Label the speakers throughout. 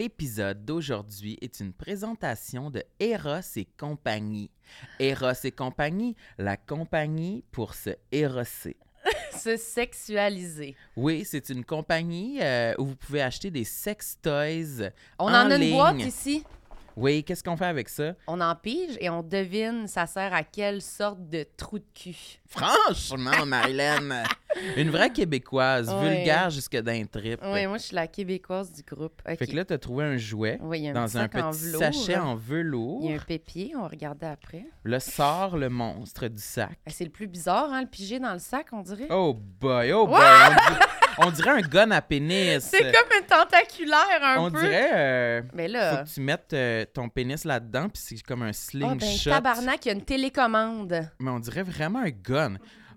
Speaker 1: L'épisode d'aujourd'hui est une présentation de Eros et compagnie. Eros et compagnie, la compagnie pour se hérosser.
Speaker 2: se sexualiser.
Speaker 1: Oui, c'est une compagnie euh, où vous pouvez acheter des sex toys.
Speaker 2: On
Speaker 1: En
Speaker 2: en, a
Speaker 1: ligne.
Speaker 2: une boîte ici.
Speaker 1: Oui, qu'est-ce qu'on fait avec ça?
Speaker 2: On en pige et on devine ça sert à quelle sorte de trou de cul.
Speaker 1: Franchement, Marilyn, une vraie Québécoise,
Speaker 2: Ouais.
Speaker 1: vulgaire jusque d'un trip.
Speaker 2: Oui, moi, je suis la québécoise du groupe. OK.
Speaker 1: Fait que là, t'as trouvé un jouet
Speaker 2: Oui, il y a un
Speaker 1: dans
Speaker 2: petit
Speaker 1: un
Speaker 2: sac en
Speaker 1: petit
Speaker 2: velours.
Speaker 1: sachet en velours.
Speaker 2: Il y a un pépier, on va regarder après.
Speaker 1: Là, sort le monstre du sac.
Speaker 2: Ah, C'est le plus bizarre, hein, le pigé dans le sac, on dirait.
Speaker 1: Oh boy, oh boy! On, di- on dirait un gun à pénis.
Speaker 2: C'est comme un tentaculaire un
Speaker 1: On
Speaker 2: peu.
Speaker 1: dirait... euh,
Speaker 2: Mais
Speaker 1: faut
Speaker 2: là,
Speaker 1: que tu mettes euh, ton pénis là-dedans, puis c'est comme un
Speaker 2: oh,
Speaker 1: slingshot.
Speaker 2: ben, tabarnak, il y a une télécommande.
Speaker 1: Mais on dirait vraiment un gun.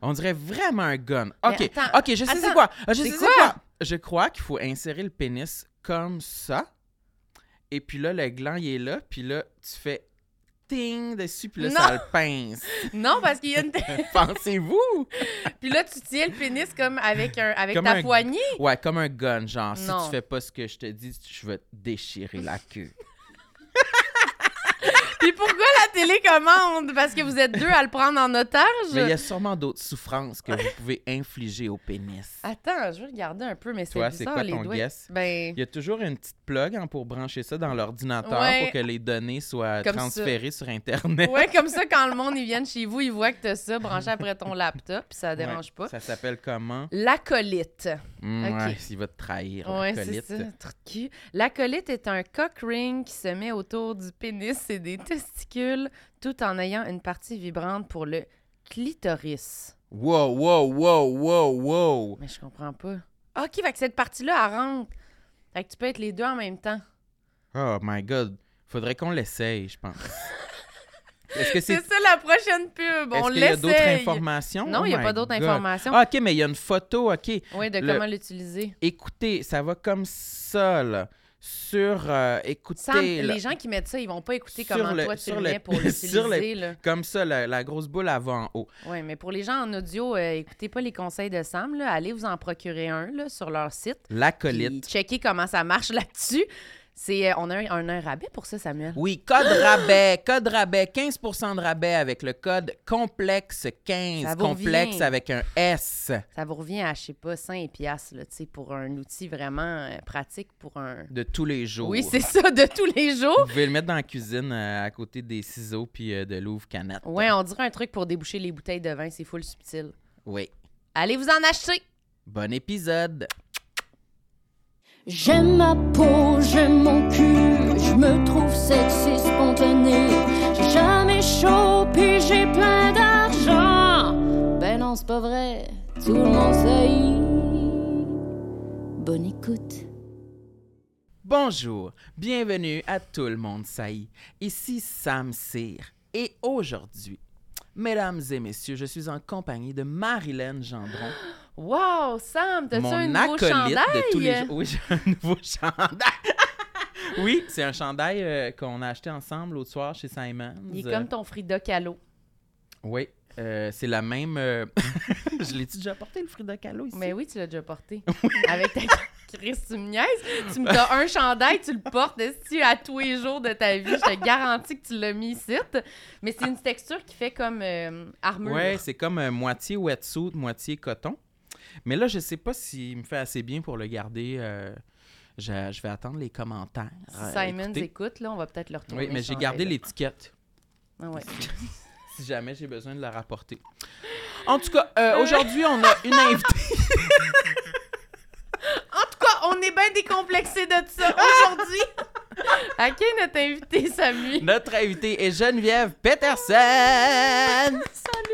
Speaker 1: On dirait vraiment un gun.
Speaker 2: Mais
Speaker 1: OK,
Speaker 2: attends,
Speaker 1: OK, je sais c'est
Speaker 2: attends,
Speaker 1: quoi. Ah, Je sais
Speaker 2: c'est
Speaker 1: c'est
Speaker 2: quoi?
Speaker 1: quoi. Je crois qu'il faut insérer le pénis comme ça. Et puis là, le gland, il est là. Puis là, tu fais ting dessus, puis là,
Speaker 2: Non.
Speaker 1: ça le pince.
Speaker 2: Non, parce qu'il y a une. té-
Speaker 1: Pensez-vous?
Speaker 2: Puis là, tu tiens le pénis comme avec, un, avec
Speaker 1: Comme
Speaker 2: ta
Speaker 1: un-
Speaker 2: poignée.
Speaker 1: Ouais, comme un gun, genre, si
Speaker 2: Non.
Speaker 1: tu fais pas ce que je te dis, je vais te déchirer la queue.
Speaker 2: Puis pourquoi la télécommande? Parce que vous êtes deux à le prendre en otage?
Speaker 1: Mais il y a sûrement d'autres souffrances que vous pouvez infliger au pénis.
Speaker 2: Attends, je vais regarder un peu, mais Ah, c'est
Speaker 1: Toi,
Speaker 2: bizarre,
Speaker 1: c'est quoi
Speaker 2: les
Speaker 1: ton
Speaker 2: doigts.
Speaker 1: guess?
Speaker 2: Ben,
Speaker 1: Il y a toujours une petite plug hein, pour brancher ça dans l'ordinateur
Speaker 2: Ouais.
Speaker 1: pour que les données soient
Speaker 2: Comme ça.
Speaker 1: transférées sur Internet.
Speaker 2: ouais, comme ça, quand le monde, ils viennent chez vous, ils voient que t'as ça branché après ton laptop, puis ça dérange
Speaker 1: Ouais.
Speaker 2: pas.
Speaker 1: Ça s'appelle comment?
Speaker 2: L'acolyte.
Speaker 1: Mm,
Speaker 2: Ok.
Speaker 1: ouais, il va te trahir,
Speaker 2: Ouais, c'est
Speaker 1: l'acolyte.
Speaker 2: ça, trou de cul. L'acolyte est un cock ring qui se met autour du pénis et des testicules, tout en ayant une partie vibrante pour le clitoris.
Speaker 1: Wow, wow, wow, wow, wow!
Speaker 2: Mais je comprends pas. OK, fait que cette partie-là, elle rentre. Fait que tu peux être les deux en même temps.
Speaker 1: Oh my God! Faudrait qu'on l'essaye, je pense. Est-ce que c'est...
Speaker 2: C'est ça la prochaine pub.
Speaker 1: Est-ce
Speaker 2: On
Speaker 1: qu'il y a d'autres
Speaker 2: l'essaye.
Speaker 1: informations?
Speaker 2: Non,
Speaker 1: Oh
Speaker 2: il n'y a
Speaker 1: my
Speaker 2: pas d'autres
Speaker 1: God.
Speaker 2: informations.
Speaker 1: Ah, OK, mais il y a une photo, OK.
Speaker 2: Oui, de
Speaker 1: le-
Speaker 2: comment l'utiliser.
Speaker 1: Écoutez, ça va comme ça, là. Sur... euh, écoutez,
Speaker 2: Sam,
Speaker 1: là.
Speaker 2: les gens qui mettent ça, ils vont pas écouter
Speaker 1: Sur
Speaker 2: comment
Speaker 1: le-
Speaker 2: toi tu
Speaker 1: sur
Speaker 2: le
Speaker 1: le-
Speaker 2: mets pour
Speaker 1: sur
Speaker 2: l'utiliser. là.
Speaker 1: Comme ça, la, la grosse boule avant en haut.
Speaker 2: Oui, mais pour les gens en audio, euh, écoutez pas les conseils de Sam. là. Allez vous en procurer un là, sur leur site. Puis
Speaker 1: L'acolyte.
Speaker 2: checkez comment ça marche là-dessus. C'est, euh, on a un, un- un rabais pour ça, Samuel.
Speaker 1: Oui, code rabais, code rabais, 15 de rabais avec le code complexe15,
Speaker 2: Ça vous
Speaker 1: complexe
Speaker 2: revient.
Speaker 1: avec un S.
Speaker 2: Ça vous revient à, je sais pas, 5 piastres là, tu sais, pour un outil vraiment euh, pratique pour un...
Speaker 1: de tous les jours.
Speaker 2: Oui, c'est ça, de tous les jours.
Speaker 1: Vous pouvez le mettre dans la cuisine euh, à côté des ciseaux puis euh, de l'ouvre-canette.
Speaker 2: Ouais, on dirait un truc pour déboucher les bouteilles de vin, c'est full subtil.
Speaker 1: Oui.
Speaker 2: Allez vous en acheter!
Speaker 1: Bon épisode.
Speaker 3: J'aime ma peau, j'aime mon cul, je me trouve sexy spontané. J'ai jamais chaud, puis j'ai plein d'argent. Ben non, c'est pas vrai, tout le monde sait. Bonne écoute.
Speaker 1: Bonjour, bienvenue à Tout le monde saillit. Ici Sam Cyr. Et aujourd'hui, mesdames et messieurs, je suis en compagnie de Marilyn Gendron,
Speaker 2: Wow, Sam, t'as-tu
Speaker 1: mon
Speaker 2: un nouveau
Speaker 1: acolyte
Speaker 2: chandail?
Speaker 1: de tous les jours. Oui, j'ai un nouveau chandail. oui, c'est un chandail euh, qu'on a acheté ensemble l'autre soir chez Simon.
Speaker 2: Il est comme ton Frida Kahlo.
Speaker 1: Oui, euh, c'est la même. euh, je l'ai-tu déjà porté, le Frida Kahlo, ici?
Speaker 2: Mais oui, tu l'as déjà porté. Avec ta Chris, tu me niaises. Tu me donnes un chandail, tu le portes dessus à tous les jours de ta vie. Je te garantis que tu l'as mis ici. Mais c'est une texture qui fait comme euh, armure.
Speaker 1: Ouais, c'est comme euh, moitié wetsuit, moitié coton. Mais là, je sais pas s'il me fait assez bien pour le garder. euh, je, je vais attendre les commentaires.
Speaker 2: si
Speaker 1: euh,
Speaker 2: Simons
Speaker 1: écoutez.
Speaker 2: écoute, là, on va peut-être le retourner.
Speaker 1: Oui, mais j'ai
Speaker 2: ce
Speaker 1: gardé
Speaker 2: chandail-là.
Speaker 1: l'étiquette
Speaker 2: Ah ouais.
Speaker 1: si jamais j'ai besoin de la rapporter. En tout cas, euh, aujourd'hui, on a une invitée.
Speaker 2: En tout cas, on est bien décomplexé de ça aujourd'hui. à qui est notre invité, Samu?
Speaker 1: Notre invitée est Geneviève Peterson.
Speaker 4: Salut!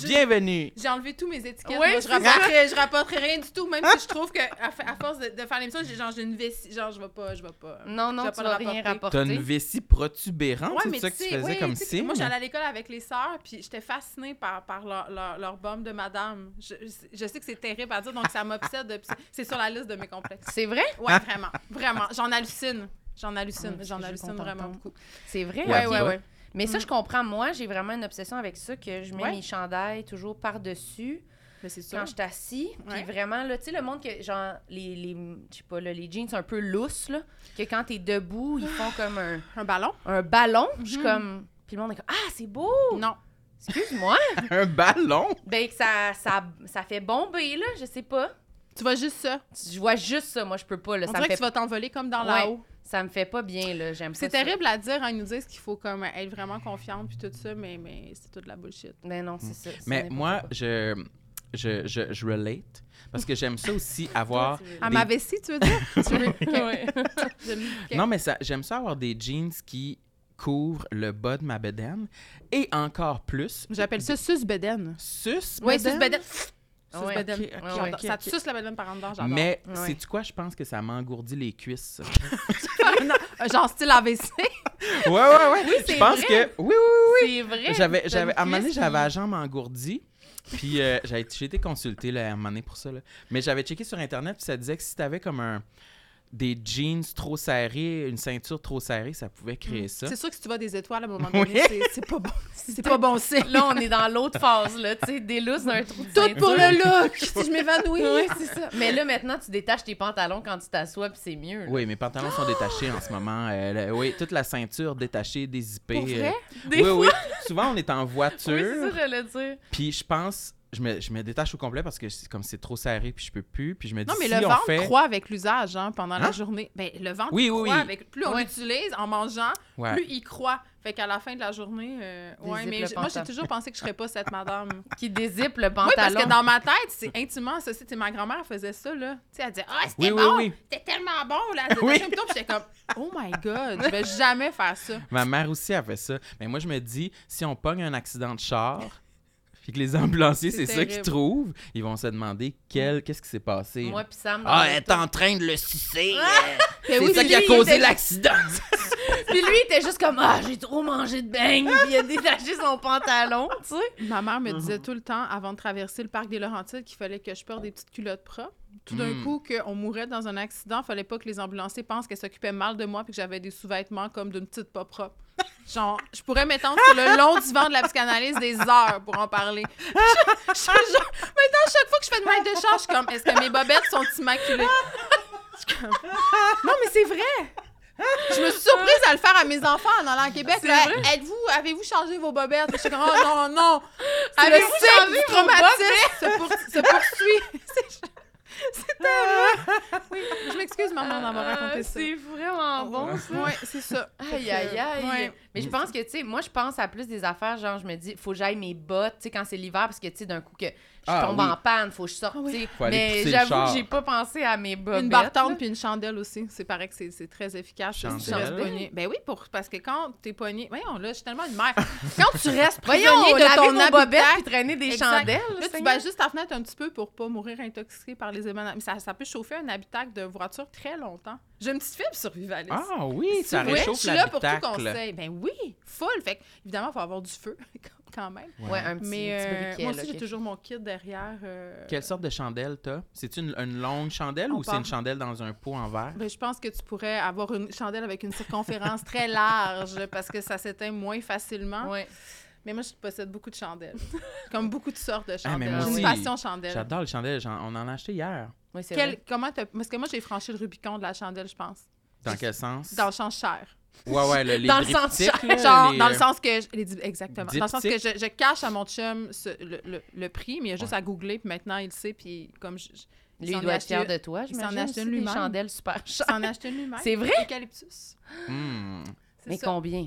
Speaker 1: Bienvenue.
Speaker 4: J'ai enlevé tous mes étiquettes.
Speaker 2: Ouais,
Speaker 4: moi,
Speaker 2: c'est
Speaker 4: je rapporterai, je rapporterai rien du tout, même si je trouve que à, fa- à force de, de faire l'émission, j'ai- genre j'ai une vessie, genre je vais pas, je vais pas.
Speaker 2: Non,
Speaker 4: Je
Speaker 2: non,
Speaker 4: vais
Speaker 2: tu
Speaker 4: pas
Speaker 2: vas
Speaker 4: le
Speaker 2: rien
Speaker 1: T'as
Speaker 2: rapporter.
Speaker 1: une vessie protubérante,
Speaker 4: Ouais,
Speaker 1: c'est ça que tu faisais
Speaker 4: oui,
Speaker 1: comme
Speaker 4: tu sais, Moi,
Speaker 1: signe?
Speaker 4: j'allais à l'école avec les sœurs, puis j'étais fascinée par, par leur, leur, leur bombe de madame. Je, je sais que c'est terrible à dire, donc ça m'obsède. puis c'est- C'est sur la liste de mes complexes.
Speaker 2: C'est vrai?
Speaker 4: Ouais, vraiment, vraiment. J'en hallucine. J'en hallucine.
Speaker 2: Ouais,
Speaker 4: J'en
Speaker 2: je suis
Speaker 4: hallucine
Speaker 2: contente
Speaker 4: vraiment
Speaker 2: d'entendre.
Speaker 4: beaucoup.
Speaker 2: C'est vrai? hein?
Speaker 1: Ouais,
Speaker 4: Ouais,
Speaker 1: tu
Speaker 4: Eh ouais,
Speaker 1: vois.
Speaker 4: ouais.
Speaker 2: Mais ça, je comprends. Moi, j'ai vraiment une obsession avec ça, que je mets
Speaker 4: Mm. Ouais.
Speaker 2: mes chandails toujours par-dessus.
Speaker 4: Mais c'est sûr.
Speaker 2: quand je t'assis. Puis
Speaker 4: Ouais.
Speaker 2: vraiment, là, tu sais, le monde que, genre, les, les, je sais pas, là, les jeans un peu lousses, là, que quand t'es debout, ils font comme un,
Speaker 4: Un ballon?
Speaker 2: un ballon. Je suis
Speaker 4: Mhm.
Speaker 2: comme. Puis le monde est comme Ah, c'est beau!
Speaker 4: Non.
Speaker 2: Excuse-moi!
Speaker 1: Un ballon?
Speaker 2: ben, que ça, ça, ça fait bomber, là, je sais pas.
Speaker 4: Tu vois juste ça.
Speaker 2: Tu- Je vois juste ça, moi, je peux pas,
Speaker 1: Ben,
Speaker 2: là.
Speaker 4: On
Speaker 2: Ça me,
Speaker 4: dirait que
Speaker 2: fait,
Speaker 4: tu vas t'envoler comme dans
Speaker 2: Ouais.
Speaker 4: la haut.
Speaker 2: ça me fait pas bien, là. J'aime pas
Speaker 4: C'est
Speaker 2: ça.
Speaker 4: terrible à dire, hein, ils nous disent qu'il faut comme être vraiment confiante puis tout ça, mais, mais c'est toute de la bullshit.
Speaker 2: Mais Ben non,
Speaker 4: Mm.
Speaker 2: c'est ça. c'est
Speaker 1: Mais
Speaker 2: n'importe
Speaker 1: moi,
Speaker 2: quoi.
Speaker 1: je, je, je, je relate parce que j'aime ça aussi avoir.
Speaker 2: Toi, tu veux- Ah,
Speaker 4: À
Speaker 1: Des-
Speaker 4: ma vessie, tu veux dire?
Speaker 2: tu veux- Ouais.
Speaker 4: J'aime- ok.
Speaker 1: Non, mais ça, j'aime ça avoir des jeans qui couvrent le bas de ma bedaine et encore plus.
Speaker 4: J'appelle ça sus beden.
Speaker 1: Sus.
Speaker 4: Oui,
Speaker 1: bedaine.
Speaker 4: sus beden.
Speaker 2: Ah
Speaker 4: Sus
Speaker 2: ouais.
Speaker 4: beden.
Speaker 1: Ok, ok,
Speaker 4: J'adore.
Speaker 1: ok,
Speaker 4: Ça
Speaker 1: ok.
Speaker 4: te suce la bedaine par en dedans, j'adore.
Speaker 1: Mais
Speaker 2: Ouais.
Speaker 1: sais-tu quoi? Je pense que ça m'engourdit les cuisses. ça.
Speaker 4: Non, Ah, Genre style AVC.
Speaker 1: ouais, ouais, ouais.
Speaker 2: c'est
Speaker 1: je pense
Speaker 2: vrai.
Speaker 1: que. Oui, oui, oui.
Speaker 2: C'est vrai.
Speaker 1: J'avais,
Speaker 2: t'as
Speaker 1: j'avais,
Speaker 2: une
Speaker 1: à un moment donné,
Speaker 2: cuisse hein.
Speaker 1: j'avais
Speaker 2: qui-
Speaker 1: la jambe engourdie. Puis euh, j'ai, été- j'ai été consultée là, à un moment donné pour ça. là. Mais j'avais checké sur Internet, puis ça disait que si t'avais comme un, des jeans trop serrés, une ceinture trop serrée, ça pouvait créer ça.
Speaker 4: C'est sûr que si tu vois des étoiles à un moment
Speaker 1: Oui.
Speaker 4: donné, c'est- c'est pas bon. C'est pas bon signe.
Speaker 2: Là, on est dans l'autre phase, là, tu sais, des lousses d'un trou de
Speaker 4: Tout
Speaker 2: ceinture.
Speaker 4: pour le look! Si je m'évanouis!
Speaker 2: Oui, c'est ça. Mais là, maintenant, tu détaches tes pantalons quand tu t'assois, puis c'est mieux. là.
Speaker 1: Oui, mes pantalons sont détachés en ce moment. euh, là, oui, toute la ceinture détachée, dézippée.
Speaker 4: Pour
Speaker 1: euh,
Speaker 4: vrai?
Speaker 2: Des
Speaker 1: oui,
Speaker 2: fois,
Speaker 1: oui. Souvent, on est en voiture.
Speaker 2: oui, c'est ça, j'allais dire.
Speaker 1: Puis je pense, je me, je me détache au complet parce que c'est- comme c'est trop serré, puis je peux plus. Puis je me dis,
Speaker 4: Non, mais
Speaker 1: si
Speaker 4: le
Speaker 1: on
Speaker 4: ventre
Speaker 1: fait...
Speaker 4: croît avec l'usage hein, pendant
Speaker 1: Hein?
Speaker 4: la journée. Ben, le ventre
Speaker 1: Oui, oui,
Speaker 4: croît
Speaker 1: oui.
Speaker 4: avec. Plus on
Speaker 2: Ouais.
Speaker 4: l'utilise en mangeant,
Speaker 1: Ouais.
Speaker 4: plus il croît. Fait qu'à la fin de la journée. euh,
Speaker 2: Des
Speaker 4: ouais, mais
Speaker 2: zips
Speaker 4: j- moi, j'ai
Speaker 2: repentants.
Speaker 4: toujours pensé que je serais pas cette madame.
Speaker 2: Qui dézippe le
Speaker 4: oui, parce
Speaker 2: pantalon.
Speaker 4: que dans ma tête, c'est intimement ça. c'est- Ma grand-mère faisait ça, là. Tu sais, elle disait Ah,
Speaker 1: Oui,
Speaker 4: c'était
Speaker 1: oui,
Speaker 4: bon!
Speaker 1: oui.
Speaker 4: C'était tellement bon, là! C'était
Speaker 1: Oui.
Speaker 4: oui. Puis j'étais comme Oh my God, je vais jamais faire ça.
Speaker 1: Ma mère aussi a fait ça. Mais moi, je me dis, si on pogne un accident de char, puis que les ambulanciers, c'est
Speaker 4: C'est
Speaker 1: ça qu'ils
Speaker 4: terrible.
Speaker 1: trouvent, ils vont se demander quel, qu'est-ce qui s'est passé.
Speaker 2: Moi puis Sam. dans
Speaker 1: ah,
Speaker 2: l'auto.
Speaker 1: elle est en train de le sucer. euh,
Speaker 4: Ben
Speaker 1: c'est
Speaker 4: oui,
Speaker 1: ça
Speaker 4: puis
Speaker 1: qui a
Speaker 4: lui, il
Speaker 1: causé
Speaker 4: était-
Speaker 1: l'accident.
Speaker 2: Puis lui, il était juste comme Ah, j'ai trop mangé de beignes, puis il a détaché son pantalon, tu sais.
Speaker 4: Ma mère
Speaker 1: Mhm.
Speaker 4: me disait tout le temps, avant de traverser le parc des Laurentides, qu'il fallait que je porte des petites culottes propres. Tout d'un
Speaker 1: Mm.
Speaker 4: coup, qu'on mourait dans un accident, fallait pas que les ambulanciers pensent qu'elles s'occupaient mal de moi puis que j'avais des sous-vêtements comme d'une petite pas propre. Genre, je pourrais m'étendre sur le long divan de la psychanalyse des heures pour en parler. Je, je- genre, maintenant, chaque fois que je fais une maille de char, je suis comme, est-ce que mes bobettes sont immaculées? Je suis comme, non, mais c'est vrai! Je me suis surprise à le faire à mes enfants en allant à Québec.
Speaker 2: C'est
Speaker 4: là.
Speaker 2: vrai?
Speaker 4: Êtes-vous, avez-vous changé vos bobettes? Je suis comme, oh non, non!
Speaker 2: C'est
Speaker 4: le
Speaker 2: le cycle
Speaker 4: cycle
Speaker 2: du
Speaker 4: du traumatisme se, pour- se poursuit. C'est- C'est terrible. Oui, je m'excuse, maman, d'avoir
Speaker 2: Euh,
Speaker 4: raconté ça.
Speaker 2: C'est vraiment bon, ça.
Speaker 4: Oui, c'est ça.
Speaker 2: Aïe, aïe, aïe.
Speaker 4: Ouais.
Speaker 2: Mais
Speaker 1: Mm.
Speaker 2: je pense que, tu sais, moi, je pense à plus des affaires, genre, je me dis, faut que j'aille mes bottes, tu sais, quand c'est l'hiver, parce que, tu sais, d'un coup, que je
Speaker 1: Ah,
Speaker 2: tombe
Speaker 1: oui.
Speaker 2: en panne, faut que je sorte,
Speaker 4: Ah oui.
Speaker 2: tu sais.
Speaker 1: Faut aller
Speaker 2: Mais
Speaker 1: pousser le
Speaker 2: j'avoue
Speaker 1: char.
Speaker 2: que j'ai pas pensé à mes bottes.
Speaker 4: Une bartende puis une chandelle aussi. C'est pareil que c'est- c'est très efficace. ça, si tu
Speaker 1: Chandelle.
Speaker 4: restes pogné. Ben oui, pour, parce que quand t'es pogné... Voyons, là, je suis tellement une mère. Quand tu restes pogné
Speaker 2: Voyons, on
Speaker 4: de ton
Speaker 2: nos bobettes
Speaker 4: habitat...
Speaker 2: puis traîner des
Speaker 4: Exact.
Speaker 2: chandelles.
Speaker 4: Là, tu
Speaker 2: Seigneur.
Speaker 4: bats juste ta fenêtre un petit peu pour pas mourir intoxiqué par les événements. Mais ça, ça peut chauffer un habitacle de voiture très longtemps. J'ai une petite fibre sur Vivalis.
Speaker 1: Ah oui, ça
Speaker 4: Oui, je
Speaker 1: réchauffe
Speaker 4: suis là pour tout
Speaker 1: l'habitacle.
Speaker 4: conseil. Ben oui, full. Fait que, évidemment, il faut avoir du feu quand- quand même.
Speaker 2: Ouais, un petit,
Speaker 4: Mais
Speaker 2: petit
Speaker 4: euh,
Speaker 2: briquet, là,
Speaker 4: moi aussi, j'ai
Speaker 2: quelque
Speaker 4: toujours mon kit derrière. euh,
Speaker 1: Quelle sorte de chandelle t'as? C'est une, une longue chandelle
Speaker 4: On
Speaker 1: ou c'est
Speaker 4: part.
Speaker 1: une chandelle dans un pot en verre?
Speaker 4: ben, je pense que tu pourrais avoir une chandelle avec une circonférence très large parce que ça s'éteint moins facilement.
Speaker 2: Ouais.
Speaker 4: Mais moi, je possède beaucoup de chandelles. Comme beaucoup de sortes de
Speaker 1: Ah, mais
Speaker 4: chandelles.
Speaker 1: moi
Speaker 4: J'ai
Speaker 1: aussi,
Speaker 4: une passion chandelle.
Speaker 1: J'adore les chandelles. j'en- on en a acheté hier.
Speaker 2: Oui, c'est
Speaker 4: Quel-
Speaker 2: vrai.
Speaker 4: comment t'as- Parce que moi, j'ai franchi le Rubicon de la chandelle, je pense.
Speaker 1: Dans
Speaker 4: Je-
Speaker 1: quel sens?
Speaker 4: Dans le sens cher.
Speaker 1: Ouais, ouais, le, les
Speaker 2: Dans le sens
Speaker 1: diptyques, là,
Speaker 4: Genre,
Speaker 1: les- euh,
Speaker 4: dans le sens que. Je, les di- exactement. Dans le sens que
Speaker 1: Diptyque.
Speaker 4: je, je cache à mon chum ce- le, le- le prix, mais il y a juste à googler, puis maintenant, il le sait, puis comme je. je-
Speaker 2: Lui, il
Speaker 4: s'en
Speaker 2: doit
Speaker 4: est
Speaker 2: être
Speaker 4: acheté-
Speaker 2: fier de toi,
Speaker 4: il s'en
Speaker 2: j'imagine.
Speaker 4: est acheté
Speaker 2: aussi,
Speaker 4: une
Speaker 2: des
Speaker 4: lui-même.
Speaker 2: chandelles super chères.
Speaker 4: S'en acheter lui-même.
Speaker 2: C'est vrai?
Speaker 4: Eucalyptus.
Speaker 1: Hmm.
Speaker 4: C'est
Speaker 2: Mais
Speaker 4: ça.
Speaker 2: combien?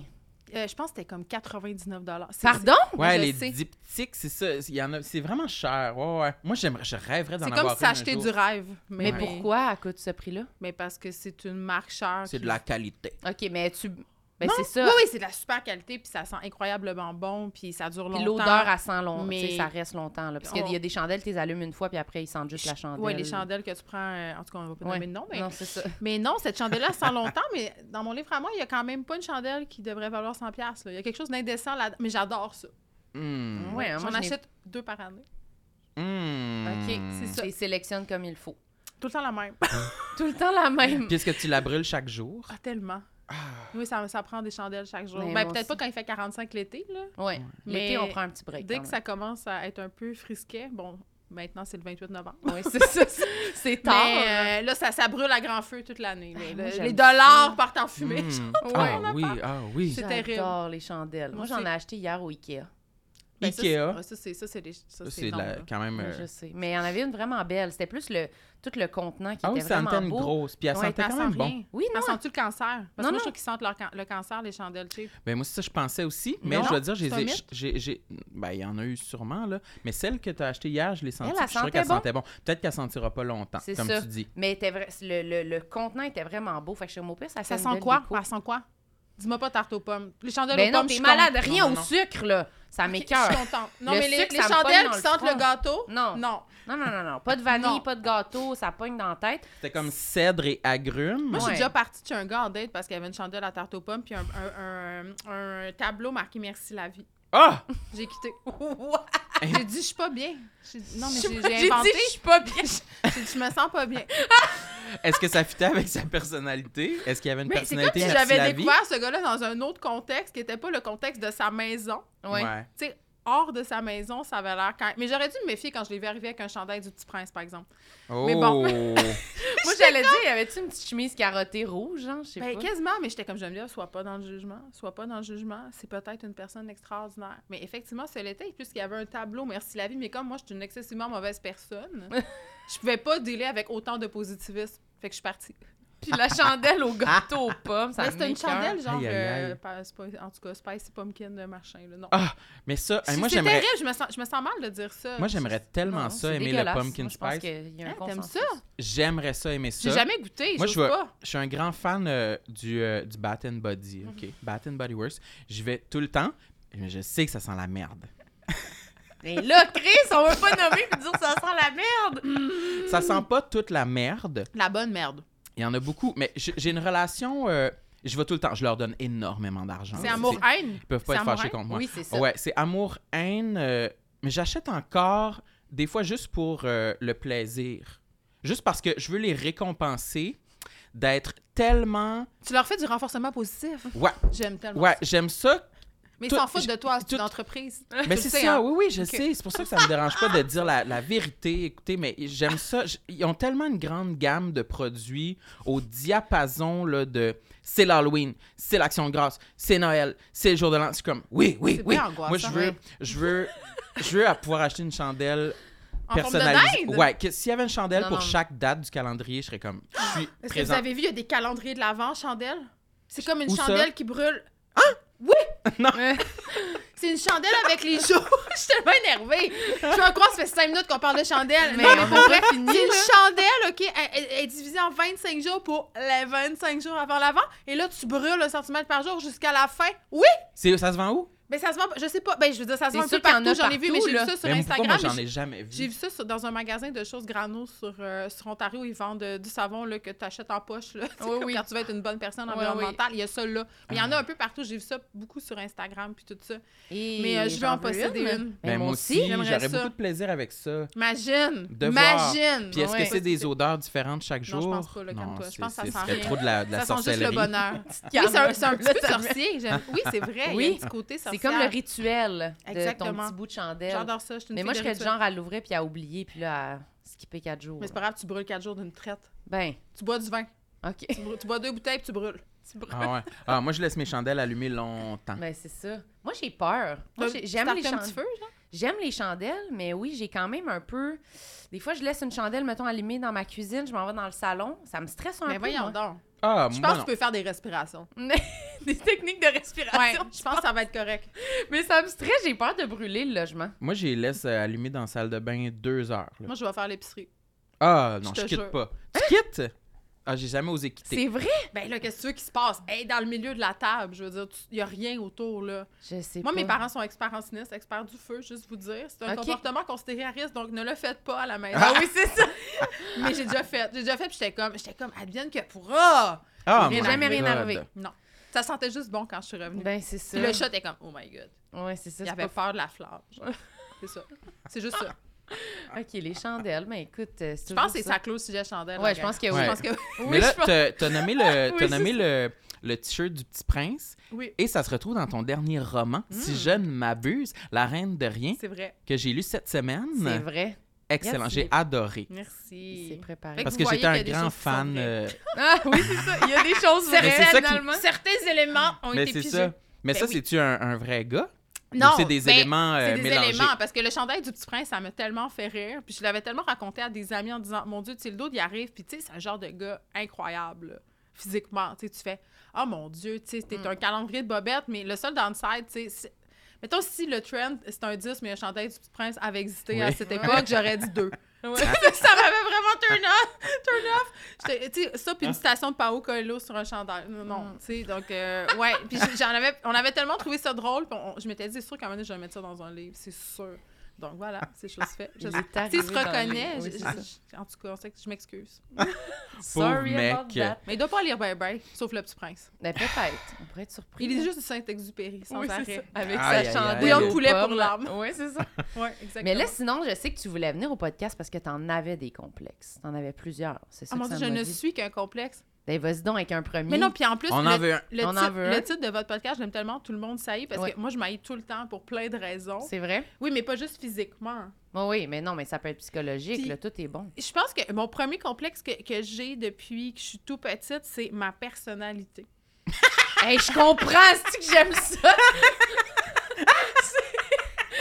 Speaker 4: Euh, je pense que c'était comme 99 C'est-
Speaker 2: Pardon?
Speaker 1: Ouais,
Speaker 4: Je
Speaker 1: les
Speaker 4: sais.
Speaker 1: diptyques, c'est ça. Il y en a, c'est vraiment cher. Ouais, ouais. Moi, j'aimerais, je rêverais d'en
Speaker 4: C'est
Speaker 1: avoir
Speaker 4: comme si
Speaker 1: une un
Speaker 4: t'achetais
Speaker 1: jour.
Speaker 4: du rêve. Mais,
Speaker 2: Mais pourquoi à coûte ce prix-là?
Speaker 4: Mais parce que c'est une marque chère.
Speaker 1: C'est
Speaker 4: qui-
Speaker 1: de la qualité.
Speaker 2: OK, mais tu. Ben,
Speaker 4: Non,
Speaker 2: c'est ça.
Speaker 4: Oui, oui, c'est de la super qualité, puis ça sent incroyablement bon, puis ça dure longtemps.
Speaker 2: Puis l'odeur, elle sent longtemps.
Speaker 4: Mais-
Speaker 2: Ça reste longtemps. Là, parce qu'il y a
Speaker 4: On-
Speaker 2: des chandelles, tu les allumes une fois, puis après, ils sentent juste la chandelle.
Speaker 4: Oui, les chandelles que tu prends. euh, en tout cas, on va pas
Speaker 2: Ouais.
Speaker 4: nommer de nom, mais
Speaker 2: Non, c'est ça.
Speaker 4: Mais non, cette chandelle-là sent longtemps, mais dans mon livre à moi, il y a quand même pas une chandelle qui devrait valoir 100$. là. Il y a quelque chose d'indécent là Mais j'adore ça.
Speaker 1: Hmm.
Speaker 2: Ouais, moi,
Speaker 4: J'en
Speaker 2: je n'ai-
Speaker 4: achète deux par année.
Speaker 1: Hmm.
Speaker 2: OK, c'est
Speaker 4: ça.
Speaker 2: ça. Ils sélectionnent comme il faut.
Speaker 4: Tout le temps la même.
Speaker 2: Tout le temps la même.
Speaker 1: Puis est-ce que tu la brûles chaque jour?
Speaker 4: Ah, tellement. Oui, ça, ça prend des chandelles chaque jour.
Speaker 2: Mais
Speaker 4: Ben,
Speaker 2: moi
Speaker 4: peut-être pas
Speaker 2: aussi.
Speaker 4: quand il fait 45 l'été, là.
Speaker 2: Ouais.
Speaker 4: Mais
Speaker 2: L'été, on prend un petit break.
Speaker 4: Dès
Speaker 2: quand
Speaker 4: que
Speaker 2: même.
Speaker 4: ça commence à être un peu frisquet, bon, Maintenant, c'est le 28 novembre.
Speaker 2: Ouais, c'est ça. c'est- C'est
Speaker 4: Mais,
Speaker 2: tard. hein.
Speaker 4: euh, là, ça, ça brûle à grand feu toute l'année. là.
Speaker 2: Ah,
Speaker 4: Le-
Speaker 2: moi, j'aime
Speaker 4: les dollars
Speaker 2: ça.
Speaker 4: partent en fumée.
Speaker 1: Mm.
Speaker 4: Ouais, on
Speaker 1: Ah
Speaker 4: en
Speaker 1: oui,
Speaker 4: parle.
Speaker 1: ah oui.
Speaker 4: C'est
Speaker 2: J'adore les chandelles. Moi,
Speaker 4: Moi,
Speaker 2: j'en
Speaker 4: c'est-
Speaker 2: ai acheté hier au Ikea.
Speaker 4: Ben, ça, c'est-
Speaker 1: Ikea.
Speaker 4: ouais, Ça, c'est ça, c'est des- ça,
Speaker 1: Ça,
Speaker 4: c'est
Speaker 1: c'est de la-
Speaker 4: énorme, là.
Speaker 1: quand même.
Speaker 2: Ouais,
Speaker 1: euh,
Speaker 2: Je sais. Mais il y en avait une vraiment belle. C'était plus le tout le contenant qui
Speaker 1: Ah oui,
Speaker 2: était
Speaker 1: ça
Speaker 2: vraiment
Speaker 1: antenne
Speaker 2: beau.
Speaker 1: grosse. Puis elle
Speaker 2: Ouais,
Speaker 1: sentait
Speaker 4: Elle
Speaker 1: quand
Speaker 4: sent
Speaker 1: même bon.
Speaker 4: rien.
Speaker 2: Oui, non.
Speaker 4: Elle sent-tu le cancer? Parce
Speaker 2: Non,
Speaker 4: que moi,
Speaker 2: non.
Speaker 4: je trouve qu'ils sentent leur can- le cancer, les chandelles, tu sais.
Speaker 1: Ben moi, c'est ça, je pensais aussi. Mais
Speaker 4: Non,
Speaker 1: je dois dire,
Speaker 4: c'est un
Speaker 1: j'ai,
Speaker 4: mythe.
Speaker 1: j'ai, j'ai- ben, il y en a eu sûrement, là. Mais celle que tu as achetée hier, je l'ai sentie.
Speaker 2: Elle,
Speaker 1: puis
Speaker 2: elle
Speaker 1: Je suis sûre
Speaker 2: sentait
Speaker 1: qu'elle
Speaker 2: bon.
Speaker 1: sentait bon. Peut-être qu'elle sentira pas longtemps,
Speaker 2: C'est
Speaker 1: comme
Speaker 2: ça.
Speaker 1: tu dis.
Speaker 2: Mais était vra- le, le- le contenant était vraiment beau. Fait que chez mon pire, ça,
Speaker 4: Ça
Speaker 2: fait une
Speaker 4: sent
Speaker 2: belle
Speaker 4: quoi? Ah,
Speaker 2: déco.
Speaker 4: Ça sent quoi? Dis-moi pas tarte aux pommes. Les chandelles
Speaker 2: Ben
Speaker 4: aux
Speaker 2: non,
Speaker 4: pommes, je
Speaker 2: t'es
Speaker 4: suis
Speaker 2: malade.
Speaker 4: contre.
Speaker 2: Rien
Speaker 4: Non, non,
Speaker 2: au
Speaker 4: non.
Speaker 2: sucre, là. Ça
Speaker 4: Je
Speaker 2: m'écoeure.
Speaker 4: suis contente. Non,
Speaker 2: Le
Speaker 4: mais les,
Speaker 2: sucre,
Speaker 4: les
Speaker 2: ça me pogne
Speaker 4: chandelles
Speaker 2: dans
Speaker 4: qui
Speaker 2: le
Speaker 4: sentent
Speaker 2: front.
Speaker 4: le gâteau,
Speaker 2: Non.
Speaker 4: non.
Speaker 2: Non, non, non, non. Pas de vanille,
Speaker 4: Non.
Speaker 2: pas de gâteau. Ça pogne dans la tête.
Speaker 1: C'était comme cèdre et agrumes.
Speaker 4: Moi, je
Speaker 2: Ouais.
Speaker 4: suis déjà partie chez un gars en date parce qu'il y avait une chandelle à tarte aux pommes puis un, un- un- un tableau marqué Merci la vie.
Speaker 1: Ah!
Speaker 4: J'ai quitté. j'ai dit, je suis pas bien. J'ai dit- Non, mais
Speaker 2: Hein? Je-
Speaker 4: j'ai-
Speaker 2: j'ai
Speaker 4: j'ai inventé.
Speaker 2: dit, je suis pas bien.
Speaker 4: J'ai dit, je me sens pas bien.
Speaker 1: Est-ce que ça fitait avec sa personnalité? Est-ce qu'il y avait une
Speaker 4: Mais c'est comme
Speaker 1: personnalité
Speaker 4: si
Speaker 1: merci la
Speaker 4: j'avais
Speaker 1: vie?
Speaker 4: découvert ce gars-là dans un autre contexte qui n'était pas le contexte de sa maison.
Speaker 2: Ouais.
Speaker 1: Ouais.
Speaker 4: Tu sais, hors de sa maison, ça avait l'air quand Mais j'aurais dû me méfier quand je l'ai vu arriver avec un chandail du Petit Prince, par exemple.
Speaker 1: Oh!
Speaker 4: Mais bon.
Speaker 2: Moi, j'allais dire, y avait-tu une petite chemise carottée rouge, genre? Je sais
Speaker 4: Ben,
Speaker 2: pas.
Speaker 4: quasiment, mais j'étais comme, je me disais, sois pas dans le jugement, sois pas dans le jugement, c'est peut-être une personne extraordinaire. Mais effectivement, ce l'était, puisqu'il y avait un tableau, merci la vie, mais comme moi, je suis une excessivement mauvaise personne, je pouvais pas dealer avec autant de positivisme. Fait que je suis partie.
Speaker 2: Puis la chandelle au gâteau aux pommes, ça
Speaker 4: Ah. Mais c'était une
Speaker 2: m'écoeure.
Speaker 4: chandelle, genre,
Speaker 1: Aïe, aïe, aïe.
Speaker 4: euh, pas- c'est pas- en tout cas, spicy pumpkin, de machin, là, non.
Speaker 1: Ah, mais ça, hey,
Speaker 4: C'est
Speaker 1: moi,
Speaker 4: c'est
Speaker 1: j'aimerais,
Speaker 4: terrible, je me, sens, je me sens mal de dire ça.
Speaker 1: moi, j'aimerais tellement
Speaker 2: Non,
Speaker 1: Ah, ça
Speaker 2: c'est
Speaker 1: aimer le
Speaker 2: dégueulasse.
Speaker 1: pumpkin
Speaker 2: Moi, je pense
Speaker 1: spice.
Speaker 2: qu'il y a un
Speaker 4: Hein, T'aimes
Speaker 2: consensus.
Speaker 4: ça?
Speaker 1: J'aimerais ça aimer ça.
Speaker 4: J'ai jamais goûté,
Speaker 1: Moi,
Speaker 4: moi,
Speaker 1: je
Speaker 4: je
Speaker 1: vais-
Speaker 4: pas.
Speaker 1: Je suis un grand fan euh, du, euh, du Bat and
Speaker 4: Mhm.
Speaker 1: Body, OK? Bat and Body Works. J'y vais tout le temps, mais je sais que ça sent la merde.
Speaker 2: Mais Ben là, Chris, on veut pas nommer et dire ça sent la merde.
Speaker 4: Mm.
Speaker 1: Ça sent pas toute la merde.
Speaker 4: La bonne merde.
Speaker 1: Il y en a beaucoup, mais j- j'ai une relation... euh, je vais tout le temps. Je leur donne énormément d'argent.
Speaker 4: C'est
Speaker 1: là.
Speaker 4: amour-haine.
Speaker 1: Ils peuvent pas
Speaker 4: C'est
Speaker 1: être fâchés
Speaker 4: amour-haine?
Speaker 1: contre moi.
Speaker 2: Oui, c'est ça.
Speaker 1: Ouais, c'est amour-haine. euh, mais j'achète encore, des fois juste pour euh, le plaisir. Juste parce que je veux les récompenser d'être tellement...
Speaker 4: Tu leur fais du renforcement positif.
Speaker 1: Ouais,
Speaker 4: J'aime tellement
Speaker 1: ouais
Speaker 4: ça.
Speaker 1: j'aime ça
Speaker 4: Mais ils
Speaker 1: Tout-
Speaker 4: s'en foutent de toi,
Speaker 1: tout-
Speaker 4: c'est une entreprise.
Speaker 1: Mais
Speaker 4: Tu
Speaker 1: c'est
Speaker 4: le sais,
Speaker 1: ça,
Speaker 4: hein?
Speaker 1: oui, oui, je
Speaker 4: Ok.
Speaker 1: sais. C'est pour ça que ça me dérange pas de dire la, la vérité. Écoutez, mais j'aime ça. J- Ils ont tellement une grande gamme de produits au diapason là, de c'est l'Halloween, c'est l'Action de grâce, c'est Noël, c'est le jour de l'an. C'est comme oui, oui,
Speaker 4: C'est
Speaker 1: oui.
Speaker 4: bien angoissant,
Speaker 1: Moi, je veux,
Speaker 4: ouais.
Speaker 1: je veux, je veux à pouvoir acheter une chandelle.
Speaker 4: En forme de
Speaker 1: personnalisée.
Speaker 4: dinde?
Speaker 1: ouais, que s'il y avait une chandelle
Speaker 2: Non,
Speaker 1: pour
Speaker 2: non.
Speaker 1: chaque date du calendrier, je serais comme je suis
Speaker 4: Est-ce que vous
Speaker 1: présent.
Speaker 4: avez vu, il y a des calendriers de l'Avent, chandelle? C'est comme une
Speaker 1: Où ça?
Speaker 4: chandelle qui brûle. Hein? Oui!
Speaker 1: Non.
Speaker 4: C'est une chandelle avec les jours. Je suis tellement énervée. Je me crois, ça fait cinq minutes qu'on parle de chandelle.
Speaker 2: Mais
Speaker 4: non,
Speaker 2: on
Speaker 4: mais
Speaker 2: a
Speaker 4: pour vrai,
Speaker 2: pas
Speaker 4: c'est une
Speaker 2: fini, là.
Speaker 4: chandelle, OK, elle, elle- elle est divisée en 25 jours pour les 25 jours avant l'Avent. Et là, tu brûles un centimètre par jour jusqu'à la fin. Oui!
Speaker 1: C'est ça se vend où
Speaker 4: Mais ça se vend, je sais pas. Ben, je veux dire, ça se
Speaker 2: C'est
Speaker 4: vend un
Speaker 2: sûr
Speaker 4: peu
Speaker 2: qu'il y en
Speaker 4: partout.
Speaker 2: a
Speaker 4: J'en ai vu, mais
Speaker 2: partout,
Speaker 4: j'ai vu
Speaker 2: là.
Speaker 4: ça sur
Speaker 1: Mais pourquoi
Speaker 4: Instagram.
Speaker 1: moi
Speaker 4: mais
Speaker 1: j'en
Speaker 4: j'ai-
Speaker 1: ai jamais vu
Speaker 4: J'ai vu ça sur- dans un magasin de choses grano sur, euh, sur Ontario. Ils vendent euh, du savon là, que tu achètes en poche. Là, C'est
Speaker 2: Oui,
Speaker 4: comme
Speaker 2: oui.
Speaker 4: Quand tu veux être une bonne personne
Speaker 2: Oui,
Speaker 4: environnementale, il y a ça là. Mais il y en a
Speaker 1: Ah.
Speaker 4: un peu partout. J'ai vu ça beaucoup sur Instagram puis tout ça.
Speaker 2: Et
Speaker 4: Mais euh, je veux
Speaker 2: j'en
Speaker 4: en posséder une.
Speaker 1: Ben,
Speaker 2: Mais
Speaker 1: moi aussi,
Speaker 4: j'aimerais
Speaker 1: j'aurais
Speaker 4: ça.
Speaker 1: beaucoup de plaisir avec ça.
Speaker 4: Imagine!
Speaker 1: De voir.
Speaker 4: imagine!
Speaker 1: Puis est-ce
Speaker 2: Ouais.
Speaker 1: que c'est des odeurs différentes chaque
Speaker 4: Non,
Speaker 1: jour?
Speaker 4: je pense pas, là, calme-toi. Je
Speaker 1: c'est-
Speaker 4: pense que ça
Speaker 1: c'est-
Speaker 4: sent
Speaker 1: serait
Speaker 4: rien.
Speaker 1: trop de la, de la
Speaker 4: Ça sent juste
Speaker 1: sorcellerie.
Speaker 4: le bonheur. Oui,
Speaker 2: Il y en
Speaker 4: c'est
Speaker 2: a
Speaker 4: un, c'est un
Speaker 2: un
Speaker 4: petit
Speaker 2: peu,
Speaker 4: peu
Speaker 2: ça
Speaker 4: sorcier. j'aime. Oui, c'est vrai. Il y a
Speaker 2: Oui.
Speaker 4: un petit côté
Speaker 2: C'est
Speaker 4: sorcier.
Speaker 2: comme le rituel de ton
Speaker 4: Exactement.
Speaker 2: petit bout de chandelle.
Speaker 4: J'adore ça. Je suis une
Speaker 2: Mais
Speaker 4: fille
Speaker 2: moi,
Speaker 4: de
Speaker 2: je serais du
Speaker 4: rituel.
Speaker 2: genre à l'ouvrir puis à oublier puis là, à skipper quatre jours.
Speaker 4: Mais c'est pas grave, tu brûles quatre jours d'une traite.
Speaker 2: Ben,
Speaker 4: Tu bois du vin.
Speaker 2: OK.
Speaker 4: Tu brûles- tu bois deux bouteilles puis tu brûles.
Speaker 1: Ah ouais. Ah, moi, je laisse mes chandelles allumées longtemps.
Speaker 2: Ben, c'est ça. Moi, j'ai peur. Moi, j'ai-
Speaker 4: Tu
Speaker 2: j'aime
Speaker 4: startes
Speaker 2: les
Speaker 4: un
Speaker 2: chandelles.
Speaker 4: petit feu, genre?
Speaker 2: J'aime les chandelles, mais oui, j'ai quand même un peu. Des fois, je laisse une chandelle, mettons, allumée dans ma cuisine, je m'en vais dans le salon. Ça me stresse un
Speaker 4: Mais
Speaker 2: peu. moi.
Speaker 4: voyons donc.
Speaker 1: Ah,
Speaker 4: Je
Speaker 1: moi,
Speaker 4: pense que
Speaker 1: non.
Speaker 4: tu peux faire des respirations.
Speaker 2: Des techniques de
Speaker 4: Ouais,
Speaker 2: respiration.
Speaker 4: je pense que ça va être correct.
Speaker 2: Mais ça me stresse, j'ai peur de brûler le logement.
Speaker 1: Moi, je les laisse euh, allumées dans la salle de bain deux heures. là.
Speaker 4: Moi, je vais faire l'épicerie.
Speaker 1: Ah, non,
Speaker 4: je
Speaker 1: je quitte
Speaker 4: te jure. Hein?
Speaker 1: pas. Tu quittes? Ah, j'ai jamais osé quitter.
Speaker 2: C'est vrai?
Speaker 4: Ben là, qu'est-ce que tu veux qui se passe? Hey, dans le milieu de la table, je veux dire, il n'y a rien autour, là.
Speaker 2: Je sais
Speaker 4: Moi,
Speaker 2: pas.
Speaker 4: mes parents sont experts en sinistre, experts du feu, juste vous dire. C'est un
Speaker 2: Ok.
Speaker 4: comportement considéré à risque, donc ne le faites pas à la maison.
Speaker 2: Ah oui, c'est ça.
Speaker 4: Mais j'ai déjà fait. J'ai déjà fait, puis j'étais comme, j'étais comme, advienne que pourra!
Speaker 1: Ah,
Speaker 2: Il est
Speaker 1: mon
Speaker 2: jamais rien
Speaker 1: God.
Speaker 2: arrivé.
Speaker 4: Non. Ça sentait juste bon quand je suis revenue.
Speaker 2: Ben, c'est ça.
Speaker 4: Puis le chat était comme, oh my god.
Speaker 2: Ouais, c'est ça.
Speaker 4: Il
Speaker 2: c'est
Speaker 4: avait
Speaker 2: pas-
Speaker 4: peur de la flamme. genre. C'est ça. C'est juste ça.
Speaker 2: Ok, les chandelles. Ben, écoute, euh, c'est
Speaker 4: Je pense que
Speaker 2: toujours
Speaker 4: c'est ça clôt le sujet chandelle.
Speaker 2: Ouais,
Speaker 4: la
Speaker 2: je
Speaker 4: gang.
Speaker 2: pense que oui.
Speaker 1: Ouais.
Speaker 4: Je pense que
Speaker 2: Oui,
Speaker 1: Mais là,
Speaker 2: je pense-
Speaker 1: t'as- t'as nommé le,
Speaker 2: Oui,
Speaker 1: t'as
Speaker 2: c'est
Speaker 1: nommé le, le t-shirt du Petit Prince
Speaker 4: oui.
Speaker 1: et ça se retrouve dans ton dernier
Speaker 4: Hmm.
Speaker 1: roman, si je ne m'abuse, La Reine de Rien,
Speaker 4: C'est vrai.
Speaker 1: que j'ai lu cette semaine.
Speaker 2: c'est vrai.
Speaker 1: excellent.
Speaker 2: Merci.
Speaker 1: J'ai adoré.
Speaker 2: Il s'est
Speaker 4: Merci.
Speaker 2: préparé.
Speaker 4: Fait que
Speaker 1: Parce que
Speaker 4: vous
Speaker 1: j'étais
Speaker 4: voyez
Speaker 1: un
Speaker 4: qu'il y a des
Speaker 1: grand
Speaker 4: choses qui sont
Speaker 1: fan.
Speaker 4: vraies.
Speaker 1: euh,
Speaker 2: Ah oui, c'est ça. Il y a des choses
Speaker 1: Mais
Speaker 2: vraies,
Speaker 1: c'est ça qui-
Speaker 2: finalement.
Speaker 4: Certains Ah. éléments ont
Speaker 1: Mais
Speaker 4: été
Speaker 1: c'est
Speaker 4: pigés.
Speaker 1: ça. Mais
Speaker 4: Ben
Speaker 1: ça,
Speaker 4: oui.
Speaker 1: c'est-tu un, un vrai gars? Ou
Speaker 4: Non,
Speaker 1: c'est des
Speaker 4: ben,
Speaker 1: éléments euh,
Speaker 4: C'est des
Speaker 1: mélangés.
Speaker 4: éléments, parce que le chandail du Petit Prince, ça m'a tellement fait rire. Puis je l'avais tellement raconté à des amis en disant Mon Dieu, tu sais, le dos, il arrive. Puis tu sais, c'est un genre de gars incroyable, là, physiquement. Tu sais, tu fais Oh mon Dieu, tu sais, t'es
Speaker 2: Mm.
Speaker 4: un calendrier de bobette, mais le seul downside, tu sais, c'est- Mettons, si le trend, c'est un 10, mais le chandail du Petit Prince avait existé à
Speaker 1: Oui.
Speaker 4: cette
Speaker 2: Ouais.
Speaker 4: époque, j'aurais dit 2.
Speaker 2: Ouais.
Speaker 4: ça m'avait vraiment turn off! Turn off! J'étais- Tu sais, ça, puis
Speaker 1: Ah.
Speaker 4: une citation de Paolo Coelho sur un chandail. Non, non,
Speaker 2: Mm.
Speaker 4: tu sais, donc, euh, ouais. Puis j'- j'en avais, on avait tellement trouvé ça drôle, puis on- je m'étais dit, c'est sûr qu'à un moment donné, je vais mettre ça dans un livre, c'est sûr. Donc voilà, c'est chose faite. Je
Speaker 2: Ah, Il
Speaker 4: sais-
Speaker 2: est arrivé
Speaker 4: S'il se
Speaker 2: dans le
Speaker 4: reconnaît,
Speaker 2: livre, oui,
Speaker 4: je-
Speaker 2: c'est ça.
Speaker 4: je- en tout cas, on sait que je m'excuse.
Speaker 2: Sorry
Speaker 1: Pauvre
Speaker 2: about
Speaker 1: mec.
Speaker 2: that.
Speaker 4: Mais il doit pas lire Ben Ben, sauf Le Petit Prince.
Speaker 2: Ben, peut-être. On pourrait être surpris.
Speaker 4: Il lit juste du Saint-Exupéry, sans
Speaker 2: Oui, c'est
Speaker 4: arrêt.
Speaker 1: Aïe,
Speaker 2: Avec sa
Speaker 1: aïe,
Speaker 2: chandelle.
Speaker 1: aïe, aïe.
Speaker 2: aux
Speaker 4: Bouillon de poulet pour
Speaker 2: pommes.
Speaker 4: l'âme.
Speaker 2: Oui, c'est ça.
Speaker 4: Ouais, exactement.
Speaker 2: Mais là, sinon, je sais que tu voulais venir au podcast parce que t'en avais des complexes. T'en avais plusieurs. C'est ça
Speaker 4: Ah mon
Speaker 2: que ça
Speaker 4: Dieu, je
Speaker 2: m'a
Speaker 4: ne
Speaker 2: dit.
Speaker 4: suis qu'un complexe.
Speaker 2: Ben, vas-y donc avec un premier.
Speaker 4: Mais non, puis en plus,
Speaker 1: On
Speaker 4: le-
Speaker 1: en veut un.
Speaker 4: Le,
Speaker 2: On en
Speaker 4: titre,
Speaker 2: veut
Speaker 4: le
Speaker 2: un.
Speaker 4: titre de votre podcast, j'aime tellement tout le monde saillit parce
Speaker 2: Ouais.
Speaker 4: que moi, je maille tout le temps pour plein de raisons.
Speaker 2: C'est vrai?
Speaker 4: Oui, mais pas juste physiquement.
Speaker 2: Oui, oui, mais non, mais ça peut être psychologique.
Speaker 4: Puis-
Speaker 2: là, tout est bon.
Speaker 4: Je pense que mon premier complexe que, que j'ai depuis que je suis tout petite, c'est ma personnalité.
Speaker 2: hey, je comprends, c'est que j'aime ça.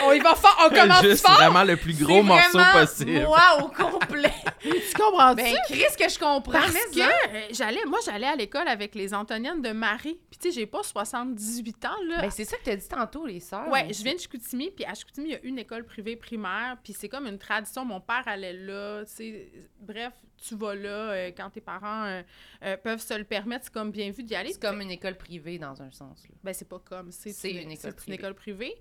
Speaker 4: On y va fort, on commence
Speaker 1: Juste
Speaker 4: fort!
Speaker 1: vraiment le plus gros
Speaker 2: C'est
Speaker 1: morceau
Speaker 2: vraiment
Speaker 1: possible.
Speaker 2: Moi, au complet.
Speaker 4: Tu comprends
Speaker 2: ben, Chris, que je comprends.
Speaker 4: Parce
Speaker 2: mais
Speaker 4: que
Speaker 2: ça.
Speaker 4: euh, j'allais, moi, j'allais à l'école avec les Antoniennes de Marie. Puis tu sais, j'ai pas 78 ans, là.
Speaker 2: Ben, c'est ça que t'as dit tantôt, les sœurs.
Speaker 4: Ouais, je viens de Chicoutimi, puis à Chicoutimi, il y a une école privée primaire, puis c'est comme une tradition. Mon père allait là, tu sais. Bref, tu vas là euh, quand tes parents euh, euh, peuvent se le permettre. C'est comme bien vu d'y aller.
Speaker 2: C'est comme une école privée, dans un sens. là.
Speaker 4: Ben, c'est pas comme. C'est
Speaker 2: C'est
Speaker 4: une,
Speaker 2: une école
Speaker 4: c'est
Speaker 2: privée.
Speaker 4: école privée.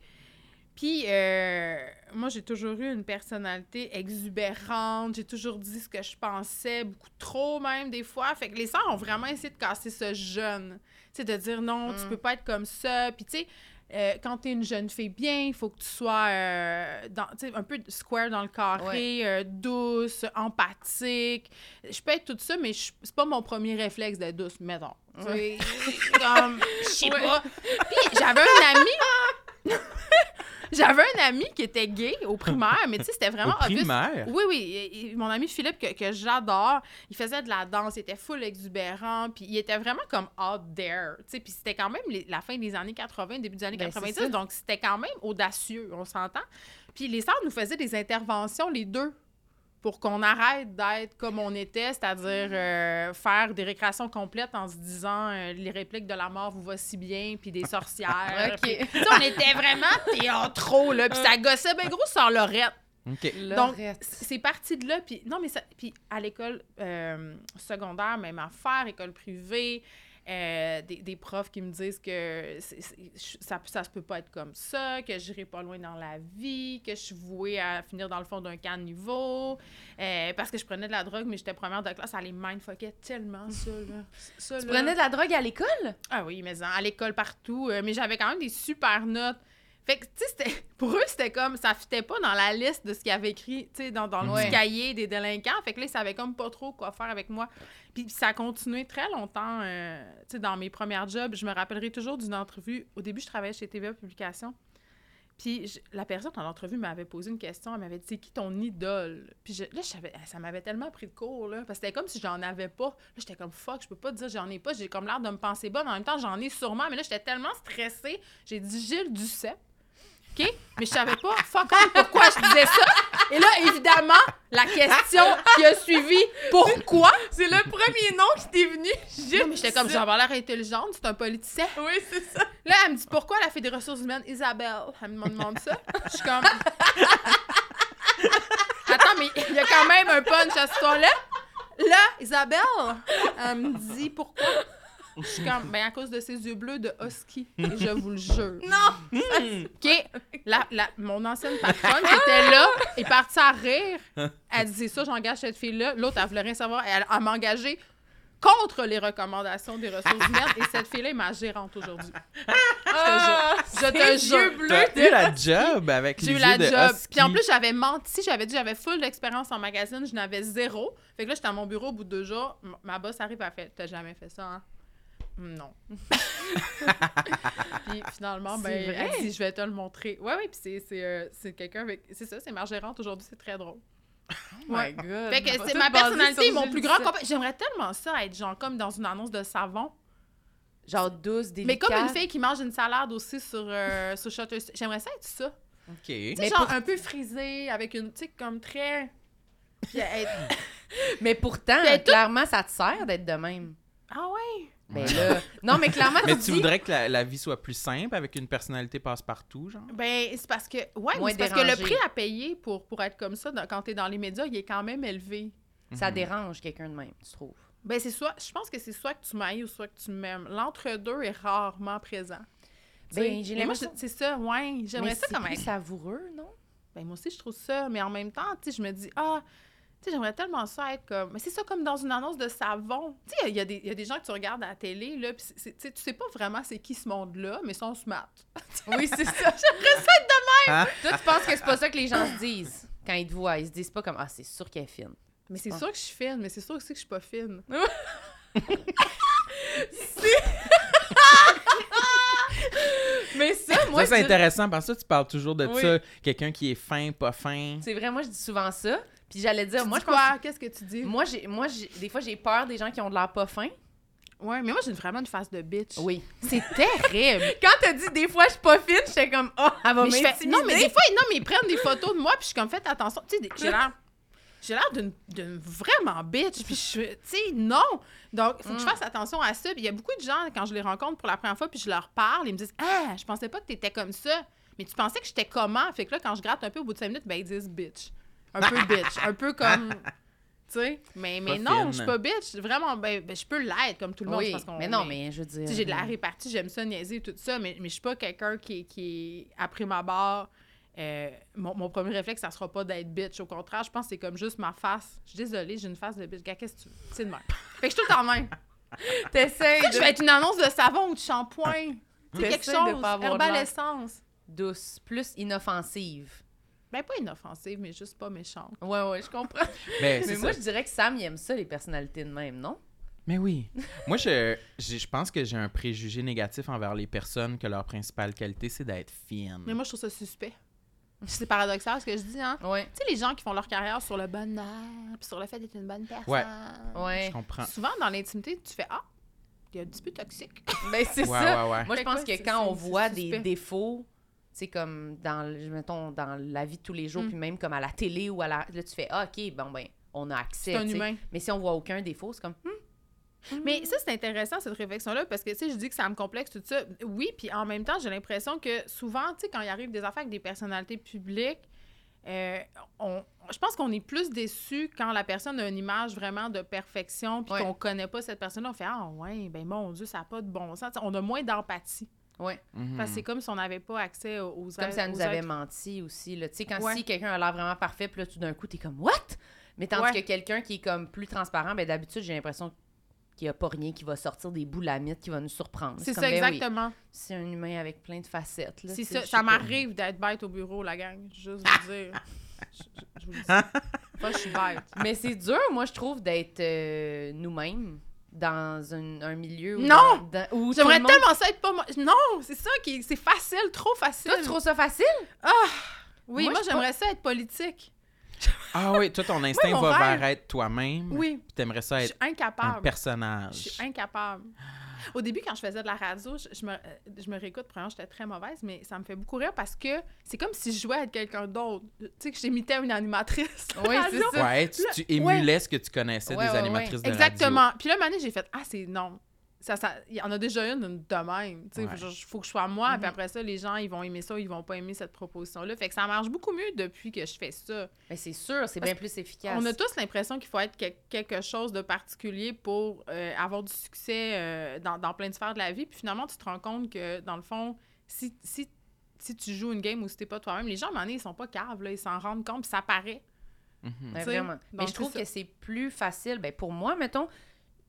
Speaker 4: Puis, euh, moi, j'ai toujours eu une personnalité exubérante. J'ai toujours dit ce que je pensais, beaucoup trop même, des fois. Fait que les sœurs ont vraiment essayé de casser ce jeune. Tu sais, de dire non, tu
Speaker 2: Mm.
Speaker 4: peux pas être comme ça. Puis, tu sais, euh, quand t'es une jeune fille bien, il faut que tu sois euh, dans, tu sais, un peu square dans le carré, euh, douce, empathique. Je peux être tout ça, mais je- c'est pas mon premier réflexe d'être douce, mettons. Tu sais, comme, je sais
Speaker 2: Ouais.
Speaker 4: pas. Puis j'avais un ami. j'avais un ami qui était gay au primaire, mais tu sais, c'était
Speaker 1: Au
Speaker 4: vraiment obvious.
Speaker 1: primaire.
Speaker 4: Oui, oui. il- il- mon ami Philippe, que, que j'adore, il faisait de la danse, il était full exubérant, puis il était vraiment comme out there. tu sais, Puis c'était quand même les- la fin des années 80, début des années
Speaker 2: Ben, c'est
Speaker 4: 90,
Speaker 2: ça.
Speaker 4: donc c'était quand même audacieux, on s'entend. Puis les sœurs nous faisaient des interventions, les deux, pour qu'on arrête d'être comme on était, c'est-à-dire euh, faire des récréations complètes en se disant euh, les répliques de la mort vous va si bien, puis des sorcières.
Speaker 2: Ok.
Speaker 4: puis- Tu sais, on était vraiment théâtraux, là, puis ça gossait bien gros sur Lorette.
Speaker 1: OK.
Speaker 4: Donc,
Speaker 2: Lorette.
Speaker 4: C'est parti de là, puis non, mais ça, puis à l'école euh, secondaire, même affaire, école privée, euh, des, des profs qui me disent que c'est- c'est- je- ça, ça se peut pas être comme ça, que j'irai pas loin dans la vie, que je suis vouée à finir dans le fond d'un caniveau, euh, parce que je prenais de la drogue, mais j'étais première de classe, ça les mindfuckait tellement, ça, là. Ça,
Speaker 2: Tu
Speaker 4: là.
Speaker 2: prenais de la drogue à l'école?
Speaker 4: Ah oui, mais à l'école partout. euh, mais j'avais quand même des super notes. Fait que, tu sais, c'était- pour eux, c'était comme, ça fitait pas dans la liste de ce qu'ils avaient écrit, tu sais, dans, dans le petit
Speaker 2: Ouais.
Speaker 4: cahier des délinquants. Fait que là, ils savaient comme pas trop quoi faire avec moi. Puis, puis ça a continué très longtemps, euh, tu sais, dans mes premières jobs. Je me rappellerai toujours d'une entrevue. Au début, je travaillais chez TVA Publication. Puis je- la personne en entrevue m'avait posé une question, elle m'avait dit c'est qui ton idole Puis je- là je savais- ça m'avait tellement pris de court là parce que c'était comme si j'en avais pas. Là j'étais comme fuck, je peux pas te dire j'en ai pas, j'ai comme l'air de me penser bonne en même temps j'en ai sûrement mais là j'étais tellement stressée, j'ai dit Gilles Duceppe. OK Mais je savais pas fuck all, pourquoi je disais ça. Et là évidemment, la question qui a suivi pourquoi
Speaker 2: C'est le premier nom qui t'est venu.
Speaker 4: non, mais j'étais comme, j'ai avoir l'air intelligente, c'est un politicien. Oui, c'est ça. Là, elle me dit, pourquoi la Fédération des ressources humaines, Isabelle? Elle me demande ça. Je suis comme... Attends, mais il y a quand même un punch à ce histoire-là. Là, Isabelle, elle me dit, pourquoi? Je suis comme, ben à cause de ses yeux bleus de husky, Et je vous le jure.
Speaker 2: Non!
Speaker 4: OK, la, la- mon ancienne patronne qui était là est partie à rire. Elle disait ça, j'engage cette fille-là. L'autre, elle voulait rien savoir. Elle, elle m'a engagée contre les recommandations des ressources humaines. Et cette fille-là est ma gérante aujourd'hui.
Speaker 2: Ah,
Speaker 4: Je te
Speaker 2: Ses yeux
Speaker 4: jure.
Speaker 2: bleus
Speaker 1: T'as eu la job avec les
Speaker 4: J'ai eu
Speaker 1: yeux
Speaker 4: la
Speaker 1: de
Speaker 4: job.
Speaker 1: husky.
Speaker 4: Puis en plus, j'avais menti. J'avais dit j'avais full d'expérience en magazine. Je n'avais zéro. Fait que là, j'étais à mon bureau au bout de deux jours. M- Ma boss arrive, elle fait T'as jamais fait ça, hein? Non. puis finalement, ben,
Speaker 2: C'est vrai?
Speaker 4: elle dit, je vais te le montrer. Ouais, ouais, puis c'est, c'est, euh, c'est quelqu'un avec. C'est ça, c'est ma gérante aujourd'hui, c'est très drôle.
Speaker 2: Oh my
Speaker 4: Ouais.
Speaker 2: God.
Speaker 4: Fait que
Speaker 2: Pas
Speaker 4: c'est
Speaker 2: tout
Speaker 4: ma
Speaker 2: basé
Speaker 4: personnalité,
Speaker 2: sur
Speaker 4: mon
Speaker 2: Jules
Speaker 4: plus grand
Speaker 2: Duceppe.
Speaker 4: complexe. J'aimerais tellement ça être genre comme dans une annonce de savon.
Speaker 2: Genre douce, délicate.
Speaker 4: Mais comme une fille qui mange une salade aussi sur, euh, sur Shutterstock. J'aimerais ça être ça.
Speaker 1: OK.
Speaker 4: Tu sais,
Speaker 2: Mais
Speaker 4: genre
Speaker 2: pour-
Speaker 4: un peu frisé, avec une, tu sais, comme très... Puis être-
Speaker 2: Mais pourtant,
Speaker 4: Mais tout-
Speaker 2: clairement, ça te sert d'être de même.
Speaker 4: ah ouais?
Speaker 2: Ben là... Non, mais clairement,
Speaker 1: Mais
Speaker 2: Ah, tu
Speaker 1: tu
Speaker 2: dis-
Speaker 1: voudrais que la, la vie soit plus simple avec une personnalité passe-partout, genre?
Speaker 4: Ben, c'est parce que... Ouais,
Speaker 2: Moins
Speaker 4: mais c'est parce que le
Speaker 2: dérangé.
Speaker 4: prix à payer pour, pour être comme ça, dans- quand t'es dans les médias, il est quand même élevé.
Speaker 2: Ça
Speaker 1: Mhm.
Speaker 2: dérange quelqu'un de même, tu trouves.
Speaker 4: Ben, c'est soit... Je pense que c'est soit que tu m'ailles ou soit que tu m'aimes. L'entre-deux est rarement présent. Tu
Speaker 2: Ben,
Speaker 4: sais.
Speaker 2: j'ai
Speaker 4: Mais moi,
Speaker 2: l'impression-
Speaker 4: je- C'est ça, ouais. J'aimerais
Speaker 2: Mais
Speaker 4: ça
Speaker 2: c'est
Speaker 4: comme
Speaker 2: plus
Speaker 4: être...
Speaker 2: savoureux, non?
Speaker 4: Ben, moi aussi, je trouve ça. Mais en même temps, tu sais, je me dis, ah, tu sais, j'aimerais tellement ça être comme. Mais c'est ça comme dans une annonce de savon. Tu sais, il y, a des- il y a des gens que tu regardes à la télé, là, puis c'est- c'est- tu sais, tu sais pas vraiment c'est qui ce monde-là, mais ils sont smart.
Speaker 2: Oui, c'est ça.
Speaker 1: Ah,
Speaker 2: Toi, tu penses que c'est pas ça que les gens se disent quand ils te voient. Ils se disent pas comme Ah, c'est sûr qu'elle est fine.
Speaker 4: Mais c'est
Speaker 2: Ah.
Speaker 4: sûr que je suis fine, mais c'est sûr aussi que je suis pas fine.
Speaker 2: Mais ça, moi,
Speaker 1: ça, c'est
Speaker 2: je dirais-
Speaker 1: intéressant parce que tu parles toujours de
Speaker 2: Oui.
Speaker 1: ça. Quelqu'un qui est fin, pas fin.
Speaker 2: c'est vrai, moi, je dis souvent ça. Puis j'allais dire, moi, je pense.
Speaker 4: quoi? Qu'est-ce que tu dis?
Speaker 2: Moi, j'ai, moi j'ai- des fois, j'ai peur des gens qui ont de l'air pas fin.
Speaker 4: Ouais, mais moi, j'ai vraiment une face de bitch.
Speaker 2: Oui.
Speaker 4: C'est terrible.
Speaker 2: Quand t'as dit des fois, je suis pas fine, j'étais comme, oh, elle va
Speaker 4: mais je fais...
Speaker 2: m'intimider.
Speaker 4: Non, mais des fois, non, mais ils prennent des photos de moi, puis je suis comme, faites attention. Tu sais, des- j'ai l'air. J'ai l'air d'une, d'une vraiment bitch, puis je suis- Tu sais, non! Donc, faut que je
Speaker 2: Mm.
Speaker 4: fasse attention à ça. Puis il y a beaucoup de gens, quand je les rencontre pour la première fois, puis je leur parle, ils me disent Ah, je pensais pas que t'étais comme ça. Mais tu pensais que j'étais comment? Fait que là, quand je gratte un peu au bout de cinq minutes, ben ils disent bitch. Un peu bitch. Un peu comme. Tu sais? Mais, mais
Speaker 1: Pas
Speaker 4: non,
Speaker 1: fine.
Speaker 4: je suis pas bitch. Vraiment, ben, ben, je peux l'être comme tout le monde.
Speaker 2: Oui,
Speaker 4: parce qu'on-
Speaker 2: mais non, mais je veux dire. euh,
Speaker 4: tu sais, j'ai de la répartie, j'aime ça niaiser tout ça, mais, mais je suis pas quelqu'un qui, qui après ma barre, euh, mon, mon premier réflexe, ça sera pas d'être bitch. Au contraire, je pense que c'est comme juste ma face. Je suis désolée, j'ai une face de bitch. Gars, qu'est-ce que tu veux? C'est de même. Fait que je suis tout en même.
Speaker 2: T'essayes
Speaker 4: Je vais être une annonce de savon ou de shampoing. C'est quelque
Speaker 2: T'essayes
Speaker 4: chose.
Speaker 2: de pas avoir de
Speaker 4: Herbal
Speaker 2: l'air.
Speaker 4: essence.
Speaker 2: douce, plus inoffensive.
Speaker 4: Ben, pas inoffensive, mais juste pas méchante.
Speaker 2: Ouais, ouais, je comprends.
Speaker 1: Ben, c'est
Speaker 2: mais
Speaker 1: ça.
Speaker 2: moi, je dirais que Sam, il aime ça, les personnalités de même, non?
Speaker 1: Mais oui. Moi, je, j'ai- je pense que j'ai un préjugé négatif envers les personnes que leur principale qualité, c'est d'être fine.
Speaker 4: Mais moi, je trouve ça suspect. C'est paradoxal ce que je dis, hein?
Speaker 2: Ouais.
Speaker 4: Tu sais, les gens qui font leur carrière sur le bonheur, puis sur le fait d'être une bonne personne.
Speaker 1: Ouais.
Speaker 2: Ouais.
Speaker 1: Je comprends.
Speaker 4: Souvent, dans l'intimité, tu fais Ah, il est un petit peu toxique.
Speaker 2: Ben, c'est
Speaker 1: Ouais,
Speaker 2: ça.
Speaker 1: ouais, ouais.
Speaker 2: Moi, je
Speaker 4: Fait
Speaker 2: pense
Speaker 4: que
Speaker 2: que
Speaker 4: ouais, c'est-
Speaker 2: quand on
Speaker 4: c'est-
Speaker 2: voit
Speaker 4: c'est
Speaker 2: des
Speaker 4: suspect.
Speaker 2: défauts, tu sais, comme dans, le- mettons, dans la vie de tous les jours,
Speaker 4: Mm.
Speaker 2: puis même comme à la télé ou à la... Là, tu fais, ah, OK, bon, ben, on a accès,
Speaker 4: C'est un
Speaker 2: tu sais.
Speaker 4: humain.
Speaker 2: Mais si on voit aucun défaut, c'est comme... hmm.
Speaker 4: Mais ça, c'est intéressant, cette réflexion-là, parce que, tu sais, je dis que ça me complexe tout ça. Oui, puis en même temps, j'ai l'impression que souvent, tu sais, quand il arrive des affaires avec des personnalités publiques, euh, on, je pense qu'on est plus déçu quand la personne a une image vraiment de perfection, puis
Speaker 2: Ouais.
Speaker 4: qu'on connaît pas cette personne-là. On fait Ah, ouais, ben mon Dieu, ça n'a pas de bon sens. Tu sais, on a moins d'empathie.
Speaker 2: Ouais.
Speaker 1: Mhm.
Speaker 4: Parce que c'est comme si on n'avait pas accès aux aux
Speaker 2: C'est Hmm. comme ça
Speaker 4: êtres-
Speaker 2: nous
Speaker 4: aux
Speaker 2: avait
Speaker 4: êtres
Speaker 2: menti aussi, là. Tu sais, quand
Speaker 4: Ouais.
Speaker 2: si quelqu'un a l'air vraiment parfait, puis là, tout d'un coup, t'es comme, what? Mais tandis
Speaker 4: Ouais.
Speaker 2: que quelqu'un qui est comme plus transparent, ben d'habitude, j'ai l'impression qu'il n'y a pas rien qui va sortir des boulamites qui va nous surprendre.
Speaker 4: C'est
Speaker 2: comme,
Speaker 4: ça,
Speaker 2: ben oui,
Speaker 4: exactement.
Speaker 2: c'est un humain avec plein de facettes, là. tu
Speaker 4: C'est
Speaker 2: sais,
Speaker 4: ça.
Speaker 2: je sais
Speaker 4: Ça
Speaker 2: pas.
Speaker 4: m'arrive d'être bête au bureau, la gang. Juste vous dire. Je, je- je vous le dis.
Speaker 2: Hein?
Speaker 4: Pas, je suis bête.
Speaker 2: Mais c'est dur, moi, je trouve, d'être euh, nous-mêmes dans un, un milieu où...
Speaker 4: Non!
Speaker 2: dans- où tout
Speaker 4: J'aimerais
Speaker 2: le monde-
Speaker 4: tellement ça être pas moi. Non, c'est ça qui c'est facile, trop facile.
Speaker 2: Toi, tu trouves ça facile?
Speaker 4: Oui,
Speaker 2: Moi,
Speaker 4: moi,
Speaker 2: je suis
Speaker 4: j'aimerais ça être politique.
Speaker 1: Ah oui, toi, ton instinct
Speaker 4: mon
Speaker 1: va
Speaker 4: rêve-
Speaker 1: vers être toi-même.
Speaker 4: Oui,
Speaker 1: Puis T'aimerais ça
Speaker 4: je
Speaker 1: être
Speaker 4: suis
Speaker 1: un
Speaker 4: incapable. Je
Speaker 1: personnage.
Speaker 4: suis incapable. Au début, quand je faisais de la radio, je, je me, euh, je me réécoute. Premièrement, j'étais très mauvaise, mais ça me fait beaucoup rire parce que c'est comme si je jouais à être quelqu'un d'autre. Tu sais, que j'imitais une animatrice. de
Speaker 2: Oui,
Speaker 4: radio.
Speaker 2: c'est ça.
Speaker 1: Ouais, tu, tu
Speaker 4: Ouais.
Speaker 1: émulais ce que tu connaissais
Speaker 2: Ouais,
Speaker 1: des
Speaker 2: ouais,
Speaker 1: animatrices de radio.
Speaker 4: Exactement. Puis là, Mané, j'ai fait Ah, c'est non. Ça, ça, il y en a déjà une de même. Tu sais,
Speaker 1: Ouais.
Speaker 4: faut, je- faut que je sois moi.
Speaker 2: Mhm.
Speaker 4: Puis après ça, les gens, ils vont aimer ça ou ils vont pas aimer cette proposition-là. Fait que ça marche beaucoup mieux depuis que je fais ça.
Speaker 2: Mais c'est sûr, c'est
Speaker 4: Parce
Speaker 2: bien plus efficace.
Speaker 4: On a tous l'impression qu'il faut être quel- quelque chose de particulier pour euh, avoir du succès euh, dans, dans plein de sphères de la vie. Puis finalement, tu te rends compte que, dans le fond, si, si, si tu joues une game où c'était pas toi-même, les gens, à un moment donné, ils sont pas caves, là, ils s'en rendent compte, puis ça paraît.
Speaker 1: Mhm.
Speaker 2: Ouais,
Speaker 4: tu sais,
Speaker 2: vraiment. Mais
Speaker 4: donc
Speaker 2: je
Speaker 4: c'est
Speaker 2: trouve
Speaker 4: ça.
Speaker 2: que c'est plus facile. Ben, pour moi, mettons,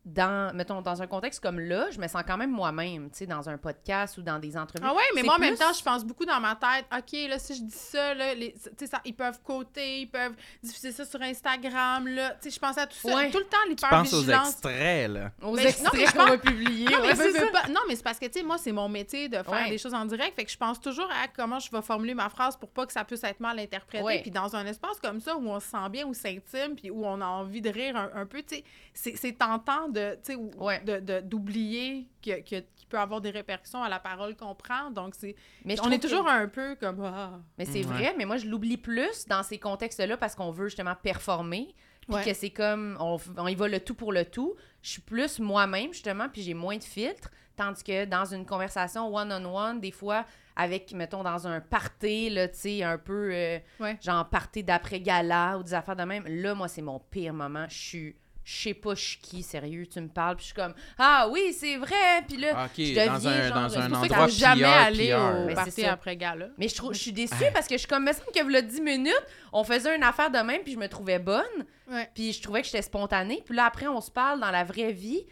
Speaker 2: dans, mettons, dans un contexte comme là, je me sens quand même moi-même, tu sais, dans un podcast ou dans des entrevues.
Speaker 4: Ah ouais, mais
Speaker 2: C'est
Speaker 4: moi en même
Speaker 2: plus-
Speaker 4: temps, je pense beaucoup dans ma tête. OK, là, si je dis ça, là, les, tu sais, ça- ils peuvent coter, ils peuvent diffuser ça sur Instagram. Là. Tu sais, Je pense à tout ça.
Speaker 2: Ouais.
Speaker 4: Tout le temps,
Speaker 1: Tu penses aux
Speaker 4: l'hypervigilance.
Speaker 1: extraits, là.
Speaker 2: Aux
Speaker 4: mais- non,
Speaker 2: extraits
Speaker 4: mais je
Speaker 2: qu'on
Speaker 4: pense-
Speaker 2: va publier.
Speaker 4: Non, Ah, mais
Speaker 2: ouais,
Speaker 4: veux,
Speaker 2: c'est ça.
Speaker 4: veux pas- non, mais c'est parce que, tu sais, moi, c'est mon métier de faire
Speaker 2: Ouais.
Speaker 4: des choses en direct. Fait que je pense toujours à comment je vais formuler ma phrase pour pas que ça puisse être mal interprété.
Speaker 2: Ouais.
Speaker 4: Puis dans un espace comme ça où on se sent bien, où c'est intime, puis où on a envie de rire un, un peu, tu sais, c'est- c'est tentant de, tu sais, ou-
Speaker 2: Ouais.
Speaker 4: de- de- d'oublier que- que- qu'il peut avoir des répercussions à la parole qu'on prend. Donc, c'est
Speaker 2: Mais je
Speaker 4: on
Speaker 2: trouve
Speaker 4: est
Speaker 2: que-
Speaker 4: toujours un peu comme ah.
Speaker 2: Mais c'est
Speaker 1: Ouais.
Speaker 2: vrai, mais moi, je l'oublie plus dans ces contextes-là parce qu'on veut justement performer. Puis
Speaker 4: Ouais.
Speaker 2: que c'est comme, on, f- on y va le tout pour le tout. Je suis plus moi-même, justement, puis j'ai moins de filtres. Tandis que dans une conversation one-on-one, des fois, avec, mettons, dans un party, là, tu sais, un peu, euh,
Speaker 4: Ouais.
Speaker 2: genre, party d'après-gala ou des affaires de même, là, moi, c'est mon pire moment. Je suis, je sais pas, je suis qui, sérieux, tu me parles, puis je suis comme, ah oui, c'est vrai, puis là,
Speaker 1: Ah, Ok,
Speaker 2: je
Speaker 1: dans
Speaker 2: deviens
Speaker 1: un,
Speaker 2: genre-
Speaker 1: dans
Speaker 2: c'est
Speaker 1: un
Speaker 2: pour ça que
Speaker 1: endroit
Speaker 4: faut jamais
Speaker 1: PR,
Speaker 4: aller
Speaker 1: PR.
Speaker 4: au
Speaker 2: Mais c'est
Speaker 4: party
Speaker 2: ça.
Speaker 4: après gala.
Speaker 2: Mais je, trouve, je suis déçue parce que je suis comme, me semble que v'là 10 minutes, on faisait une affaire de même, puis je me trouvais bonne.
Speaker 4: Ouais.
Speaker 2: Puis je trouvais que j'étais spontanée. Puis là, après, on se parle dans la vraie vie.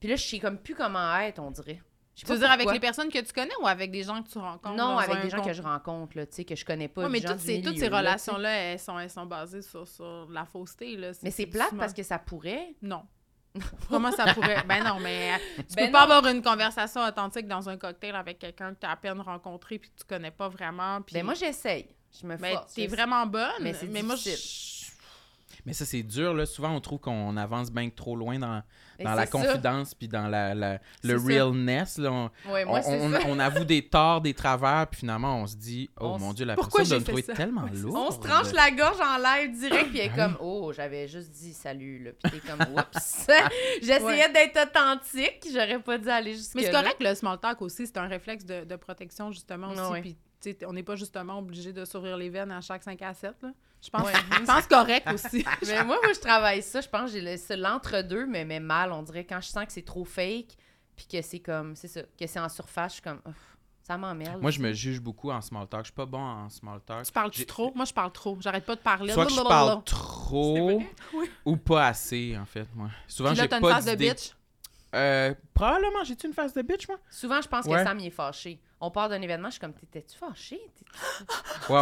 Speaker 2: Puis là, je sais comme plus comment être, on dirait. Je sais
Speaker 4: Tu
Speaker 2: pas
Speaker 4: veux dire avec
Speaker 2: pourquoi.
Speaker 4: les personnes que tu connais ou avec des gens que tu rencontres
Speaker 2: Non,
Speaker 4: dans
Speaker 2: avec
Speaker 4: un
Speaker 2: des gens que
Speaker 4: contexte?
Speaker 2: je rencontre, là, tu sais, que je connais pas.
Speaker 4: Ouais,
Speaker 2: des
Speaker 4: mais
Speaker 2: gens
Speaker 4: toutes
Speaker 2: du
Speaker 4: ces, toutes
Speaker 2: milieu, là, tu
Speaker 4: ces
Speaker 2: sais.
Speaker 4: relations-là, elles sont, elles sont basées sur, sur la fausseté. Là.
Speaker 2: Mais c'est plate parce que ça pourrait.
Speaker 4: Non. Comment ça pourrait... Ben non, mais euh, tu
Speaker 2: Ben
Speaker 4: peux pas
Speaker 2: non.
Speaker 4: avoir une conversation authentique dans un cocktail avec quelqu'un que tu as à peine rencontré puis que tu connais pas vraiment. Puis...
Speaker 2: Ben moi, j'essaye. Je me
Speaker 4: Ben,
Speaker 2: force.
Speaker 4: t'es
Speaker 2: je-
Speaker 4: vraiment bonne,
Speaker 2: Mais
Speaker 4: mais,
Speaker 2: c'est
Speaker 4: moi,
Speaker 2: difficile.
Speaker 4: je-
Speaker 1: Mais ça, c'est dur, là. Souvent, on trouve qu'on avance bien que trop loin dans,
Speaker 2: Mais
Speaker 1: dans la
Speaker 2: c'est ça.
Speaker 1: confidence puis dans la, la- le
Speaker 4: C'est ça.
Speaker 1: realness. Là, on,
Speaker 2: Ouais, moi,
Speaker 1: on-
Speaker 2: c'est
Speaker 1: on-
Speaker 2: ça.
Speaker 1: on avoue des torts, des travers, puis finalement, on se dit « Oh
Speaker 2: On
Speaker 1: mon
Speaker 2: s-
Speaker 1: Dieu, la
Speaker 4: Pourquoi
Speaker 1: personne doit me
Speaker 4: j'ai fait
Speaker 1: trouver
Speaker 4: ça?
Speaker 1: tellement lourde. »
Speaker 2: On se tranche la gorge en live direct, puis elle est
Speaker 1: Ben
Speaker 2: comme Oh, j'avais juste dit salut, là. Puis t'es comme Oups. J'essayais d'être authentique, j'aurais pas dû aller jusque
Speaker 4: Mais c'est correct, le small talk aussi, c'est un réflexe de, de protection, justement, aussi.
Speaker 2: Ah ouais.
Speaker 4: Puis, tu sais, on n'est pas justement obligé de s'ouvrir les veines à chaque 5 à 7, là. Je pense,
Speaker 2: Ouais.
Speaker 4: je pense correct aussi.
Speaker 2: Mais moi, moi, je travaille ça. Je pense que j'ai le- ce- l'entre-deux mais met mal. On dirait quand je sens que c'est trop fake, puis que c'est comme, c'est ça, que c'est en surface, je suis comme, Ouf, ça m'emmerde.
Speaker 1: Moi, je me juge beaucoup en small talk. Je suis pas bon en small talk.
Speaker 4: Tu parles
Speaker 1: J'ai-
Speaker 4: trop? Moi, je parle trop. J'arrête pas de parler.
Speaker 1: Soit que je
Speaker 4: Blablabla.
Speaker 1: parle trop
Speaker 4: Oui.
Speaker 1: ou pas assez, en fait, moi. Souvent,
Speaker 4: Puis là,
Speaker 1: j'ai
Speaker 4: t'as une
Speaker 1: pas
Speaker 4: face de
Speaker 1: d'idée.
Speaker 4: bitch.
Speaker 1: Euh, probablement, j'ai-tu une face de bitch, moi?
Speaker 2: Souvent, je pense que
Speaker 1: Ouais.
Speaker 2: Sam il est fâché. On part d'un événement, je suis comme, t'étais-tu fâché?
Speaker 1: Ouais, ouais,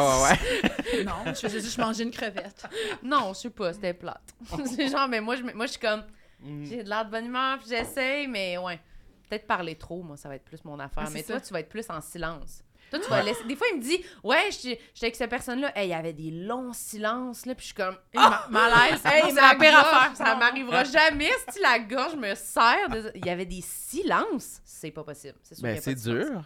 Speaker 1: ouais.
Speaker 4: Non, je faisais juste manger une crevette.
Speaker 2: Non, je sais pas, c'était plate. c'est genre, mais moi, je, me- moi, je suis comme,
Speaker 1: Mm.
Speaker 2: j'ai de l'air de bonne humeur, puis j'essaye, mais ouais. Peut-être parler trop, moi, ça va être plus mon affaire.
Speaker 4: Ah, c'est
Speaker 2: mais
Speaker 4: ça.
Speaker 2: toi, tu vas être plus en silence. Toi, tu vas laisser. Des fois, il me dit, ouais, j'étais j'étais avec cette personne-là, hey, il y avait des longs silences, là, puis je suis comme,
Speaker 4: Malaise.
Speaker 2: Ah! Hey,
Speaker 4: Non,
Speaker 2: c'est la pire affaire. Ça m'arrivera jamais si la gorge me serre. de- Il y avait des silences. C'est pas possible. C'est sûr qu'il
Speaker 1: Ben,
Speaker 2: y a
Speaker 1: c'est
Speaker 2: pas de silence.
Speaker 1: dur.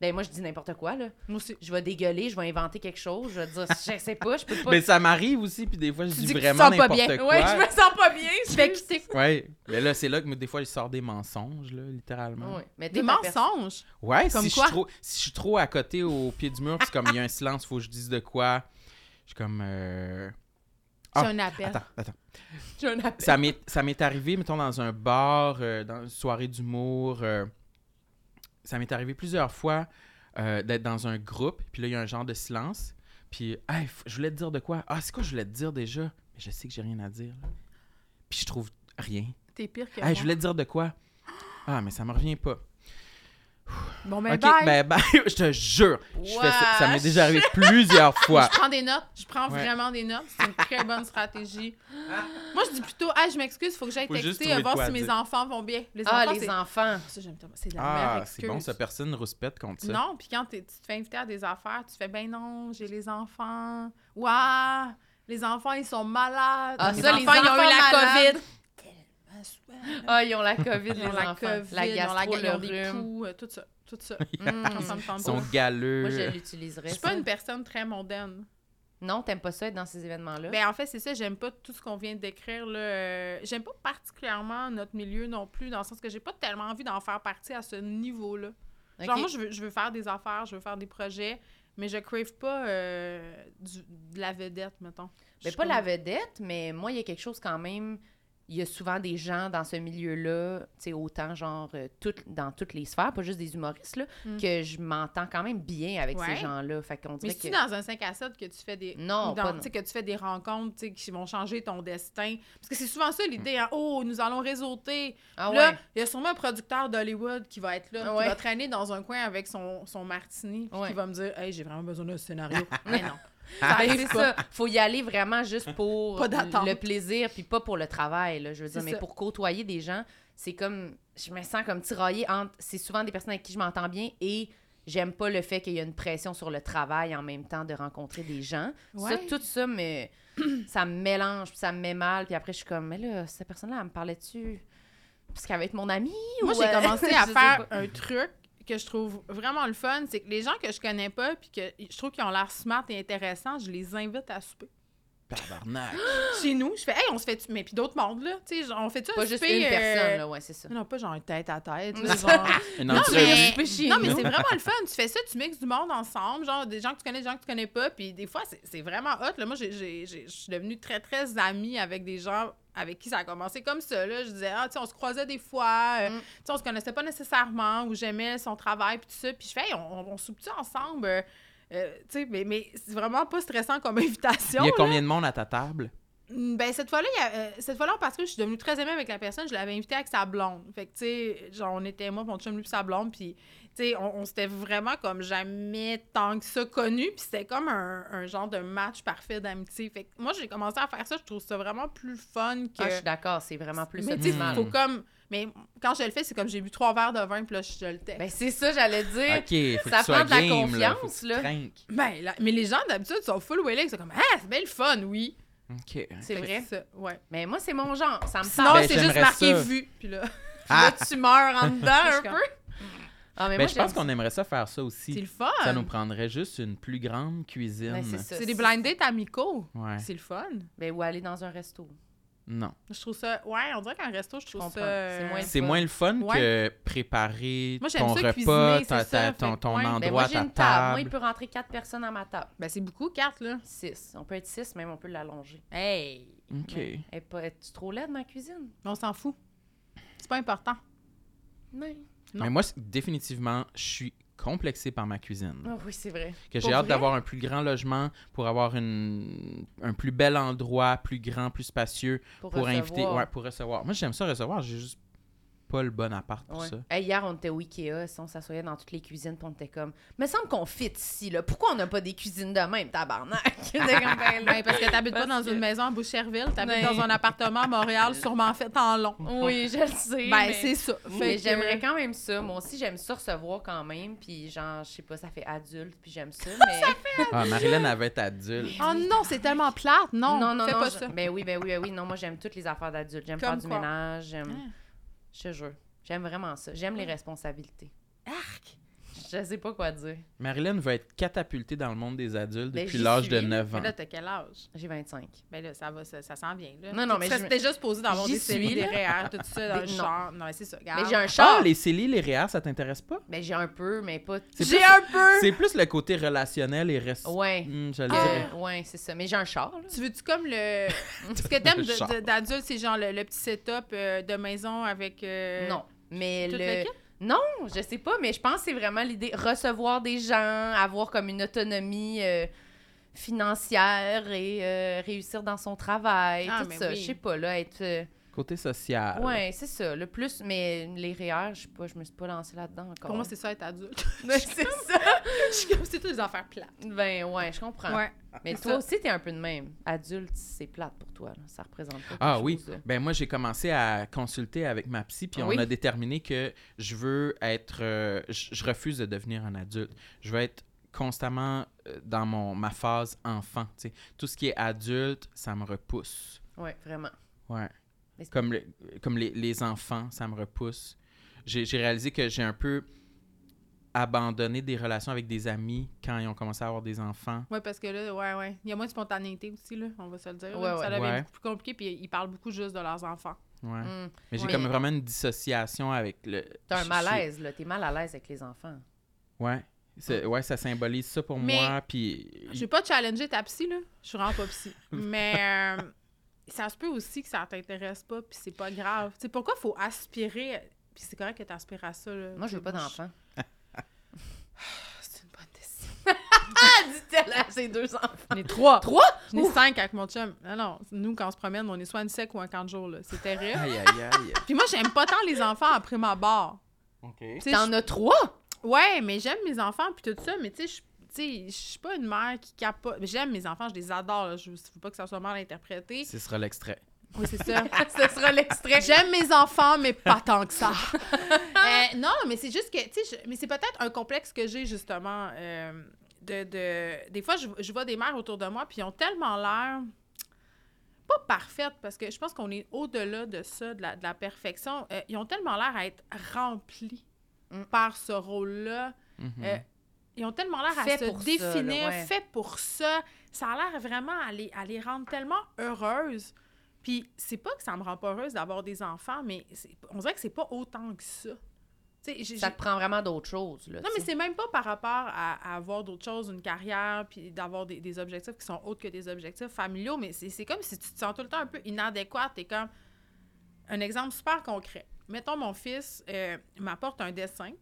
Speaker 2: Ben, moi, je dis n'importe quoi, là.
Speaker 4: Moi aussi.
Speaker 2: Je vais dégueuler, je vais inventer quelque chose, je vais dire, je sais pas, je peux pas.
Speaker 1: Mais Ben, ça m'arrive aussi, puis des fois, je
Speaker 4: Tu
Speaker 1: dis
Speaker 4: dis que tu
Speaker 1: vraiment
Speaker 4: sens pas
Speaker 1: n'importe
Speaker 4: bien.
Speaker 1: quoi.
Speaker 2: Ouais, je me sens pas bien.
Speaker 4: Je vais quitter.
Speaker 1: Ouais, mais là, c'est là que des fois, je sors des mensonges, là, littéralement.
Speaker 2: Ouais, mais t'es
Speaker 4: Des
Speaker 2: ta personne.
Speaker 4: mensonges.
Speaker 1: Ouais,
Speaker 4: Comme
Speaker 1: si, je
Speaker 4: quoi?
Speaker 1: suis trop, si je suis trop à côté au pied du mur, puis comme il y a un silence, faut que je dise de quoi. Je suis comme. euh, Ah,
Speaker 4: J'ai un appel.
Speaker 1: Attends, attends.
Speaker 4: J'ai un appel.
Speaker 1: Ça m'est ça m'est arrivé, mettons, dans un bar, euh, dans une soirée d'humour. euh, ça m'est arrivé plusieurs fois euh, d'être dans un groupe, puis là, il y a un genre de silence. Puis, hey, f- je voulais te dire de quoi? Ah, c'est quoi je voulais te dire déjà? Mais je sais que j'ai rien à dire. là. Puis je trouve rien.
Speaker 4: T'es pire que
Speaker 1: Hey, je
Speaker 4: moi.
Speaker 1: voulais te dire de quoi? Ah, mais ça me revient pas.
Speaker 4: Bon, mais
Speaker 1: ok,
Speaker 4: bye.
Speaker 1: ben, ben, je te jure. Je fais ça, ça m'est
Speaker 2: Wesh.
Speaker 1: déjà arrivé plusieurs fois.
Speaker 4: Je prends des notes. Je prends
Speaker 1: Ouais.
Speaker 4: vraiment des notes. C'est une très bonne stratégie. Moi, je dis plutôt, ah, je m'excuse, faut que j'aille
Speaker 1: Faut juste
Speaker 4: texter
Speaker 1: trouver
Speaker 4: à
Speaker 1: de
Speaker 4: voir
Speaker 1: quoi
Speaker 4: si mes
Speaker 1: dire.
Speaker 4: enfants vont bien. Les
Speaker 2: Ah,
Speaker 4: enfants,
Speaker 2: les
Speaker 4: c'est-
Speaker 2: enfants.
Speaker 4: Ça, j'aime tellement. C'est de la meilleure
Speaker 1: Ah, c'est
Speaker 4: excuse.
Speaker 1: bon, ça personne ne rouspète contre ça.
Speaker 4: Non, puis quand t'es- tu te fais inviter à des affaires, tu fais ben non, j'ai les enfants. Waouh, les enfants ils sont malades.
Speaker 2: Ah, ça, les enfants malades. Ah, ils ont la COVID,
Speaker 4: Ils
Speaker 2: les
Speaker 4: ont la
Speaker 2: enfants.
Speaker 4: COVID,
Speaker 2: la
Speaker 4: ils ont la
Speaker 2: gastro,
Speaker 4: ils ont
Speaker 2: le
Speaker 4: des
Speaker 2: rhume.
Speaker 4: poux, euh, tout ça, tout ça.
Speaker 2: Mm.
Speaker 4: Quand ça me tente
Speaker 1: Ils sont
Speaker 4: pas.
Speaker 1: galeux.
Speaker 2: Moi, je l'utiliserais.
Speaker 4: Je suis pas
Speaker 2: ça.
Speaker 4: une personne très mondaine.
Speaker 2: Non, t'aimes pas ça être dans ces événements-là?
Speaker 4: Ben en fait, c'est ça, j'aime pas tout ce qu'on vient de décrire là. Euh, J'aime pas particulièrement notre milieu non plus dans le sens que j'ai pas tellement envie d'en faire partie à ce niveau-là.
Speaker 2: Ok.
Speaker 4: Genre, moi, je veux, je veux faire des affaires, je veux faire des projets, mais je crave pas euh, du- de la vedette, mettons.
Speaker 2: Mais Ben,
Speaker 4: Je
Speaker 2: pas
Speaker 4: suis
Speaker 2: la
Speaker 4: comme-
Speaker 2: vedette, mais moi, il y a quelque chose quand même il y a souvent des gens dans ce milieu-là, tu sais, autant genre euh, tout- dans toutes les sphères, pas juste des humoristes, là,
Speaker 4: Mm.
Speaker 2: que je m'entends quand même bien avec
Speaker 4: Ouais.
Speaker 2: ces gens-là. Fait qu'on
Speaker 4: Mais
Speaker 2: dirait
Speaker 4: c'est-tu
Speaker 2: que.
Speaker 4: dans un 5 à 7 que tu fais des...
Speaker 2: Non,
Speaker 4: ou dans-
Speaker 2: pas non.
Speaker 4: tu sais, que tu fais des rencontres tu sais, qui vont changer ton destin? Parce que c'est souvent ça l'idée, hein. Oh, nous allons réseauter.
Speaker 2: Ah
Speaker 4: là,
Speaker 2: ouais. Ah
Speaker 4: il y a sûrement un producteur d'Hollywood qui va être là,
Speaker 2: Ouais.
Speaker 4: qui va traîner dans un coin avec son, son martini, puis
Speaker 2: Ouais.
Speaker 4: qui va me dire « Hey, j'ai vraiment besoin d'un scénario. » Mais non.
Speaker 2: Ah,
Speaker 4: arrive
Speaker 2: c'est
Speaker 4: pas.
Speaker 2: ça. Faut y aller vraiment juste pour
Speaker 4: Hein? Pas d'attente.
Speaker 2: le plaisir, puis pas pour le travail. Là, je veux dire,
Speaker 4: C'est
Speaker 2: mais
Speaker 4: ça.
Speaker 2: pour côtoyer des gens, c'est comme. Je me sens comme tiraillée entre. C'est souvent des personnes avec qui je m'entends bien et j'aime pas le fait qu'il y a une pression sur le travail en même temps de rencontrer des gens. Ça,
Speaker 4: Ouais.
Speaker 2: tout ça, mais ça me mélange, puis ça me met mal, puis après, je suis comme, mais là, cette personne-là, elle me parlait-tu? Parce qu'elle va être mon amie?
Speaker 4: Moi,
Speaker 2: ou,
Speaker 4: j'ai
Speaker 2: euh,
Speaker 4: commencé à
Speaker 2: je sais
Speaker 4: faire
Speaker 2: pas.
Speaker 4: un truc que je trouve vraiment le fun, c'est que les gens que je connais pas, puis que je trouve qu'ils ont l'air smart et intéressants, je les invite à souper.
Speaker 1: Tabarnak.
Speaker 4: Chez nous, je fais « Hey, on se fait... » Mais puis d'autres mondes, là, tu sais, on fait-tu un
Speaker 2: Pas juste
Speaker 4: souper,
Speaker 2: une
Speaker 4: euh,
Speaker 2: personne, là, ouais, c'est ça.
Speaker 4: Non, pas genre tête à tête.
Speaker 2: là,
Speaker 4: genre...
Speaker 1: Une
Speaker 4: Non,
Speaker 1: entrevue.
Speaker 4: mais,
Speaker 2: Pas chez
Speaker 4: non, mais
Speaker 1: nous.
Speaker 4: c'est vraiment le fun. Tu fais ça, tu mixes du monde ensemble, genre des gens que tu connais, des gens que tu connais pas. Puis des fois, c'est- c'est vraiment hot. Là. Moi, j'ai- j'ai- j'ai- je suis devenue très, très amie avec des gens avec qui ça a commencé comme ça. Là. Je disais, ah, tu sais, on se croisait des fois, euh,
Speaker 2: Mm.
Speaker 4: tu sais, on se connaissait pas nécessairement, ou j'aimais son travail, puis tout ça. Puis je fais, Hey, on, on, on soupe-tu ensemble? Euh, euh, tu sais, mais, mais c'est vraiment pas stressant comme invitation.
Speaker 1: Il y a
Speaker 4: là.
Speaker 1: combien de monde à ta table?
Speaker 4: Mm, Ben, cette fois-là, il y a- euh, cette fois-là, en particulier, je suis devenue très aimée avec la personne. Je l'avais invitée avec sa blonde. Fait que, tu sais, genre, on était moi, mon chum, lui, puis sa blonde. Puis, tu sais, on, on s'était vraiment comme jamais tant que ça connus. Puis c'était comme un, un genre de match parfait d'amitié. Fait que moi, j'ai commencé à faire ça. Je trouve ça vraiment plus fun que.
Speaker 2: Ah, je suis d'accord, c'est vraiment plus
Speaker 4: mais tu sais,
Speaker 2: optimal.
Speaker 4: faut comme. Mais quand je le fais, c'est comme j'ai bu trois verres de vin, puis là, je le texte.
Speaker 2: Ben, c'est ça, j'allais dire.
Speaker 1: OK, faut que
Speaker 2: ça
Speaker 1: tu sois
Speaker 2: prend de la
Speaker 1: game, là. Faut que
Speaker 2: confiance,
Speaker 1: tu
Speaker 2: là.
Speaker 1: trinques.
Speaker 4: Ben, là- mais les gens, d'habitude, sont full willing. C'est comme, ah, c'est bien le fun, oui.
Speaker 1: OK.
Speaker 2: C'est
Speaker 4: Fait que
Speaker 2: vrai.
Speaker 4: ça, Ouais.
Speaker 2: Mais moi, c'est mon genre. Ça me
Speaker 4: Sinon,
Speaker 2: parle.
Speaker 1: Ben,
Speaker 4: c'est juste
Speaker 1: j'aimerais
Speaker 4: marqué
Speaker 1: ça.
Speaker 4: vu. Puis là,
Speaker 1: Ah!
Speaker 4: là, tu meurs en dedans
Speaker 2: Je
Speaker 4: un
Speaker 2: suis
Speaker 4: peu.
Speaker 2: comme- Ah,
Speaker 1: Mais
Speaker 2: mais moi,
Speaker 1: Ben, je pense
Speaker 2: j'aime
Speaker 1: qu'on aimerait ça faire ça
Speaker 4: C'est
Speaker 1: aussi.
Speaker 4: le fun.
Speaker 1: Ça nous prendrait juste une plus grande cuisine.
Speaker 2: Ben, c'est ça.
Speaker 4: C'est des blind dates amicaux.
Speaker 1: Ouais.
Speaker 4: C'est le fun.
Speaker 2: Ben, ou aller dans un resto.
Speaker 1: Non.
Speaker 4: Je trouve ça. Ouais, on dirait qu'en resto, je trouve
Speaker 2: comprends.
Speaker 4: ça.
Speaker 2: C'est moins-
Speaker 1: C'est moins le fun
Speaker 4: Ouais.
Speaker 1: que préparer
Speaker 4: Moi, j'aime
Speaker 1: ton
Speaker 4: ça
Speaker 1: repas,
Speaker 4: cuisiner,
Speaker 1: ta-
Speaker 4: c'est ça,
Speaker 1: ta-
Speaker 4: fait
Speaker 1: ton,
Speaker 4: que
Speaker 1: ton
Speaker 4: ouais. Ben,
Speaker 1: endroit,
Speaker 2: Ben, moi, j'ai
Speaker 1: ta
Speaker 2: une table. Moi, il
Speaker 1: table.
Speaker 2: peut rentrer quatre personnes à ma table.
Speaker 4: Ben, c'est beaucoup, carte, là.
Speaker 2: Six. On peut être six, même on peut l'allonger.
Speaker 4: Hey!
Speaker 1: OK.
Speaker 2: Mais Elle est pas... Es-tu trop laide, ma cuisine?
Speaker 4: On s'en fout. C'est pas important.
Speaker 2: Non.
Speaker 4: Non.
Speaker 1: Mais moi, c'est- définitivement, je suis complexé par ma cuisine.
Speaker 2: Ah oui, c'est vrai.
Speaker 1: Que
Speaker 4: Pour
Speaker 1: j'ai hâte
Speaker 4: vrai?
Speaker 1: d'avoir un plus grand logement pour avoir une, un plus bel endroit, plus grand, plus spacieux
Speaker 2: Pour,
Speaker 1: pour
Speaker 2: recevoir.
Speaker 1: inviter, ouais, pour recevoir. Moi, j'aime ça recevoir, j'ai juste pas le bon appart pour
Speaker 2: Ouais.
Speaker 1: ça.
Speaker 2: Hey, hier, on était au Ikea, si on s'assoyait dans toutes les cuisines, puis on était comme, mais semble qu'on fit ici, là. Pourquoi on n'a pas des cuisines de même, tabarnak? On était comme, ben, là.
Speaker 4: Ouais, parce que Ben. t'habites pas
Speaker 2: Parce
Speaker 4: dans
Speaker 2: que-
Speaker 4: une maison à Boucherville, t'habites
Speaker 2: Ouais.
Speaker 4: dans un appartement à Montréal, sûrement fait en long.
Speaker 2: Oui, je le sais.
Speaker 4: Ben,
Speaker 2: mais-
Speaker 4: c'est ça.
Speaker 2: Mais
Speaker 4: que-
Speaker 2: j'aimerais quand même ça. Moi aussi, j'aime ça recevoir quand même. Puis genre, je sais pas, ça fait adulte, puis j'aime ça. Mais...
Speaker 1: Ah, Marilyn avait être adulte.
Speaker 4: Oh non, c'est tellement plate. Non,
Speaker 2: non, non,
Speaker 4: fais
Speaker 2: non,
Speaker 4: pas
Speaker 2: je-
Speaker 4: ça.
Speaker 2: Ben oui, ben oui, ben oui. Non, moi, j'aime toutes les affaires d'adulte. J'aime
Speaker 4: Comme
Speaker 2: faire du
Speaker 4: quoi?
Speaker 2: ménage. J'aime...
Speaker 4: Ah.
Speaker 2: Je te jure. J'aime vraiment ça. J'aime les responsabilités.
Speaker 4: Arc!
Speaker 2: Je sais pas quoi dire.
Speaker 1: Marilyn va être catapultée dans le monde des adultes
Speaker 2: Ben,
Speaker 1: depuis
Speaker 2: j'y
Speaker 1: l'âge
Speaker 2: suis,
Speaker 1: de 9
Speaker 4: Mais
Speaker 1: ans.
Speaker 4: là, t'as quel âge?
Speaker 2: J'ai 25.
Speaker 4: Ben là, ça va, ça, ça s'en vient, là.
Speaker 2: Non, non, mais
Speaker 4: Tu serais
Speaker 2: je me-
Speaker 4: déjà supposé d'avoir
Speaker 2: J'y
Speaker 4: des séries
Speaker 2: suis, là.
Speaker 4: derrière, tout ça, dans
Speaker 2: Mais
Speaker 4: le
Speaker 2: non.
Speaker 4: genre. Non, mais c'est ça,
Speaker 2: Mais
Speaker 4: regarde.
Speaker 2: j'ai un char.
Speaker 1: Ah, les Célie, les Réas, ça t'intéresse pas?
Speaker 2: Ben j'ai un peu, mais pas...
Speaker 1: C'est
Speaker 4: J'ai
Speaker 1: plus-
Speaker 4: un peu!
Speaker 1: C'est plus le côté relationnel et reste.
Speaker 2: Ouais. Ah.
Speaker 1: Hmm, je le
Speaker 2: Que-
Speaker 1: dirais.
Speaker 2: Ouais, c'est ça. Mais j'ai un char, là.
Speaker 4: Tu veux-tu comme le. Ce que t'aimes
Speaker 1: Le
Speaker 4: de-
Speaker 1: char.
Speaker 4: de- d'adulte, c'est genre le, le petit setup euh, de maison avec. euh,
Speaker 2: Non. Mais
Speaker 4: Tout
Speaker 2: le...
Speaker 4: le kit?
Speaker 2: Non, je sais pas, mais je pense que c'est vraiment l'idée recevoir des gens, avoir comme une autonomie euh, financière et euh, réussir dans son travail,
Speaker 4: Ah,
Speaker 2: tout
Speaker 4: mais
Speaker 2: ça.
Speaker 4: oui.
Speaker 2: Je sais pas là, être euh,
Speaker 1: Côté social.
Speaker 2: ouais, c'est ça. Le plus, mais les REER, je sais pas, je me suis pas lancée là-dedans encore.
Speaker 4: Pour moi, c'est ça être adulte.
Speaker 2: Ouais, c'est ça.
Speaker 4: Je suis comme, c'est toutes des affaires plates.
Speaker 2: Ben ouais, je comprends.
Speaker 4: Ouais.
Speaker 2: mais
Speaker 4: c'est
Speaker 2: toi
Speaker 4: ça.
Speaker 2: aussi, t'es un peu de même. Adulte, c'est plate pour toi. là. Ça représente pas.
Speaker 1: Ah
Speaker 2: quelque
Speaker 1: oui.
Speaker 2: chose, là.
Speaker 1: Ben moi, j'ai commencé à consulter avec ma psy, puis
Speaker 2: Ah
Speaker 1: on
Speaker 2: oui?
Speaker 1: a déterminé que je veux être... euh, je je refuse de devenir un adulte. Je veux être constamment euh, dans mon ma phase enfant. tu sais. Tout ce qui est adulte, ça me repousse.
Speaker 2: Ouais, vraiment.
Speaker 1: Ouais.
Speaker 2: Mais c'est-
Speaker 1: Comme, le- comme les, les enfants, ça me repousse. J'ai j'ai réalisé que j'ai un peu abandonné des relations avec des amis quand ils ont commencé à avoir des enfants.
Speaker 4: Ouais, parce que là, ouais, ouais. Il y a moins de spontanéité aussi, là, on va se le dire. là.
Speaker 2: Ouais,
Speaker 4: ça
Speaker 2: ouais.
Speaker 4: devient
Speaker 1: Ouais.
Speaker 4: beaucoup plus compliqué, puis ils parlent beaucoup juste de leurs enfants.
Speaker 1: Ouais.
Speaker 2: Mm.
Speaker 1: Mais j'ai
Speaker 2: Ouais.
Speaker 1: comme vraiment une dissociation avec le...
Speaker 2: T'as un
Speaker 1: je- je-
Speaker 2: malaise là. T'es mal à l'aise avec les enfants.
Speaker 1: Ouais. C'est- ouais, ça symbolise ça pour
Speaker 4: Ah. Mais-
Speaker 1: moi. Puis.
Speaker 4: Je vais pas challenger ta psy, là. Je suis vraiment pas psy. Mais euh, ça se peut aussi que ça t'intéresse pas, puis c'est pas grave. Tu sais, pourquoi faut aspirer... Puis c'est correct que t'aspires à ça, là.
Speaker 2: Moi, je veux pas d'enfant.
Speaker 4: C'est une bonne décision.
Speaker 2: Ah, dit-elle à ses deux enfants.
Speaker 4: J'en ai trois.
Speaker 2: Trois?
Speaker 4: J'en ai cinq avec mon chum. Non, non, nous, quand on se promène, on est soit à une sec ou un camp de jour, là. C'est terrible.
Speaker 1: Aïe, aïe, aïe.
Speaker 4: Puis moi, j'aime pas tant les enfants après ma barre.
Speaker 1: OK.
Speaker 2: T'en as trois?
Speaker 4: Ouais, mais j'aime mes enfants, puis tout ça, mais tu sais, je- tu sais, je suis pas une mère qui capote. J'aime mes enfants, je les adore, là. Je veux pas que ça soit mal interprété.
Speaker 1: Ce sera l'extrait.
Speaker 4: Oui, c'est ça.
Speaker 2: Ce sera l'extrait.
Speaker 4: J'aime mes enfants, mais pas tant que ça. Euh, non, mais c'est juste que, tu sais, je- mais c'est peut-être un complexe que j'ai, justement. euh, de, de- des fois, je, je vois des mères autour de moi, puis ils ont tellement l'air pas parfaites, parce que je pense qu'on est au-delà de ça, de la, de la perfection. Euh, ils ont tellement l'air à être remplis
Speaker 2: Mm.
Speaker 4: par ce rôle-là.
Speaker 1: Mhm.
Speaker 4: Euh, Ils ont tellement l'air à
Speaker 2: Fait
Speaker 4: se
Speaker 2: pour ça, là,
Speaker 4: définir,
Speaker 2: ouais.
Speaker 4: fait pour ça. Ça a l'air vraiment à les, à les rendre tellement heureuses. Puis c'est pas que ça me rend pas heureuse d'avoir des enfants, mais c'est- on dirait que c'est pas autant que ça. Tu sais, j'ai-
Speaker 2: Ça
Speaker 4: j'ai-
Speaker 2: te prend vraiment d'autres choses. Là,
Speaker 4: non, mais c'est même pas par rapport à, à avoir d'autres choses, une carrière, puis d'avoir des, des objectifs qui sont autres que des objectifs familiaux, mais c'est c'est comme si tu te sens tout le temps un peu inadéquate. T'es comme. Un exemple super concret. Mettons, mon fils euh, m'apporte un dessin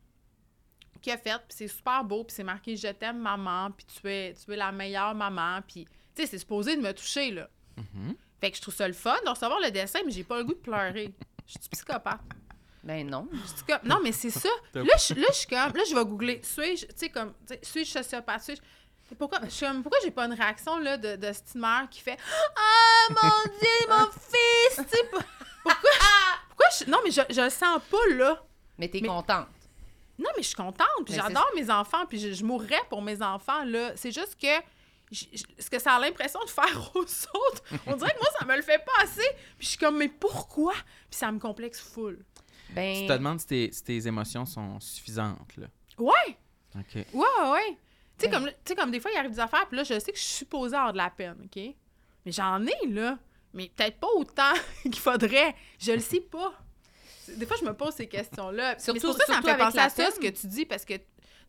Speaker 4: qu'il a fait, puis c'est super beau, puis c'est marqué Je t'aime, maman, puis tu es, tu es la meilleure maman, puis. Tu sais, c'est supposé de me toucher, là.
Speaker 1: Mhm.
Speaker 4: Fait que je trouve ça le fun de recevoir le dessin, mais j'ai pas le goût de pleurer. Je suis psychopathe.
Speaker 2: Ben non.
Speaker 4: Je suis comme- non, mais c'est ça.
Speaker 1: T'as-
Speaker 4: Là, je, là, je suis comme, là, je vais googler. Suis-je, tu sais, comme, tu sais, suis-je sociopathe? Suis-je- Pourquoi, je suis comme, pourquoi j'ai pas une réaction, là, de, de cette mère qui fait Ah, mon Dieu, mon fils! Tu sais, pour- pourquoi, pourquoi je. Non, mais je, je le sens pas, là.
Speaker 2: Mais t'es
Speaker 4: Mais-
Speaker 2: contente.
Speaker 4: Non, mais je suis contente,
Speaker 2: Mais
Speaker 4: puis
Speaker 2: c'est-
Speaker 4: j'adore mes enfants, puis je, je mourrais pour mes enfants, là. C'est juste que. j- j- ce que ça a l'impression de faire aux autres, on dirait que moi, ça me le fait pas assez. Puis je suis comme, mais pourquoi? Puis ça me complexe full.
Speaker 2: Ben,
Speaker 1: Tu te demandes si tes, si tes émotions sont suffisantes, là.
Speaker 4: Ouais!
Speaker 1: OK.
Speaker 4: Ouais, ouais, ouais. Tu sais,
Speaker 2: Ben-
Speaker 4: comme, tu sais, comme des fois, il arrive des affaires, puis là, je sais que je suis supposée avoir de la peine, OK? Mais j'en ai, là. Mais peut-être pas autant qu'il faudrait. Je le sais pas. Des fois, je me pose ces questions-là.
Speaker 2: Surtout-
Speaker 4: Mais c'est pour ça que ça me
Speaker 2: surtout
Speaker 4: fait
Speaker 2: avec
Speaker 4: penser
Speaker 2: la
Speaker 4: à ça,
Speaker 2: peine.
Speaker 4: ce que tu dis, parce que.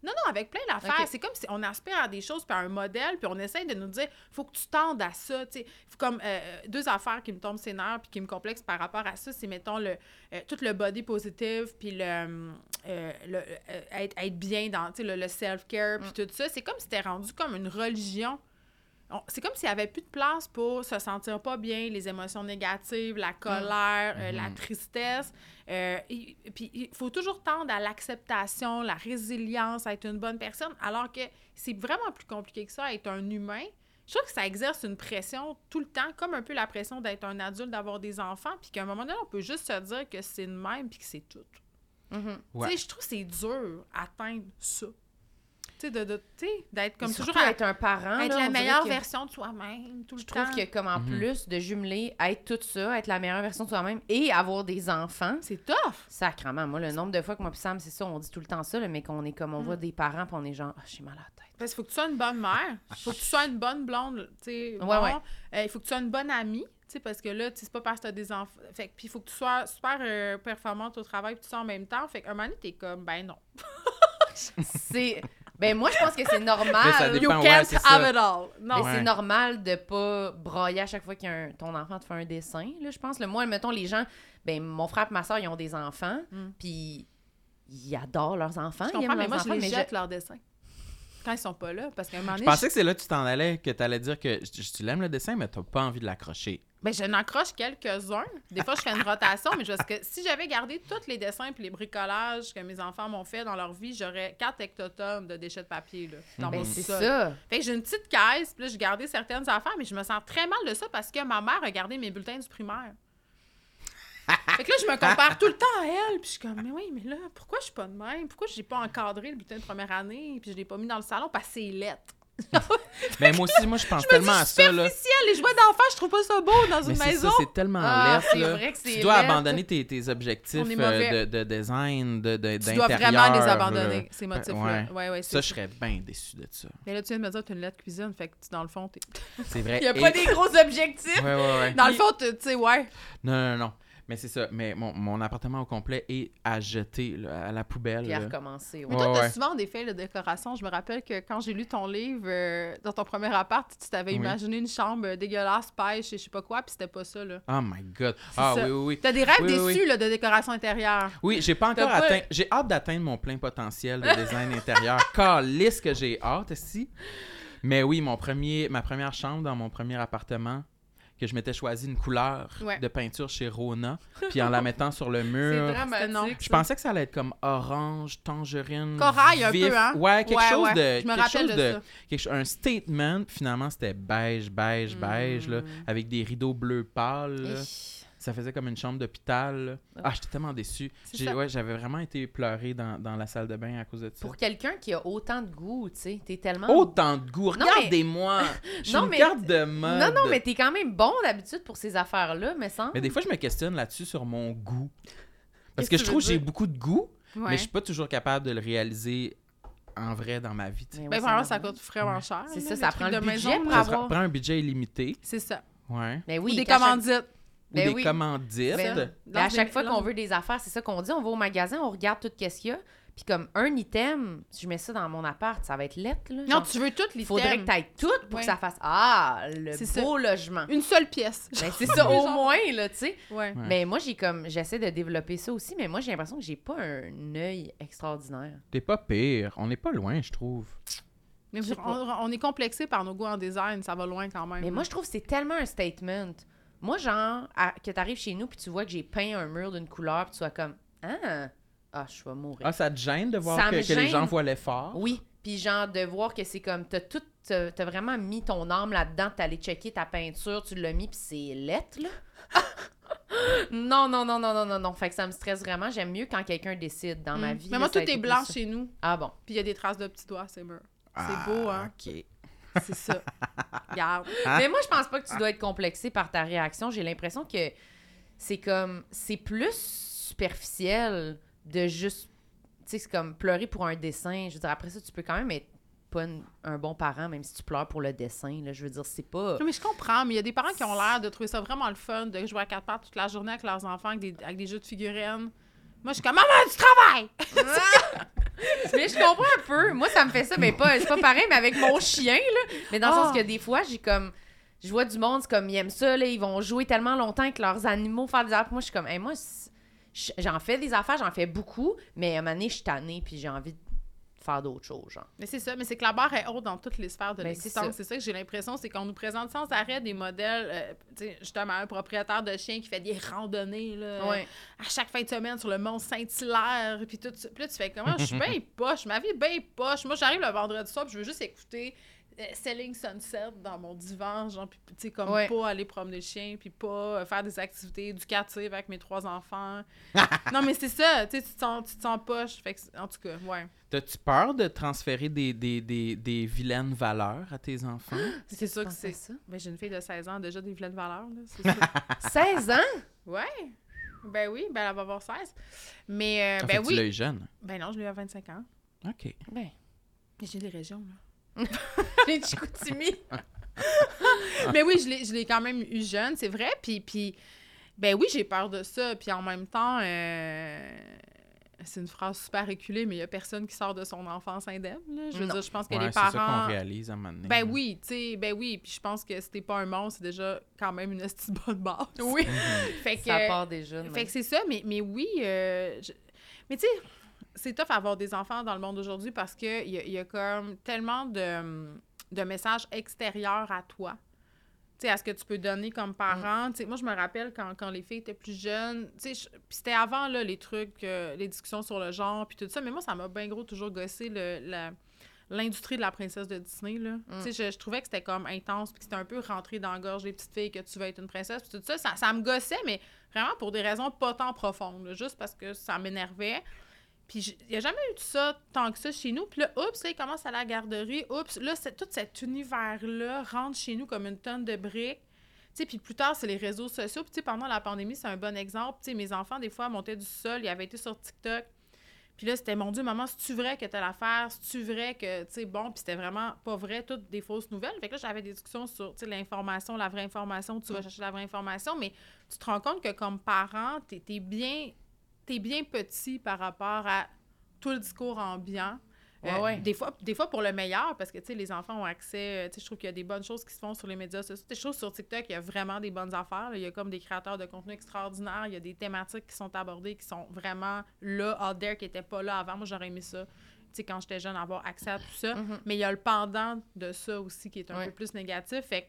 Speaker 4: Non, non, avec plein d'affaires.
Speaker 2: Ok.
Speaker 4: C'est comme si on aspire à des choses, puis à un modèle, puis on essaye de nous dire, faut que tu tendes à ça. Tu sais, faut comme euh, deux affaires qui me tombent ses nerfs, puis qui me complexent par rapport à ça, c'est, mettons, le, euh, tout le body positive, puis le, hum, euh, le, euh, être, être bien dans tu sais, le, le self-care, puis tout ça. C'est comme si c'était rendu comme une religion. On- C'est comme s'il n'y avait plus de place pour se sentir pas bien, les émotions négatives, la colère, euh, la
Speaker 1: Mhm.
Speaker 4: tristesse. Euh, et- et puis il faut toujours tendre à l'acceptation, la résilience, à être une bonne personne, alors que c'est vraiment plus compliqué que ça, être un humain. Je trouve que ça exerce une pression tout le temps, comme un peu la pression d'être un adulte, d'avoir des enfants, puis qu'à un moment donné, on peut juste se dire que c'est une même, puis que c'est tout.
Speaker 2: mhm.
Speaker 1: Ouais.
Speaker 4: Tu sais, je trouve que c'est dur à atteindre ça. Tu sais, de, de- tu sais, d'être comme
Speaker 2: Mais
Speaker 4: toujours
Speaker 2: surtout
Speaker 4: à-
Speaker 2: être un parent.
Speaker 4: être
Speaker 2: là,
Speaker 4: la
Speaker 2: on dirait
Speaker 4: meilleure
Speaker 2: que-
Speaker 4: version de soi-même tout le
Speaker 2: Je trouve
Speaker 4: temps.
Speaker 2: que, comme en
Speaker 1: Mhm.
Speaker 2: plus de jumeler, être tout ça, être la meilleure version de soi-même et avoir des enfants,
Speaker 4: c'est tough.
Speaker 2: sacrement. Moi, le nombre de fois que moi pis Sam, c'est ça, on dit tout le temps ça, là, mais qu'on est comme, on
Speaker 4: Mm.
Speaker 2: voit des parents puis on est genre, Ah, j'ai mal à la tête.
Speaker 4: Parce qu'il faut que tu sois une bonne mère, il faut que tu sois une bonne blonde, tu sais, bon.
Speaker 2: Ouais, ouais.
Speaker 4: Euh, il faut que tu sois une bonne amie, tu sais, parce que là, tu sais, c'est pas parce que t'as des enfants. Fait que, puis il faut que tu sois super euh, performante au travail, puis tout ça en même temps. Fait qu'un moment donné, t'es comme, ben non.
Speaker 2: C'est... Ben moi, je pense que c'est normal.
Speaker 1: Mais ça
Speaker 4: You
Speaker 1: dépend, ouais,
Speaker 4: can't
Speaker 1: c'est ça.
Speaker 4: have it all.
Speaker 2: Mais
Speaker 4: Non.
Speaker 1: Ouais.
Speaker 2: c'est normal de pas brailler à chaque fois que ton enfant te fait un dessin, là, je pense. Là, moi, mettons, les gens, ben mon frère et ma soeur, ils ont des enfants,
Speaker 4: Mm.
Speaker 2: puis ils adorent leurs enfants.
Speaker 4: Je
Speaker 2: ils
Speaker 4: comprends,
Speaker 2: aiment
Speaker 4: mais
Speaker 2: leurs
Speaker 4: moi,
Speaker 2: enfants,
Speaker 4: je les
Speaker 2: mais
Speaker 4: jette leurs dessins. Quand ils sont pas là, parce qu'à un moment
Speaker 1: Je
Speaker 4: donné,
Speaker 1: pensais que c'est là que tu t'en allais, que t'allais dire que je- je- tu l'aimes le dessin, mais t'as pas envie de l'accrocher.
Speaker 4: Ben, je n'accroche quelques-uns. Des fois, je fais une rotation, mais je- parce que si j'avais gardé tous les dessins et les bricolages que mes enfants m'ont fait dans leur vie, j'aurais 4 hectotonnes de déchets de papier là, dans
Speaker 2: Ben,
Speaker 4: mon
Speaker 2: c'est
Speaker 4: sol.
Speaker 2: ça.
Speaker 4: Fait que j'ai une petite caisse, puis là, j'ai gardé certaines affaires, mais je me sens très mal de ça parce que ma mère a gardé mes bulletins du primaire. fait que là, je me compare tout le temps à elle, puis je suis comme, mais oui, mais là, pourquoi je suis pas de même? Pourquoi j'ai pas encadré le bulletin de première année, puis je l'ai pas mis dans le salon parce que c'est lettre?
Speaker 1: Mais moi aussi, moi, je pense
Speaker 4: Je me dis,
Speaker 1: tellement à ça, là.
Speaker 4: superficielle, les jouets d'enfants, je trouve pas ça beau dans
Speaker 1: Mais c'est
Speaker 4: une
Speaker 1: ça,
Speaker 4: maison.
Speaker 1: c'est tellement
Speaker 2: Ah,
Speaker 1: laid,
Speaker 2: c'est
Speaker 1: là.
Speaker 2: vrai que c'est
Speaker 1: Tu dois
Speaker 2: laid.
Speaker 1: abandonner tes, tes objectifs
Speaker 4: On est
Speaker 1: euh,
Speaker 4: mauvais.
Speaker 1: de, de design, de, de,
Speaker 4: Tu dois vraiment
Speaker 1: d'intérieur,
Speaker 4: les
Speaker 1: là.
Speaker 4: abandonner, ces motifs-là.
Speaker 1: ouais.
Speaker 4: Ouais, ouais, c'est
Speaker 1: Ça, je serais bien déçu de ça.
Speaker 4: Mais là, tu viens de me dire que tu as une lettre cuisine, fait que tu- dans le fond, t'es...
Speaker 1: C'est vrai.
Speaker 4: Il n'y a
Speaker 1: Et-
Speaker 4: pas des gros objectifs.
Speaker 1: Ouais, ouais, ouais.
Speaker 4: Dans le fond, tu tu sais, ouais.
Speaker 1: Non, non, non. Mais c'est ça. Mais mon, mon appartement au complet est à jeter, là, à la poubelle.
Speaker 2: Puis à
Speaker 1: là.
Speaker 2: recommencer.
Speaker 4: Mais
Speaker 2: ouais.
Speaker 1: Ouais,
Speaker 4: toi, t'as
Speaker 1: ouais.
Speaker 4: souvent des faits de décoration. Je me rappelle que quand j'ai lu ton livre, euh, dans ton premier appart, tu t'avais
Speaker 1: Oui.
Speaker 4: imaginé une chambre euh, dégueulasse, pêche et je sais pas quoi, puis c'était pas ça, là.
Speaker 1: Oh my God. Ah
Speaker 4: ça.
Speaker 1: oui, oui, oui.
Speaker 4: T'as des rêves
Speaker 1: Oui, oui,
Speaker 4: déçus, là, de décoration intérieure.
Speaker 1: Oui, j'ai pas encore
Speaker 4: pas-
Speaker 1: atteint. J'ai hâte d'atteindre mon plein potentiel de design intérieur. Calisse que j'ai hâte, si. Mais oui, mon premier, ma première chambre dans mon premier appartement, que je m'étais choisi une couleur
Speaker 4: Ouais.
Speaker 1: de peinture chez Rona, puis en la mettant sur le
Speaker 2: C'est
Speaker 1: mur.
Speaker 4: C'était non.
Speaker 2: dramatique.
Speaker 1: Je
Speaker 2: ça.
Speaker 1: pensais que ça allait être comme orange, tangerine,
Speaker 4: Corail un
Speaker 1: vif.
Speaker 4: peu, hein?
Speaker 1: Ouais, quelque
Speaker 4: Ouais,
Speaker 1: chose
Speaker 4: ouais.
Speaker 1: de,
Speaker 4: Je me
Speaker 1: quelque
Speaker 4: rappelle
Speaker 1: chose
Speaker 4: de
Speaker 1: de,
Speaker 4: ça.
Speaker 1: quelque cho- un statement. puis Finalement, c'était beige, beige, beige,
Speaker 4: Hmm.
Speaker 1: là, avec des rideaux bleus pâles. là.
Speaker 2: Hi.
Speaker 1: Ça faisait comme une chambre d'hôpital. là. Ah, j'étais tellement déçu.
Speaker 4: C'est
Speaker 1: J'ai,
Speaker 4: ça.
Speaker 1: ouais, j'avais vraiment été pleuré dans, dans la salle de bain à cause de ça.
Speaker 2: Pour quelqu'un qui a autant de goût, tu sais, t'es tellement.
Speaker 1: Autant de goût.
Speaker 2: mais-
Speaker 1: Regardez-moi. Je suis
Speaker 2: Non,
Speaker 1: une
Speaker 2: mais-
Speaker 1: garde de mode.
Speaker 2: non, non, mais t'es quand même bon d'habitude pour ces affaires-là, mais sans.
Speaker 1: Mais des fois, je me questionne là-dessus sur mon goût. Parce
Speaker 4: Qu'est-ce
Speaker 1: que
Speaker 4: que
Speaker 1: je
Speaker 4: tu
Speaker 1: trouve
Speaker 4: veux
Speaker 1: que j'ai
Speaker 4: dire?
Speaker 1: beaucoup de goût,
Speaker 4: Ouais.
Speaker 1: mais je suis pas toujours capable de le réaliser en vrai dans ma vie. tu sais.
Speaker 2: Mais
Speaker 4: Ben,
Speaker 2: ouais,
Speaker 4: vraiment,
Speaker 2: c'est
Speaker 4: ça
Speaker 2: normal.
Speaker 4: coûte vraiment cher.
Speaker 2: C'est
Speaker 4: là,
Speaker 2: ça,
Speaker 4: les
Speaker 2: ça
Speaker 4: trucs
Speaker 2: prend
Speaker 4: de
Speaker 2: le
Speaker 4: maison,
Speaker 2: budget
Speaker 4: là.
Speaker 2: pour
Speaker 1: Ça
Speaker 2: avoir-
Speaker 1: prend prend un budget illimité.
Speaker 4: C'est ça.
Speaker 1: Ouais.
Speaker 2: Mais
Speaker 4: Ou
Speaker 2: Ben oui,
Speaker 4: des
Speaker 2: qu'à chaque-
Speaker 4: commandites.
Speaker 1: Ou
Speaker 2: Ben
Speaker 1: des
Speaker 2: oui.
Speaker 1: commandites.
Speaker 2: Ben,
Speaker 4: Vite.
Speaker 2: mais à
Speaker 4: Lance
Speaker 2: chaque
Speaker 4: des-
Speaker 2: fois qu'on
Speaker 4: lance-
Speaker 2: veut des affaires, c'est ça qu'on dit. On va au magasin, on regarde tout qu'est-ce qu'il y a. Puis comme un item, si je mets ça dans mon appart, ça va être lettre. Là,
Speaker 4: Non, tu veux toutes les
Speaker 2: Il faudrait que tu ailles tout pour
Speaker 4: Ouais.
Speaker 2: que ça fasse Ah, le
Speaker 4: C'est ça.
Speaker 2: beau logement.
Speaker 4: Une seule pièce.
Speaker 2: Ben, c'est ça, au
Speaker 4: Genre-
Speaker 2: moins, là, tu sais.
Speaker 1: Ouais.
Speaker 4: Ouais.
Speaker 2: Mais moi, j'ai comme, j'essaie de développer ça aussi, mais moi, j'ai l'impression que j'ai pas un œil extraordinaire.
Speaker 1: T'es pas pire. On n'est pas loin, je trouve.
Speaker 4: Mais
Speaker 2: Je sais
Speaker 4: on, on est complexé par nos goûts en design, ça va loin quand même.
Speaker 2: Mais moi, je trouve que c'est tellement un statement. Moi, genre, à- que t'arrives chez nous, puis tu vois que j'ai peint un mur d'une couleur, puis tu sois comme, ah, ah je vais mourir.
Speaker 1: Ah, ça te gêne de voir
Speaker 2: Ça
Speaker 1: que,
Speaker 2: me
Speaker 1: que les
Speaker 2: gêne.
Speaker 1: gens voient l'effort?
Speaker 2: Oui, puis genre de voir que c'est comme t'as tout t'as t'as vraiment mis ton âme là-dedans, t'es allé checker ta peinture, tu l'as mis puis c'est lettre là. non non non non non non non, fait que ça me stresse vraiment, j'aime mieux quand quelqu'un décide dans ma
Speaker 4: Mm.
Speaker 2: vie.
Speaker 4: Mais
Speaker 2: là,
Speaker 4: moi, tout
Speaker 2: ça a été
Speaker 4: est blanc
Speaker 2: plus-
Speaker 4: chez nous,
Speaker 2: Ah bon.
Speaker 4: puis il y a des traces de petits doigts, c'est mûr.
Speaker 1: Ah,
Speaker 4: C'est beau, hein?
Speaker 1: OK.
Speaker 4: C'est ça. Regarde.
Speaker 2: Mais moi je pense pas que
Speaker 4: Ah.
Speaker 2: tu dois être complexé par ta réaction, j'ai l'impression que c'est comme c'est plus superficiel de juste tu sais c'est comme pleurer pour un dessin, je veux dire après ça tu peux quand même être pas une- un bon parent même si tu pleures pour le dessin là, je veux dire c'est pas
Speaker 4: Non, mais je comprends, mais il y a des parents qui ont l'air de trouver ça vraiment le fun de jouer à quatre pattes toute la journée avec leurs enfants, avec des, avec des jeux de figurines. Moi, je suis comme « Maman, tu travailles!
Speaker 2: Mais je comprends un peu. Moi, ça me fait ça, mais pas, c'est pas pareil, mais avec mon chien, là. Mais dans le
Speaker 4: Ah.
Speaker 2: sens que des fois, j'ai comme. Je vois du monde, c'est comme, ils aiment ça, là. Ils vont jouer tellement longtemps avec leurs animaux, faire des affaires. Moi, je suis comme, hey, moi, c'est- j- j'en fais des affaires, j'en fais beaucoup, mais à un moment donné, je suis tannée, puis j'ai envie de faire d'autres choses, genre. »
Speaker 4: Mais c'est ça, mais c'est que la barre est haute dans toutes les sphères de
Speaker 2: Ben, c'est ça.
Speaker 4: l'existence. C'est ça que j'ai l'impression, c'est qu'on nous présente sans arrêt des modèles, euh, tu sais, justement, un propriétaire de chien qui fait des randonnées, là,
Speaker 2: Ouais.
Speaker 4: à chaque fin de semaine sur le mont Saint-Hilaire, puis tout ça. Puis là, tu fais comment? Je suis bien poche, ma vie est bien poche. Moi, j'arrive le vendredi soir, puis je veux juste écouter euh, Selling Sunset dans mon divan, genre, puis tu sais, comme
Speaker 2: Ouais.
Speaker 4: pas aller promener le chien, puis pas euh, faire des activités éducatives avec mes trois enfants. non, mais c'est ça, tu sais, tu te sens, tu te sens poche. Fait que, c'est- en tout cas, ouais.
Speaker 1: T'as-tu peur de transférer des, des, des, des vilaines valeurs à tes enfants?
Speaker 4: C'est sûr que
Speaker 2: Pensez
Speaker 4: c'est.
Speaker 2: à ça.
Speaker 4: Mais j'ai une fille de 16 ans, déjà des vilaines valeurs, là, c'est sûr.
Speaker 2: 16 ans?
Speaker 4: ouais! Ben oui, ben elle va avoir 16. Mais, euh,
Speaker 1: Ah, fait
Speaker 4: ben
Speaker 1: que Tu l'as
Speaker 4: oui.
Speaker 1: eu jeune.
Speaker 4: Ben non, je l'ai eu à 25 ans.
Speaker 1: OK.
Speaker 2: Ben,
Speaker 4: Mais j'ai des régions, là.
Speaker 2: j'ai du Chicoutimi.
Speaker 4: Mais oui, je l'ai- je l'ai quand même eu jeune, c'est vrai. Puis, puis, ben oui, j'ai peur de ça. Puis en même temps, euh, c'est une phrase super éculée, mais il n'y a personne qui sort de son enfance indemne. là. Je veux
Speaker 2: Non.
Speaker 4: dire, je pense que
Speaker 1: Ouais,
Speaker 4: les
Speaker 1: c'est ça qu'on
Speaker 4: parents.
Speaker 1: réalise à un moment donné.
Speaker 4: Ben oui, tu sais, ben oui. Puis je pense que si t'es pas un monstre, c'est déjà quand même une hostie de bonne base. Oui. fait que. euh,
Speaker 2: Ça part des jeunes.
Speaker 4: Fait que c'est ça, mais, mais oui, euh, je- mais tu sais, c'est tough avoir des enfants dans le monde aujourd'hui parce qu'il y a, y a comme tellement de, de messages extérieurs à toi. Tu sais, à ce que tu peux donner comme parent. Tu sais, moi, je me rappelle quand, quand les filles étaient plus jeunes. Tu sais, je- puis c'était avant, là, les trucs, euh, les discussions sur le genre, puis tout ça. Mais moi, ça m'a bien gros toujours gossé le- la- l'industrie de la princesse de Disney, là. Tu sais, je, je trouvais que c'était comme intense, puis que c'était un peu rentré dans la gorge des petites filles que tu veux être une princesse, puis tout ça. Ça, ça me gossait, mais vraiment pour des raisons pas tant profondes, là, juste parce que ça m'énervait. Puis j- il n'y a jamais eu de ça tant que ça chez nous. Puis là, oups, là, il commence à la garderie. Oups, là, c'est, tout cet univers-là rentre chez nous comme une tonne de briques. Tu sais, puis plus tard, c'est les réseaux sociaux. Puis tu sais, pendant la pandémie, c'est un bon exemple. Tu sais, mes enfants, des fois, montaient du sol. Ils avaient été sur TikTok. Puis Puis là, c'était, mon Dieu, maman, c'est-tu vrai que telle affaire? C'est-tu vrai que, tu sais, bon, puis c'était vraiment pas vrai, toutes des fausses nouvelles. Fait que là, j'avais des discussions sur, tu sais, l'information, la vraie information, tu vas chercher la vraie information, mais tu te rends compte que comme parent, t'es t'es bien, t'es bien petit par rapport à tout le discours ambiant. Euh,
Speaker 2: Ouais, ouais.
Speaker 4: Des, fois, des fois pour le meilleur, parce que tu sais, les enfants ont accès. euh, tu sais, Je trouve qu'il y a des bonnes choses qui se font sur les médias sociaux. Je trouve sur TikTok, il y a vraiment des bonnes affaires. là. Il y a comme des créateurs de contenu extraordinaires. Il y a des thématiques qui sont abordées, qui sont vraiment là, out there, qui n'étaient pas là avant. Moi, j'aurais aimé ça. Tu sais, quand j'étais jeune, avoir accès à tout ça.
Speaker 2: Mhm.
Speaker 4: Mais il y a le pendant de ça aussi qui est un
Speaker 2: Ouais.
Speaker 4: peu plus négatif. Fait que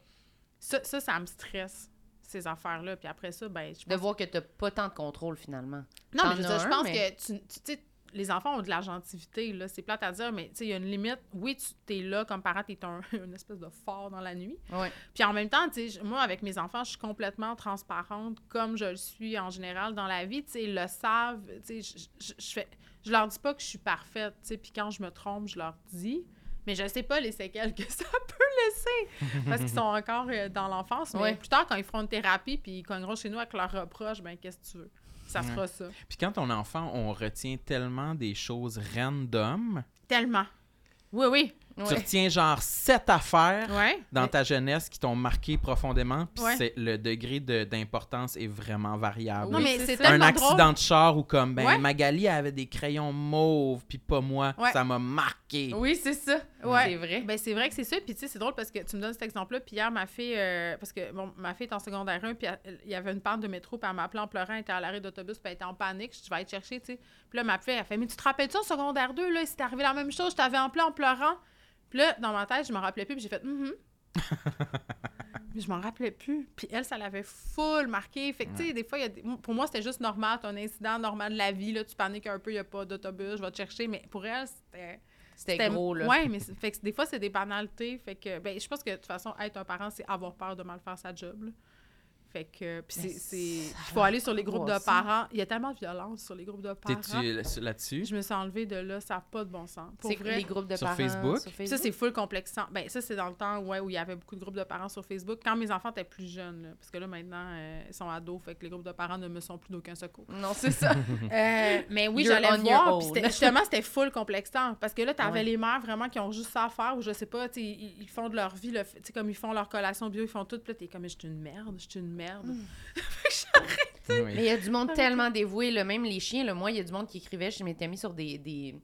Speaker 4: ça, ça, ça me stresse, ces affaires-là. Puis après ça, ben, je
Speaker 2: De
Speaker 4: pense
Speaker 2: voir que t'as pas tant de contrôle finalement.
Speaker 4: non, mais
Speaker 2: T'en
Speaker 4: je, veux
Speaker 2: as
Speaker 4: dire, je
Speaker 2: un,
Speaker 4: pense
Speaker 2: mais-
Speaker 4: que tu, tu- tu sais, les enfants ont de la gentilité, là. C'est plate à dire, mais tu sais, il y a une limite. Oui, tu t'es là comme parent, t'es un, une espèce de fort dans la nuit.
Speaker 2: Ouais.
Speaker 4: Puis en même temps, tu sais, je- moi, avec mes enfants, je suis complètement transparente, comme je le suis en général dans la vie. Tu sais, ils le savent. Tu sais, je- je, je fais, je leur dis pas que je suis parfaite, tu sais, puis quand je me trompe, je leur dis. Mais je sais pas les séquelles que ça peut laisser parce qu'ils sont encore euh, dans l'enfance. Mais
Speaker 2: Ouais.
Speaker 4: plus tard, quand ils feront une thérapie puis ils cogneront chez nous avec leurs reproches, ben qu'est-ce que tu veux? Ça
Speaker 1: Ouais.
Speaker 4: sera ça.
Speaker 1: Puis quand on est enfant, on retient tellement des choses random.
Speaker 4: Tellement. Oui, oui.
Speaker 1: Tu
Speaker 2: Ouais.
Speaker 1: retiens genre sept affaires
Speaker 4: Ouais.
Speaker 1: dans ta jeunesse qui t'ont marqué profondément. Puis
Speaker 4: Ouais.
Speaker 1: c'est- le degré de- d'importance est vraiment variable.
Speaker 4: Non,
Speaker 2: Oui,
Speaker 4: mais
Speaker 2: c'est
Speaker 4: c'est
Speaker 2: ça.
Speaker 1: un
Speaker 4: tellement drôle.
Speaker 1: accident de char ou comme ben
Speaker 4: Ouais.
Speaker 1: Magali elle avait des crayons mauves puis pas moi
Speaker 4: Ouais.
Speaker 1: ça m'a marqué
Speaker 2: Oui, c'est ça.
Speaker 4: Ouais.
Speaker 2: C'est vrai.
Speaker 4: Ben, c'est vrai que c'est ça. Puis, tu sais, c'est drôle parce que tu me donnes cet exemple-là. Puis, hier, ma fille, euh, parce que bon, ma fille est en secondaire 1, puis elle- il y avait une panne de métro, puis elle m'appelait en pleurant, elle était à l'arrêt d'autobus, puis elle était en panique. Je dis, je vais aller te chercher, tu sais. Puis là, ma fille, elle fait, mais tu te rappelles-tu en secondaire 2, là, c'est arrivé la même chose, je t'avais appelé en pleurant. Puis là, dans ma tête, je me rappelais plus, puis j'ai fait, hum Mais je m'en rappelais plus. Puis elle, ça l'avait full marqué. Fait que, tu sais, des fois, il y a des- pour moi, c'était juste normal. T'as un incident normal de la vie. Là, tu paniques un peu, il n'y a pas d'autobus, je vais te chercher. Mais pour elle, c'était.
Speaker 2: C'était gros, là.
Speaker 4: Oui, mais c'est- fait que des fois, c'est des banalités. Fait que, ben, je pense que de toute façon, être un parent, c'est avoir peur de mal faire sa job. là. Fait que, puis c'est.
Speaker 2: Mais ça
Speaker 4: c'est- Il faut
Speaker 2: va
Speaker 4: aller sur les groupes de
Speaker 2: croissant.
Speaker 4: parents. Il y a tellement de violence sur les groupes de parents.
Speaker 1: t'es-tu là- là-dessus
Speaker 4: Je me suis enlevée de là, ça n'a pas de bon sens. Pour
Speaker 2: C'est
Speaker 4: vrai.
Speaker 2: les groupes de
Speaker 1: Sur
Speaker 2: parents.
Speaker 1: Facebook?
Speaker 2: Sur
Speaker 4: Ça, c'est full complexant. Ben, ça, c'est dans le temps ouais, où il y avait beaucoup de groupes de parents sur Facebook. Quand mes enfants étaient plus jeunes, là, parce que là, maintenant, euh, ils sont ados, fait que les groupes de parents ne me sont plus d'aucun secours.
Speaker 2: Non, c'est ça.
Speaker 4: Euh, mais oui,
Speaker 2: You're
Speaker 4: j'allais
Speaker 2: on your
Speaker 4: voir. puis
Speaker 2: own.
Speaker 4: c'était- justement, c'était full complexant. Parce que là, t'avais
Speaker 2: Ouais.
Speaker 4: les mères vraiment qui ont juste ça à faire, ou je sais pas, tu sais, ils, ils font de leur vie, le f- tu sais, comme ils font leur collation bio, ils font tout. Puis là, t'es comme, je suis une merde, je suis une merde.
Speaker 2: Mm.
Speaker 1: Oui.
Speaker 2: Mais il y a du monde tellement dévoué, là, même les chiens. Là, moi, il y a du monde qui écrivait, je m'étais mis sur des, des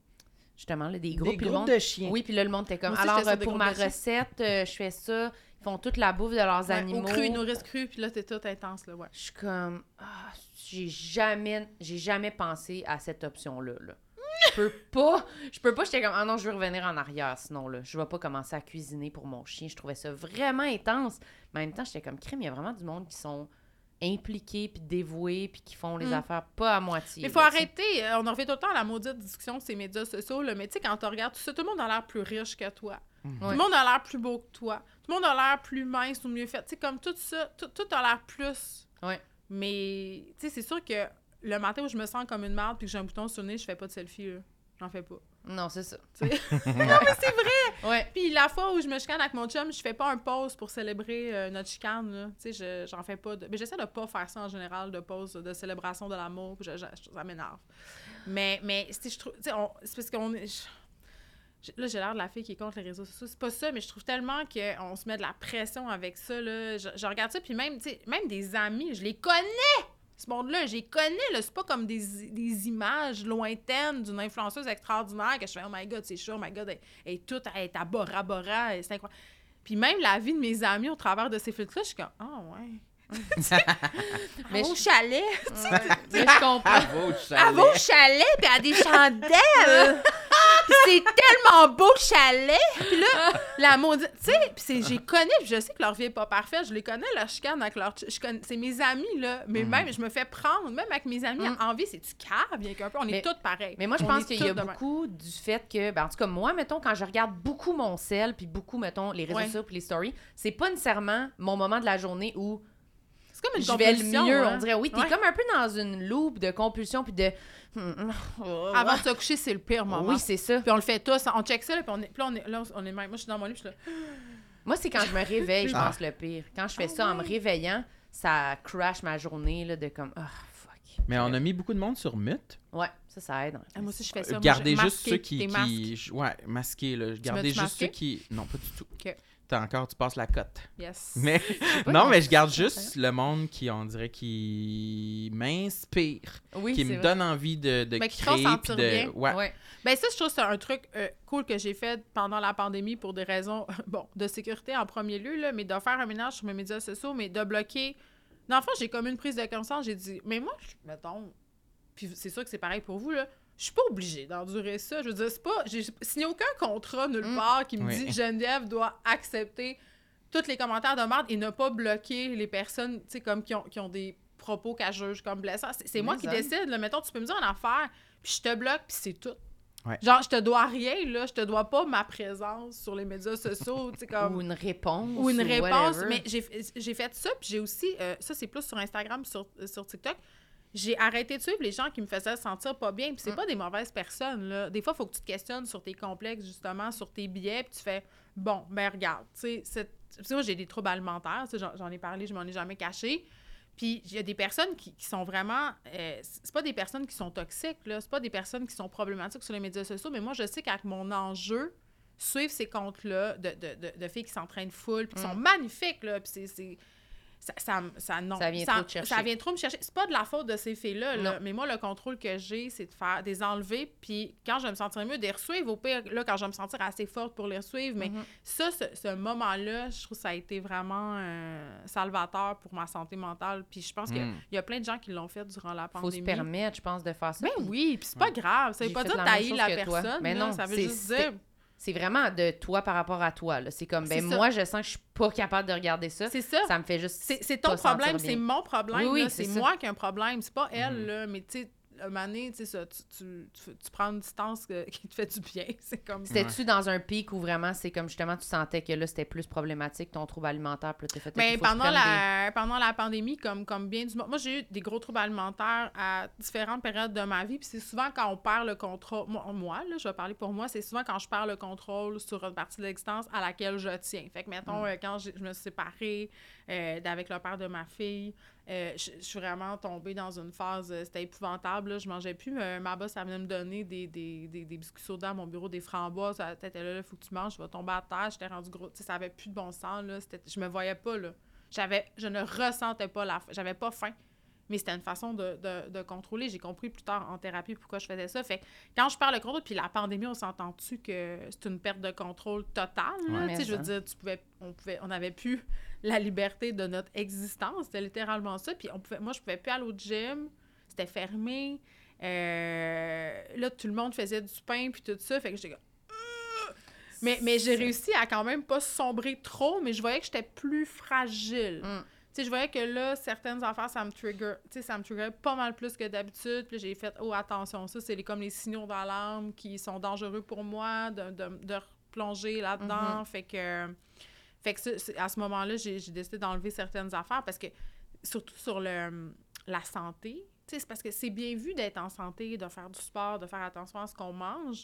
Speaker 2: justement là, des groupes. puis le monde-
Speaker 1: de chiens
Speaker 2: Oui, puis là, le monde était comme,
Speaker 4: Moi aussi,
Speaker 2: alors
Speaker 4: j'étais sur
Speaker 2: euh,
Speaker 4: des
Speaker 2: pour
Speaker 4: groupes
Speaker 2: ma
Speaker 4: de chiens.
Speaker 2: recette, euh, je fais ça. Ils font toute la bouffe de leurs
Speaker 4: Ouais,
Speaker 2: animaux.
Speaker 4: Au cru, ils nourrissent cru, puis là, t'es tout intense, là, ouais.
Speaker 2: Je suis comme, ah, j'ai jamais, j'ai jamais pensé à cette option-là. là. Je peux pas, je peux pas, j'étais comme, ah non, je veux revenir en arrière, sinon, là, je vais pas commencer à cuisiner pour mon chien. Je trouvais ça vraiment intense. Mais en même temps, j'étais comme, crime, il y a vraiment du monde qui sont impliqués, puis dévoués, puis qui font les
Speaker 4: Mm.
Speaker 2: affaires pas à moitié.
Speaker 4: Mais il faut
Speaker 2: là, tu sais.
Speaker 4: arrêter. euh, On en revient tout le temps à la maudite discussion de ces médias sociaux. Là. Mais tu sais, quand tu regardes tout ça, tout le monde a l'air plus riche que toi. Tout
Speaker 2: Ouais.
Speaker 4: le monde a l'air plus beau que toi. Tout le monde a l'air plus mince ou mieux fait. Tu sais, comme tout ça, tout, tout a l'air plus.
Speaker 2: Ouais.
Speaker 4: Mais tu sais, c'est sûr que le matin où je me sens comme une merde puis que j'ai un bouton sur le nez, je fais pas de selfie. là. J'en fais pas.
Speaker 2: Non, c'est ça.
Speaker 4: non, mais c'est vrai.
Speaker 2: Ouais.
Speaker 4: Puis la fois où je me chicane avec mon chum, je fais pas un pause pour célébrer euh, notre chicane. là. Tu sais, je- j'en fais pas. De... Mais j'essaie de pas faire ça en général, de pause, de célébration de l'amour. puis je- je- Ça m'énerve. Mais, mais tu sais, je trouve. tu sais, on- C'est parce qu'on est. je- Là, j'ai l'air de la fille qui est contre les réseaux sociaux. C'est pas ça, mais je trouve tellement qu'on se met de la pression avec ça. Là. Je, je regarde ça, puis même, tu sais, même des amis, je les connais! Ce monde-là, je les connais. là. C'est pas comme des, des images lointaines d'une influenceuse extraordinaire que je fais « Oh my God, c'est chaud, oh my God, elle- et tout, elle est à Bora Bora, et c'est incroyable. Puis même la vie de mes amis au travers de ces filtres-là, je suis comme, ah ouais.
Speaker 2: Mais
Speaker 4: mais au
Speaker 2: je-
Speaker 4: chalet,
Speaker 2: Ouais. Mais je comprends.
Speaker 4: à vos chalet, puis à des chandelles. Puis c'est tellement beau le chalet. Puis là, la maudite, tu sais, puis c'est- j'ai connais, puis je sais que leur vie est pas parfaite, je les connais leur chicane avec leur ch- je connais c'est mes amis là, mais
Speaker 1: Mm.
Speaker 4: même je me fais prendre même avec mes amis
Speaker 2: Mm.
Speaker 4: en vie, c'est du cave bien qu'un peu, on
Speaker 2: Mais-
Speaker 4: est toutes pareils.
Speaker 2: Mais moi, je
Speaker 4: On
Speaker 2: pense
Speaker 4: est
Speaker 2: qu'il y a
Speaker 4: toutes de même.
Speaker 2: beaucoup du fait que, ben, en tout cas, moi, mettons, quand je regarde beaucoup mon sel, puis beaucoup, mettons, les réseaux
Speaker 4: Ouais.
Speaker 2: sociaux, puis les stories, c'est pas nécessairement mon moment de la journée où
Speaker 4: C'est comme une
Speaker 2: je vais le
Speaker 4: compulsion,
Speaker 2: mieux.
Speaker 4: hein.
Speaker 2: On dirait, oui, t'es
Speaker 4: Ouais.
Speaker 2: comme un peu dans une loupe de compulsion, puis de. Hum,
Speaker 4: Avant de se coucher, c'est le pire moment.
Speaker 2: Oui, c'est ça.
Speaker 4: Puis on le fait tous, on check ça, là, puis on est, puis là, on est, là, on est même. Moi, je suis dans mon lit, puis je suis là.
Speaker 2: Moi, c'est quand je me réveille, je
Speaker 1: Ah.
Speaker 2: pense, le pire. Quand je fais
Speaker 4: Ah
Speaker 2: ça en me
Speaker 4: ouais.
Speaker 2: réveillant, ça crash ma journée, là, de comme, ah, fuck.
Speaker 1: Mais on a mis beaucoup de monde sur mute.
Speaker 2: Ouais, ça, ça aide. hein.
Speaker 4: Ah, moi aussi, je fais ça. Moi,
Speaker 1: Gardez
Speaker 4: je-
Speaker 1: juste
Speaker 4: masqué,
Speaker 1: ceux qui.
Speaker 4: t'es masque.
Speaker 1: qui- j- ouais, masqués, là. Gardez juste
Speaker 4: masqué?
Speaker 1: ceux qui. Non, pas du tout.
Speaker 4: Ok.
Speaker 1: T'as encore, tu passes la cote.
Speaker 4: Yes.
Speaker 1: Mais
Speaker 2: pas
Speaker 1: non,
Speaker 2: comment
Speaker 1: mais je garde juste le monde qui, on dirait, qui m'inspire,
Speaker 2: Oui,
Speaker 1: qui
Speaker 2: c'est
Speaker 1: me
Speaker 2: vrai.
Speaker 1: donne envie de, de
Speaker 4: Mais qui font
Speaker 1: créer. puis
Speaker 4: sentir
Speaker 1: de...
Speaker 4: bien.
Speaker 1: Ouais.
Speaker 2: Ouais.
Speaker 4: Ben ça, je trouve que c'est un truc euh, cool que j'ai fait pendant la pandémie pour des raisons, bon, de sécurité en premier lieu, là, mais de faire un ménage sur mes médias sociaux, mais de bloquer. Dans le fond, j'ai comme une prise de conscience. J'ai dit, mais moi, je- mettons, puis c'est sûr que c'est pareil pour vous, là. Je suis pas obligée d'endurer ça. Je veux dire, c'est pas. J'ai signé aucun contrat nulle
Speaker 2: Mm.
Speaker 4: part qui me
Speaker 1: Oui.
Speaker 4: dit Geneviève doit accepter tous les commentaires de merde et ne pas bloquer les personnes, tu sais, comme qui ont, qui ont des propos qu'elle juge comme blessants. C'est c'est moi
Speaker 2: Mais
Speaker 4: qui
Speaker 2: ça.
Speaker 4: décide, là. Mettons, tu peux me dire une affaire, puis je te bloque, puis c'est tout.
Speaker 1: Ouais.
Speaker 4: Genre, je te dois rien, là. Je te dois pas ma présence sur les médias sociaux, tu sais, comme...
Speaker 2: Ou une réponse.
Speaker 4: Ah. Ou une réponse.
Speaker 2: whatever.
Speaker 4: Mais j'ai j'ai fait ça, puis j'ai aussi... euh, ça, c'est plus sur Instagram, sur, sur TikTok. J'ai arrêté de suivre les gens qui me faisaient sentir pas bien. Puis c'est
Speaker 2: Mm.
Speaker 4: pas des mauvaises personnes, là. Des fois, faut que tu te questionnes sur tes complexes, justement, sur tes biais, puis tu fais... Bon, ben regarde, tu sais... cette- tu sais, moi, j'ai des troubles alimentaires, tu sais, j'en j'en ai parlé, je m'en ai jamais caché. Puis il y a des personnes qui, qui sont vraiment. euh, c'est pas des personnes qui sont toxiques, là. C'est pas des personnes qui sont problématiques sur les médias sociaux. Mais moi, je sais qu'avec mon enjeu, suivre ces comptes-là de, de, de, de filles qui s'entraînent full, puis qui
Speaker 2: Mm.
Speaker 4: sont magnifiques, là. Puis c'est- c'est. Ça, ça, me- ça, non.
Speaker 2: Ça vient trop te chercher.
Speaker 4: ça vient trop me chercher. C'est pas de la faute de ces filles-là, là.
Speaker 2: Non.
Speaker 4: Mais moi, le contrôle que j'ai, c'est de faire des enlever, puis quand je vais me sentir mieux, des resuivre. Au pire, là, quand je vais me sentir assez forte pour les resuivre, mais
Speaker 2: Mhm.
Speaker 4: ça, ce, ce moment-là, je trouve que ça a été vraiment euh, salvateur pour ma santé mentale. Puis je pense qu'il
Speaker 1: Mm.
Speaker 4: y a plein de gens qui l'ont fait durant la
Speaker 2: Faut se
Speaker 4: pandémie.
Speaker 2: permettre, je pense, de faire ça.
Speaker 4: Ben oui, puis c'est pas grave. Ça veut
Speaker 2: J'ai
Speaker 4: pas
Speaker 2: fait
Speaker 4: dire
Speaker 2: la
Speaker 4: que
Speaker 2: même
Speaker 4: t'haïs
Speaker 2: chose
Speaker 4: la
Speaker 2: que toi.
Speaker 4: personne.
Speaker 2: Mais
Speaker 4: là.
Speaker 2: non,
Speaker 4: ça veut
Speaker 2: c'est-
Speaker 4: juste
Speaker 2: c'était-
Speaker 4: dire.
Speaker 2: C'est vraiment de toi par rapport à toi. là. C'est comme, ben
Speaker 4: C'est ça.
Speaker 2: moi, je sens que je suis pas capable de regarder ça.
Speaker 4: C'est ça.
Speaker 2: Ça me fait juste.
Speaker 4: C'est c'est ton
Speaker 2: pas sentir
Speaker 4: problème,
Speaker 2: bien.
Speaker 4: c'est mon problème.
Speaker 2: Oui, oui,
Speaker 4: là,
Speaker 2: c'est
Speaker 4: c'est
Speaker 2: ça.
Speaker 4: moi qui ai un problème. C'est pas elle,
Speaker 1: Mhm.
Speaker 4: là. Mais tu sais, à un moment donné, tu sais, ça, tu, tu, tu- tu prends une distance que- qui te fait du bien. C'est comme ça.
Speaker 2: C'était-tu dans un pic où vraiment c'est comme justement tu sentais que là c'était plus problématique ton trouble alimentaire puis là t'as fait
Speaker 4: Mais
Speaker 2: OK, faut que je
Speaker 4: Ben, pendant
Speaker 2: prenne
Speaker 4: la, pendant la pandémie, comme, comme bien du monde, moi j'ai eu des gros troubles alimentaires à différentes périodes de ma vie. Puis c'est souvent quand on perd le contrôle, moi, moi, là, je vais parler pour moi, c'est souvent quand je perds le contrôle sur une partie de l'existence à laquelle je tiens. Fait que, mettons, euh, quand j'ai- je me suis séparée euh, d'avec le père de ma fille, euh, je je suis vraiment tombée dans une phase, euh, c'était épouvantable, là, je mangeais plus, mais ma boss, elle venait me donner des, des, des, des biscuits soda à mon bureau, des framboises, elle était là, il faut que tu manges, je vais tomber à terre, j'étais rendue gros, tu sais, ça avait plus de bon sens, là, c'était- je me voyais pas, là. J'avais, je ne ressentais pas la faim, j'avais pas faim, mais c'était une façon de, de, de contrôler, j'ai compris plus tard en thérapie pourquoi je faisais ça, fait que quand je parle de contrôle, puis la pandémie, on s'entend-tu que c'est une perte de contrôle totale,
Speaker 1: Ouais.
Speaker 4: là? Tu sais, je veux
Speaker 2: Mais
Speaker 4: dire, tu pouvais, on pouvait, on avait plus la liberté de notre existence. C'était littéralement ça. Puis on pouvait, moi, je pouvais plus aller au gym. C'était fermé. Euh, là, tout le monde faisait du pain, puis tout ça. Fait que j'étais comme... euh. Mais, mais j'ai réussi à quand même pas sombrer trop, mais je voyais que j'étais plus fragile.
Speaker 2: Mm.
Speaker 4: Tu sais, je voyais que là, certaines affaires, ça me trigger, tu sais, ça me triggerait pas mal plus que d'habitude. Puis là, j'ai fait, oh, attention, ça, c'est les- comme les signaux d'alarme qui sont dangereux pour moi de, de, de replonger là-dedans. Fait que, fait que ça, c'est- à ce moment-là, j'ai j'ai décidé d'enlever certaines affaires parce que, surtout sur le, la santé, tu sais, c'est parce que c'est bien vu d'être en santé, de faire du sport, de faire attention à ce qu'on mange.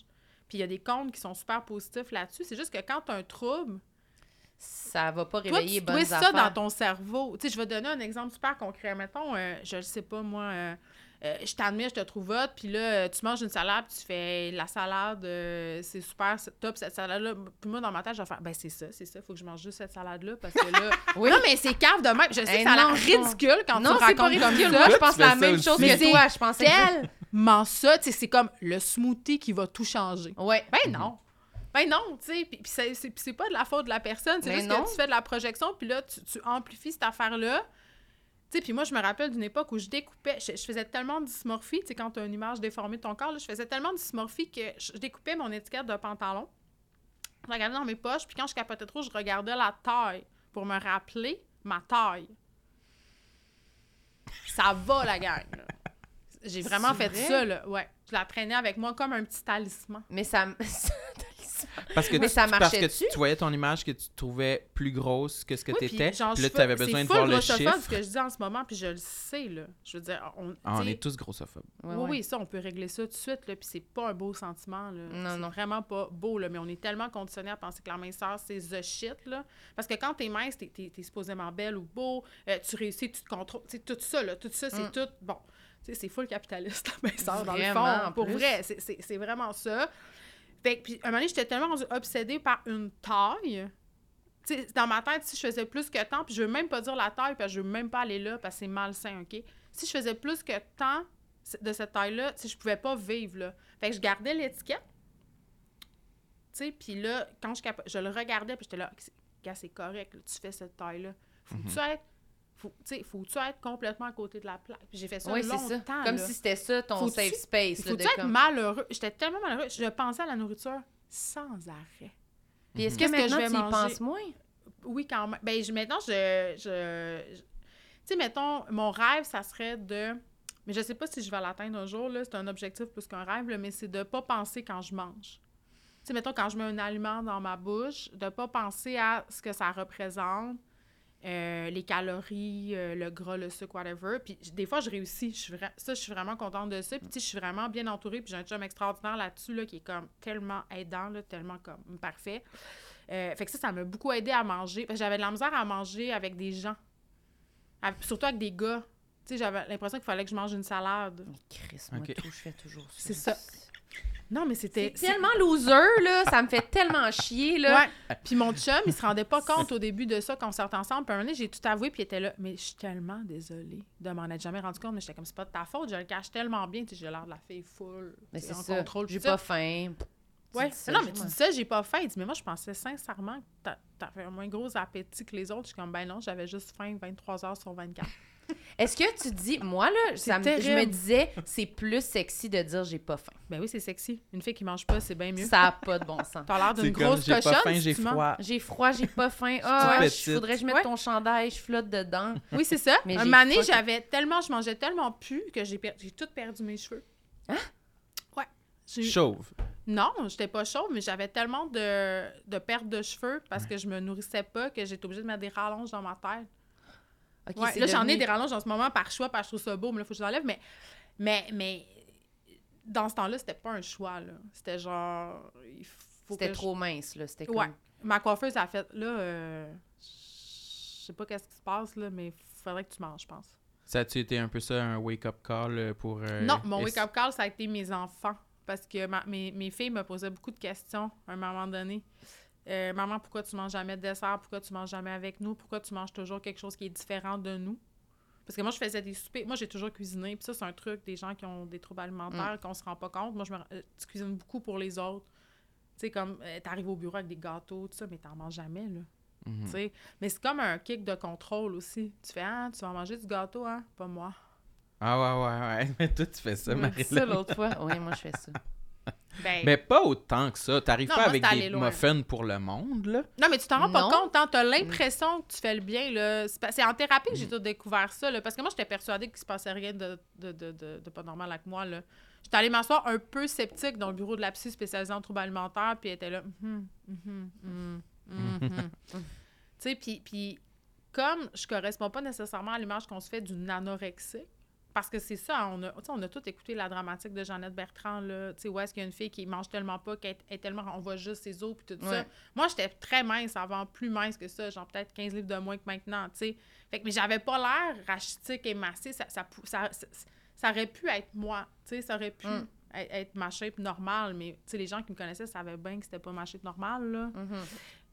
Speaker 4: Puis il y a des comptes qui sont super positifs là-dessus. C'est juste que quand tu as un trouble,
Speaker 2: ça va pas
Speaker 4: toi,
Speaker 2: réveiller
Speaker 4: tu
Speaker 2: bonnes
Speaker 4: twists ça
Speaker 2: affaires.
Speaker 4: dans ton cerveau. Tu sais, je vais donner un exemple super concret. Mettons, euh, je le sais pas, moi, euh, euh, je t'admets, je te trouve hot, puis là, euh, tu manges une salade, puis tu fais la salade, euh, c'est super, c'est top, cette salade-là. Puis moi, dans ma tête, je vais faire, ben c'est ça, c'est ça, faut que je mange juste cette salade-là, parce que là...
Speaker 2: Oui.
Speaker 4: Non, mais c'est cave de même. Je sais
Speaker 2: Hey,
Speaker 4: que ça a l'air
Speaker 2: non,
Speaker 4: ridicule quand
Speaker 2: non,
Speaker 4: tu
Speaker 2: c'est pas
Speaker 4: racontes comme
Speaker 2: ridicule.
Speaker 4: ça.
Speaker 2: Moi, je
Speaker 1: Pourquoi
Speaker 2: pense
Speaker 1: tu fais
Speaker 2: la
Speaker 1: ça
Speaker 2: même
Speaker 1: aussi?
Speaker 2: chose
Speaker 4: Mais
Speaker 2: que
Speaker 4: c'est
Speaker 2: toi. Je pensais que-
Speaker 4: tellement ça, tu sais, c'est comme le smoothie qui va tout changer.
Speaker 2: Ouais.
Speaker 4: Ben non. Ben non, tu sais, puis puis c'est- c'est puis c'est pas de la faute de la personne, c'est
Speaker 2: Mais
Speaker 4: juste
Speaker 2: non.
Speaker 4: que tu fais de la projection, puis là, tu, tu amplifies cette affaire-là. Tu sais, puis moi, je me rappelle d'une époque où je découpais, je, je faisais tellement de dysmorphie, tu sais, quand tu as une image déformée de ton corps, là, je faisais tellement de dysmorphie que je, je découpais mon étiquette de pantalon, je regardais dans mes poches, puis quand je capotais trop, je regardais la taille pour me rappeler ma taille. Ça va, la gang, là. J'ai vraiment
Speaker 2: C'est
Speaker 4: fait
Speaker 2: vrai?
Speaker 4: ça, là, ouais. Je la traînais avec moi comme un petit talisman.
Speaker 2: Mais ça.
Speaker 1: Parce que,
Speaker 2: Mais
Speaker 1: tu,
Speaker 2: ça
Speaker 1: parce que
Speaker 2: marchait-tu?
Speaker 1: tu, tu voyais ton image que tu trouvais plus grosse que ce que
Speaker 4: Oui,
Speaker 1: tu
Speaker 4: puis,
Speaker 1: étais. Puis là,
Speaker 4: genre, je
Speaker 1: tu avais
Speaker 4: fais-
Speaker 1: besoin de
Speaker 4: C'est
Speaker 1: voir
Speaker 4: full
Speaker 1: le
Speaker 4: grossophobe ce
Speaker 1: chiffre.
Speaker 4: que je dis en ce moment, puis je le sais, là. Je veux dire, on,
Speaker 1: Ah, on
Speaker 4: tu sais,
Speaker 1: est tous grossophobes.
Speaker 4: oui, oui, ça, on peut régler ça tout de suite, là, puis c'est pas un beau sentiment, là.
Speaker 2: Non,
Speaker 4: C'est
Speaker 2: non.
Speaker 4: vraiment pas beau, là, mais on est tellement conditionné à penser que la minceur, c'est the shit, là. Parce que quand t'es mince, t'es, t'es, t'es supposément belle ou beau, euh, tu réussis, tu te contrôles, tu sais, tout ça, là, tout ça, c'est
Speaker 2: Mm.
Speaker 4: tout, bon. Tu sais, c'est full capitaliste, la minceur, dans le
Speaker 2: Vraiment,
Speaker 4: fond.
Speaker 2: en
Speaker 4: Pour
Speaker 2: plus.
Speaker 4: vrai, c'est- c'est c'est vraiment ça. Fait que, puis, à un moment donné, j'étais tellement rendue obsédée par une taille. Tu sais, dans ma tête, si je faisais plus que tant, puis je veux même pas dire la taille, parce que je veux même pas aller là, parce que c'est malsain, OK? Si je faisais plus que tant c- de cette taille-là, tu sais, je pouvais pas vivre, là. Fait que je gardais l'étiquette, tu sais, puis là, quand je, capo- je le regardais, puis j'étais là, C'est- gars, c'est correct, là, tu fais cette taille-là. Faut-tu être... Faut, tu sais, faut-tu être complètement à côté de la plaque? Puis j'ai fait ça
Speaker 2: Oui, c'est
Speaker 4: longtemps,
Speaker 2: ça. Comme
Speaker 4: là.
Speaker 2: si c'était ça ton
Speaker 4: Faut-tu-
Speaker 2: safe space. là,
Speaker 4: Faut-tu
Speaker 2: de
Speaker 4: être
Speaker 2: comme-
Speaker 4: malheureux? J'étais tellement malheureux. Je pensais à la nourriture sans arrêt.
Speaker 2: Puis est-ce que
Speaker 4: Qu'est-ce que
Speaker 2: maintenant
Speaker 4: je vais
Speaker 2: tu y
Speaker 4: manger?
Speaker 2: penses moins?
Speaker 4: Oui, quand même. Ben, je- maintenant, je... je- je- Tu sais, mettons, mon rêve, ça serait de... Mais je sais pas si je vais l'atteindre un jour, là. C'est un objectif plus qu'un rêve, là, mais c'est de pas penser quand je mange. Tu sais, mettons, quand je mets un aliment dans ma bouche, de pas penser à ce que ça représente, euh, les calories, euh, le gras, le sucre, whatever. Puis j- des fois, je réussis. Je suis vra- Ça, je suis vraiment contente de ça. Puis tu sais, je suis vraiment bien entourée. Puis j'ai un chum extraordinaire là-dessus, là, qui est comme tellement aidant, là, tellement comme parfait. Euh, fait que ça, ça m'a beaucoup aidé à manger. Parce que J'avais de la misère à manger avec des gens. Avec- surtout avec des gars. Tu sais, j'avais l'impression qu'il fallait que je mange une salade.
Speaker 2: Mais Chris, moi,
Speaker 1: Ok.
Speaker 2: tout, je fais toujours ça.
Speaker 4: C'est ça. Non, mais c'était...
Speaker 2: C'est tellement loser, là. Ça me fait tellement chier, là.
Speaker 4: Ouais. Puis mon chum, il se rendait pas compte au début de ça quand on sortait ensemble. Puis un moment donné, j'ai tout avoué, puis il était là. Mais je suis tellement désolée de m'en être jamais rendu compte. Mais j'étais comme, c'est pas de ta faute, je le cache tellement bien. Tu sais, j'ai l'air de la fille full.
Speaker 2: Mais
Speaker 4: tu
Speaker 2: c'est
Speaker 4: sais, en
Speaker 2: ça.
Speaker 4: contrôle,
Speaker 2: J'ai
Speaker 4: tout ça.
Speaker 2: pas faim. Tu
Speaker 4: Ouais.
Speaker 2: dis ça,
Speaker 4: non, mais
Speaker 2: je-
Speaker 4: tu dis ça, j'ai pas faim. Il dit, mais moi, je pensais sincèrement que t'a- t'avais un moins gros appétit que les autres. Je suis comme, ben non, j'avais juste faim 23 heures sur 24.
Speaker 2: Est-ce que tu dis, moi, là, ça me- je me
Speaker 4: terrible.
Speaker 2: disais, c'est plus sexy de dire j'ai pas faim.
Speaker 4: Ben oui, c'est sexy. Une fille qui mange pas, c'est bien mieux.
Speaker 2: Ça n'a pas de bon sens.
Speaker 4: T'as l'air d'une
Speaker 1: C'est comme
Speaker 4: grosse
Speaker 1: j'ai
Speaker 4: cochonne.
Speaker 1: pas faim,
Speaker 4: si
Speaker 1: j'ai
Speaker 4: tu manges.
Speaker 1: froid.
Speaker 2: J'ai froid, j'ai pas faim. Ah,
Speaker 1: toute
Speaker 2: je faudrait que je mette
Speaker 4: Ouais.
Speaker 2: ton chandail, je flotte dedans.
Speaker 4: Oui, c'est ça.
Speaker 2: Mais
Speaker 4: un
Speaker 2: j'ai
Speaker 4: moment donné,
Speaker 2: pas-
Speaker 4: j'avais tellement, je mangeais tellement pu que j'ai per- j'ai tout perdu mes cheveux. Hein? Ouais. J'ai-
Speaker 1: Chauve.
Speaker 4: Non, j'étais pas chaude, mais j'avais tellement de, de perte de cheveux parce que je me nourrissais pas que j'étais obligée de mettre des rallonges dans ma tête.
Speaker 2: Ok,
Speaker 4: Ouais,
Speaker 2: c'est
Speaker 4: Là, j'en
Speaker 2: devenu-
Speaker 4: ai des rallonges en ce moment par choix, parce que je trouve ça beau, mais là, faut que je l'enlève. Mais, mais, mais dans ce temps-là, c'était pas un choix. là. C'était genre. il faut
Speaker 2: C'était
Speaker 4: que je-
Speaker 2: trop mince, là. C'était comme...
Speaker 4: Ouais. Ma coiffeuse a fait là, euh, je sais pas qu'est-ce qui se passe là, mais faudrait que tu manges, je pense.
Speaker 1: Ça a-tu été un peu ça, un wake-up call euh, pour. euh,
Speaker 4: non, mon
Speaker 1: est-
Speaker 4: wake-up call, ça a été mes enfants. Parce que ma- mes, mes filles me posaient beaucoup de questions à un moment donné. Euh, maman, pourquoi tu manges jamais de dessert? Pourquoi tu manges jamais avec nous? Pourquoi tu manges toujours quelque chose qui est différent de nous? Parce que moi, je faisais des soupers. Moi, j'ai toujours cuisiné. Puis ça, c'est un truc des gens qui ont des troubles alimentaires qu'on se rend pas compte. Moi, je me... euh, tu cuisines beaucoup pour les autres. Tu sais, comme, euh, t'arrives au bureau avec des gâteaux, tout ça, mais t'en manges jamais, là.
Speaker 1: Mhm.
Speaker 4: Tu sais, mais c'est comme un kick de contrôle aussi. Tu fais, ah, tu vas manger du gâteau, hein? Pas moi.
Speaker 1: Ah ouais, ouais, ouais. Mais toi, tu fais ça,
Speaker 2: On m'a dit ça
Speaker 1: Marilyn.
Speaker 2: l'autre fois. Oui, moi, je fais ça.
Speaker 4: Ben,
Speaker 1: Mais pas autant que ça. T'arrives
Speaker 4: Non,
Speaker 1: pas
Speaker 4: moi,
Speaker 1: avec
Speaker 4: c'est
Speaker 1: des
Speaker 4: allé loin.
Speaker 1: muffins pour le monde, là.
Speaker 4: Non, mais tu t'en rends pas
Speaker 2: Non.
Speaker 4: compte, hein. T'as l'impression que tu fais le bien, là. C'est pas- C'est en thérapie que j'ai tout découvert ça, là. Parce que moi, j'étais persuadée qu'il se passait rien de, de, de, de, de pas normal avec moi, là. J'étais allée m'asseoir un peu sceptique dans le bureau de la psy spécialisée en troubles alimentaires, puis elle était là. Mhm, mhm, mhm, mhm. Tu sais, puis- puis comme je correspond pas nécessairement à l'image qu'on se fait d'une anorexique, parce que c'est ça, hein, on a, tu sais, on a tout écouté la dramatique de Jeannette Bertrand, là. Tu sais, où est-ce qu'il y a une fille qui mange tellement pas, qu'elle est tellement. On voit juste ses os, puis tout ça.
Speaker 2: Ouais.
Speaker 4: Moi, j'étais très mince avant, plus mince que ça, genre peut-être 15 livres de moins que maintenant, tu sais. Fait que, mais j'avais pas l'air rachitique et massée, ça, ça, pou- ça, ça, ça aurait pu être moi, tu sais, ça aurait pu
Speaker 2: Mm.
Speaker 4: être, être ma shape normale, mais tu sais, les gens qui me connaissaient savaient bien que c'était pas ma shape normale, là.
Speaker 2: Mhm.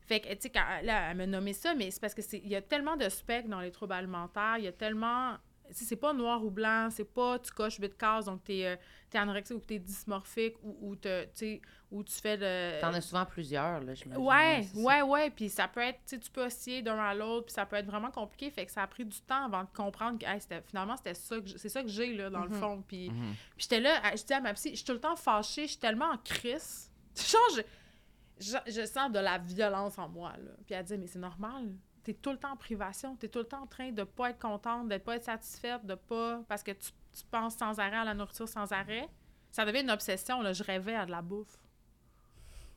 Speaker 4: Fait que, tu sais, quand- là, elle me nommé ça, mais c'est parce que c'est- il y a tellement de specs dans les troubles alimentaires, il y a tellement... tu sais, C'est pas noir ou blanc, c'est pas tu coches 8 cases, donc t'es euh, t'es anorexique ou t'es dysmorphique ou, ou, te- tu sais, ou tu fais le...
Speaker 2: T'en as souvent plusieurs, là, je
Speaker 4: Ouais, ouais, ouais. Puis ça peut être, tu sais, tu peux osciller d'un à l'autre, puis ça peut être vraiment compliqué. Fait que ça a pris du temps avant de comprendre que hey, c'était- finalement, c'était ça que j- c'est ça que j'ai, là, dans le
Speaker 2: Mhm.
Speaker 4: fond. Puis
Speaker 1: Mhm.
Speaker 4: puis j'étais là, à- je dis à ma psy, je suis tout le temps fâchée, je suis tellement en crise. Genre, je, je, je sens de la violence en moi, là. Puis elle dit, mais c'est normal. T'es tout le temps en privation, t'es tout le temps en train de pas être contente, de pas être satisfaite, de pas. Parce que tu, tu penses sans arrêt à la nourriture sans arrêt. Ça devient une obsession, là. Je rêvais à de la bouffe.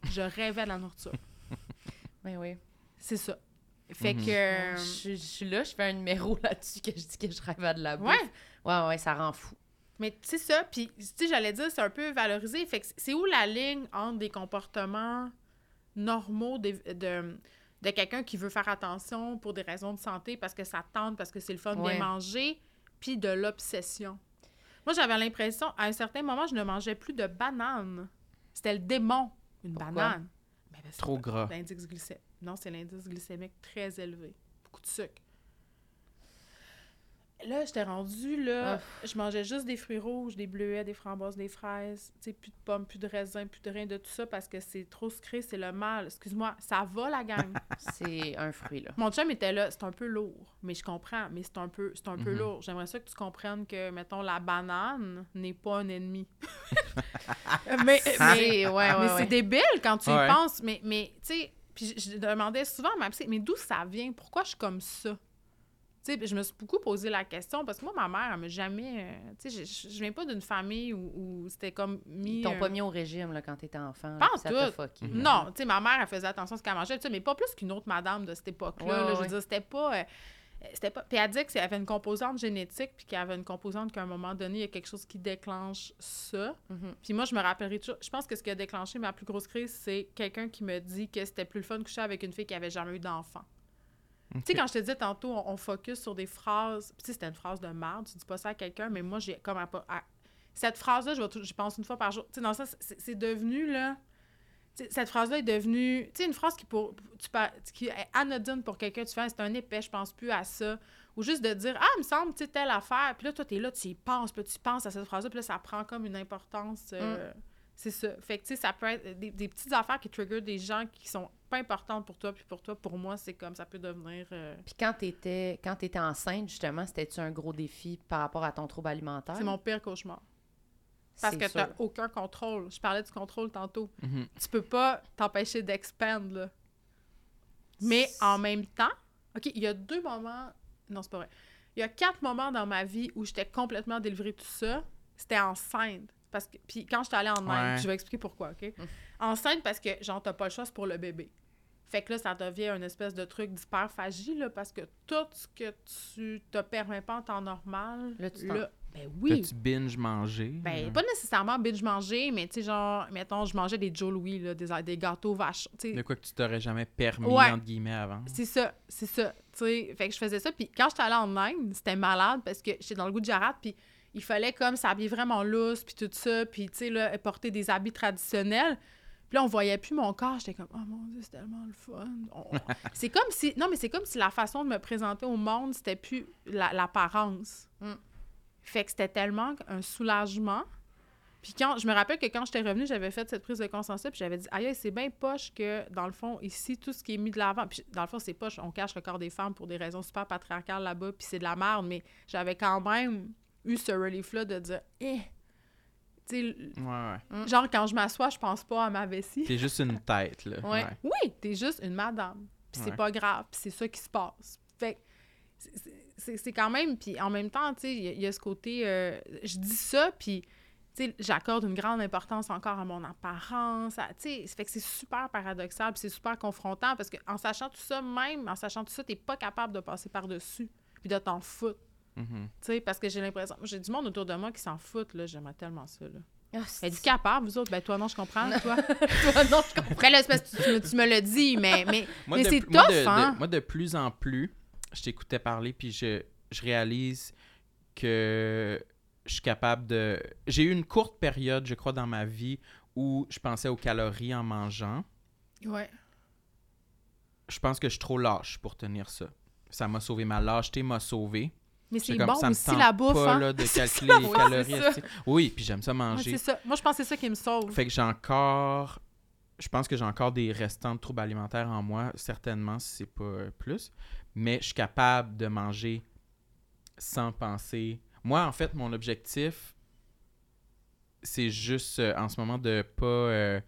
Speaker 4: Je rêvais à de la nourriture.
Speaker 2: Oui, Ben oui.
Speaker 4: C'est ça. Fait
Speaker 1: Mhm.
Speaker 4: que. euh,
Speaker 2: Ouais, Je, je suis là, je fais un numéro là-dessus que je dis que je rêve à de la bouffe.
Speaker 4: Ouais,
Speaker 2: Ouais, ouais, ça rend fou.
Speaker 4: mais c'est ça. Puis, tu sais, j'allais dire, c'est un peu valorisé. Fait que c'est où la ligne entre des comportements normaux des- de, de, quelqu'un qui veut faire attention pour des raisons de santé, parce que ça tente, parce que c'est le fun de
Speaker 2: Ouais.
Speaker 4: bien manger, puis de l'obsession. Moi, j'avais l'impression, à un certain moment, je ne mangeais plus de banane. C'était le démon, une
Speaker 2: Pourquoi?
Speaker 4: banane. Ben, parce que
Speaker 1: Trop gras.
Speaker 4: L'indice glycémique. Non, c'est l'indice glycémique très élevé. Beaucoup de sucre. Là, j'étais rendue, là, je mangeais juste des fruits rouges, des bleuets, des framboises, des fraises, tu sais, plus de pommes, plus de raisins, plus de rien de tout ça parce que c'est trop sucré, c'est le mal. Excuse-moi, ça va la gang.
Speaker 2: C'est un fruit, là.
Speaker 4: Mon chum était là, c'est un peu lourd, mais je comprends, mais c'est un peu c'est un peu
Speaker 1: Mhm.
Speaker 4: lourd. J'aimerais ça que tu comprennes que mettons la banane n'est pas un ennemi. mais mais,
Speaker 2: C'est, ouais, ouais,
Speaker 4: Ah, mais
Speaker 2: ouais.
Speaker 4: c'est débile quand tu
Speaker 1: Ouais.
Speaker 4: y penses, mais mais tu sais, puis je, je demandais souvent à ma psy, mais d'où ça vient Pourquoi je suis comme ça tu sais, puis je me suis beaucoup posé la question parce que moi, ma mère, elle m'a jamais. euh, tu sais, je, je- je viens pas d'une famille où, où c'était comme mis.
Speaker 2: Ils t'ont
Speaker 4: euh,
Speaker 2: pas mis au régime, là, quand t'étais enfant.
Speaker 4: Pas
Speaker 2: là,
Speaker 4: en
Speaker 2: puis Ça t'a
Speaker 4: tout.
Speaker 2: fucké.
Speaker 1: Mhm.
Speaker 4: Non, tu sais, ma mère, elle faisait attention à ce qu'elle mangeait, tu sais, mais pas plus qu'une autre madame de cette époque-là.
Speaker 2: Ouais,
Speaker 4: là.
Speaker 2: ouais,
Speaker 4: je
Speaker 2: ouais.
Speaker 4: veux dire, c'était pas. euh, c'était pas... Puis elle disait que c'est- elle avait une composante génétique, puis qu'elle avait une composante qu'à un moment donné, il y a quelque chose qui déclenche ça.
Speaker 2: Mhm.
Speaker 4: Puis moi, je me rappellerai toujours. Je pense que ce qui a déclenché ma plus grosse crise, c'est quelqu'un qui me dit que c'était plus le fun de coucher avec une fille qui avait jamais eu d'enfant. Tu sais, quand je te disais tantôt, on, on focus sur des phrases. Puis, tu sais, c'était une phrase de merde, tu dis pas ça à quelqu'un, mais moi, j'ai comme. à pas- à- Cette phrase-là, je vais tou- j'y pense une fois par jour. Tu sais, dans ça, c'est c'est devenu, là. tu sais, Cette phrase-là est devenue. Tu sais, une phrase qui, pour, tu, par- qui est anodine pour quelqu'un, tu fais, Ah, c'est un épais, je pense plus à ça. Ou juste de dire, ah, il me semble, tu sais, telle affaire. Puis là, toi, t'es là, tu y penses, puis là, tu penses à cette phrase-là, puis là, ça prend comme une importance. euh, C'est ça. Fait que, tu sais, ça peut être des, des petites affaires qui trigger des gens qui sont pas importantes pour toi, puis pour toi, pour moi, c'est comme ça peut devenir. euh,
Speaker 2: Puis quand t'étais, quand t'étais enceinte, justement, c'était-tu un gros défi par rapport à ton trouble alimentaire?
Speaker 4: C'est mon pire cauchemar. Parce
Speaker 2: C'est Mm-hmm.
Speaker 4: que t'as
Speaker 2: sûr.
Speaker 4: aucun contrôle. Je parlais du contrôle tantôt.
Speaker 1: Mhm.
Speaker 4: Tu peux pas t'empêcher d'expandre, là. Mais en même temps, OK, il y a deux moments... Non, c'est pas vrai. Il y a quatre moments dans ma vie où j'étais complètement délivrée de tout ça. C'était enceinte. Parce que, puis quand j'étais allée en Inde,
Speaker 1: Ouais.
Speaker 4: je vais expliquer pourquoi, OK?
Speaker 2: Mm.
Speaker 4: Enceinte parce que, genre, t'as pas le choix, c'est pour le bébé. Fait que là, ça devient une espèce de truc d'hyperphagie, là, parce que tout ce que tu te permets pas en temps normal...
Speaker 2: Là, tu t'en-
Speaker 4: ben oui!
Speaker 1: T'as-tu binge mangé?
Speaker 4: Ben,
Speaker 1: Euh,
Speaker 4: pas nécessairement binge manger, mais tu sais, genre, mettons, je mangeais des Joe Louis, là, des, des gâteaux vaches. tu sais.
Speaker 1: De quoi que tu t'aurais jamais permis,
Speaker 4: Ouais.
Speaker 1: entre guillemets, avant.
Speaker 4: C'est ça, c'est ça. Tu sais, fait que je faisais ça. Puis quand j'étais allée en Inde, c'était malade parce que j'étais dans le goût de jarate. Puis il fallait comme s'habiller vraiment lousse, puis tout ça. Puis tu sais, là, porter des habits traditionnels. Puis là, on voyait plus mon corps. J'étais comme, oh mon Dieu, c'est tellement le fun. On- c'est comme si. Non, mais c'est comme si la façon de me présenter au monde, c'était plus la- l'apparence.
Speaker 2: Mm.
Speaker 4: Fait que c'était tellement un soulagement. Puis quand, je me rappelle que quand j'étais revenue, j'avais fait cette prise de conscience-là, puis j'avais dit, aïe, aïe, c'est bien poche que, dans le fond, ici, tout ce qui est mis de l'avant, puis dans le fond, c'est poche, on cache le corps des femmes pour des raisons super patriarcales là-bas, puis c'est de la merde, mais j'avais quand même eu ce relief-là de dire, eh, tu sais,
Speaker 1: Ouais, ouais.
Speaker 2: Mm.
Speaker 4: genre, quand je m'assois, je pense pas à ma vessie.
Speaker 1: T'es juste une tête, là.
Speaker 2: Ouais.
Speaker 4: Oui, t'es juste une madame. Puis c'est
Speaker 1: Ouais.
Speaker 4: pas grave, puis c'est ça qui se passe. Fait que c'est- c'est c'est quand même... Puis en même temps, tu sais, il y a- il y, a ce côté... euh, je dis ça, puis... tu sais, J'accorde une grande importance encore à mon apparence. à- tu sais, fait que c'est super paradoxal, puis c'est super confrontant parce que en sachant tout ça, même en sachant tout ça, t'es pas capable de passer par-dessus puis de t'en foutre.
Speaker 1: Mhm.
Speaker 4: tu sais, Parce que j'ai l'impression, j'ai du monde autour de moi qui s'en foutent. là, J'aimerais tellement ça. Là.
Speaker 2: Ah, c'est-
Speaker 4: Handicapable, vous autres, ben toi non, je comprends. Toi,
Speaker 2: Toi, non, je comprends.
Speaker 4: Après, là, c'est parce que tu, me- tu me le dis, mais, mais,
Speaker 1: Moi,
Speaker 4: mais
Speaker 1: de-
Speaker 4: c'est
Speaker 1: moi,
Speaker 4: tough,
Speaker 1: de- de-
Speaker 4: hein?
Speaker 1: moi, de plus en plus, je t'écoutais parler, puis je, je réalise que je suis capable de... J'ai eu une courte période, je crois, dans ma vie où je pensais aux calories en mangeant.
Speaker 4: Ouais.
Speaker 1: Je pense que je suis trop lâche pour tenir ça. Ça m'a sauvé. Ma lâcheté m'a sauvé.
Speaker 4: Mais
Speaker 1: C'est
Speaker 4: c'est
Speaker 1: comme
Speaker 4: bon
Speaker 1: ça me
Speaker 4: aussi
Speaker 1: tente
Speaker 4: la bouffe,
Speaker 1: pas
Speaker 4: hein?
Speaker 1: là, de
Speaker 4: C'est
Speaker 1: calculer
Speaker 4: ça,
Speaker 1: les
Speaker 4: ouais,
Speaker 1: calories.
Speaker 4: c'est ça.
Speaker 1: esti. Oui, puis j'aime ça
Speaker 4: Ouais,
Speaker 1: manger.
Speaker 4: c'est ça. Moi, je pense que c'est ça qui me sauve.
Speaker 1: Fait que j'ai encore. Je pense que j'ai encore des restants de troubles alimentaires en moi, certainement, si c'est pas euh, plus. Mais je suis capable de manger sans penser. Moi, en fait, mon objectif, c'est juste euh, en ce moment de pas. euh,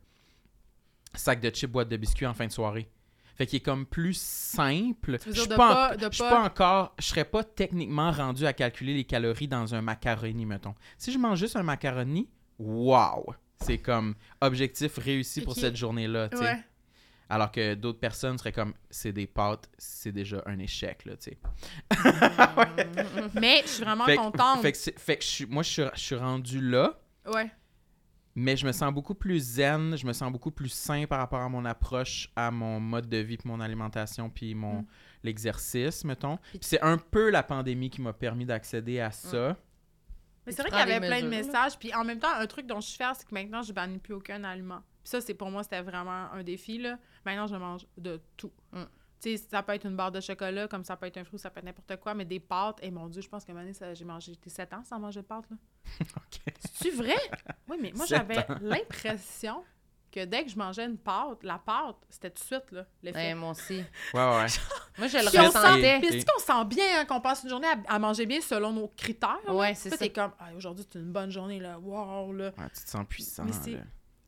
Speaker 1: sac de chips, boîte de biscuits en fin de soirée. Fait qu'il est comme plus simple.
Speaker 4: Tu
Speaker 1: Je
Speaker 4: veux dire
Speaker 1: suis
Speaker 4: de
Speaker 1: pas, en-
Speaker 4: pas- de
Speaker 1: je suis
Speaker 4: pas-
Speaker 1: pas encore. Je serais pas techniquement rendu à calculer les calories dans un macaroni, mettons. Si je mange juste un macaroni, wow! C'est comme objectif réussi pour
Speaker 4: Ok.
Speaker 1: cette journée-là, tu sais.
Speaker 4: Ouais.
Speaker 1: Alors que d'autres personnes seraient comme c'est des pâtes, c'est déjà un échec, là, tu sais.
Speaker 4: Mais je suis vraiment
Speaker 1: Fait que-
Speaker 4: contente.
Speaker 1: Fait que, c'est- fait que je suis- moi, je suis, je suis rendu là.
Speaker 4: Ouais.
Speaker 1: Mais je me sens beaucoup plus zen, je me sens beaucoup plus sain par rapport à mon approche, à mon mode de vie, puis mon alimentation, puis
Speaker 4: Mm.
Speaker 1: mon
Speaker 4: Mm.
Speaker 1: l'exercice, mettons. Puis c'est un peu la pandémie qui m'a permis d'accéder à ça.
Speaker 4: Mais
Speaker 2: Et
Speaker 4: c'est
Speaker 2: tu
Speaker 4: vrai qu'il y
Speaker 2: prends
Speaker 4: avait
Speaker 2: des
Speaker 4: plein de
Speaker 2: mesures.
Speaker 4: messages. Puis en même temps, un truc dont je suis fière, c'est que maintenant, je bannis plus aucun aliment. Puis ça, c'est pour moi, c'était vraiment un défi. Là. Maintenant, je mange de tout.
Speaker 2: Mm.
Speaker 4: Tu sais, ça peut être une barre de chocolat, comme ça peut être un fruit, ça peut être n'importe quoi, mais des pâtes. Et mon Dieu, je pense que année, ça- j'ai mangé. J'étais 7 ans sans manger de pâtes. Là. C'est-tu vrai? Oui, mais moi,
Speaker 1: Sept
Speaker 4: j'avais
Speaker 1: ans.
Speaker 4: l'impression que dès que je mangeais une pâte, la pâte, c'était tout de suite, là, l'effet.
Speaker 2: Ouais, Ben, moi aussi.
Speaker 1: Ouais, ouais.
Speaker 2: Moi, je le
Speaker 4: Puis on
Speaker 1: sentait.
Speaker 2: ressentais.
Speaker 4: Puis est-ce qu'on sent bien hein, qu'on passe une journée à, à manger bien selon nos critères? là?
Speaker 2: Ouais, c'est
Speaker 4: Puis
Speaker 2: ça.
Speaker 4: t'es comme, Ah, aujourd'hui, c'est une bonne journée, là. Wow, là.
Speaker 1: Ouais, tu te sens puissant.
Speaker 4: Mais c'est-
Speaker 1: là.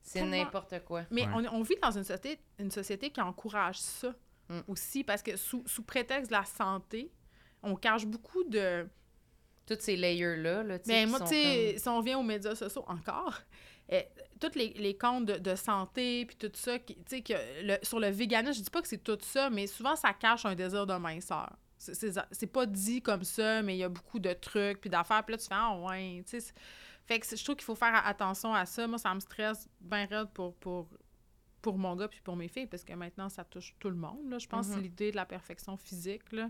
Speaker 2: C'est
Speaker 4: tellement-
Speaker 2: n'importe quoi.
Speaker 4: Mais
Speaker 1: Ouais.
Speaker 4: on, on vit dans une société, une société qui encourage ça
Speaker 2: Mm.
Speaker 4: aussi, parce que sous, sous prétexte de la santé, on cache beaucoup de.
Speaker 2: Toutes ces layers-là, là, tu sais,
Speaker 4: Mais
Speaker 2: qui
Speaker 4: Ben, moi,
Speaker 2: sont
Speaker 4: tu sais, si on vient aux médias sociaux encore, eh, tous les, les comptes de, de santé, puis tout ça, qui- tu sais, que le- sur le véganisme, je dis pas que c'est tout ça, mais souvent, ça cache un désir de minceur. C'est- C'est c'est pas dit comme ça, mais il y a beaucoup de trucs, puis d'affaires, puis là, tu fais, ah ouais, tu sais. c'est- Fait que c'est- je trouve qu'il faut faire a- attention à ça. Moi, ça me stresse bien raide pour, pour, pour mon gars, puis pour mes filles, parce que maintenant, ça touche tout le monde, là. Je pense que
Speaker 2: Mhm.
Speaker 4: c'est l'idée de la perfection physique, là.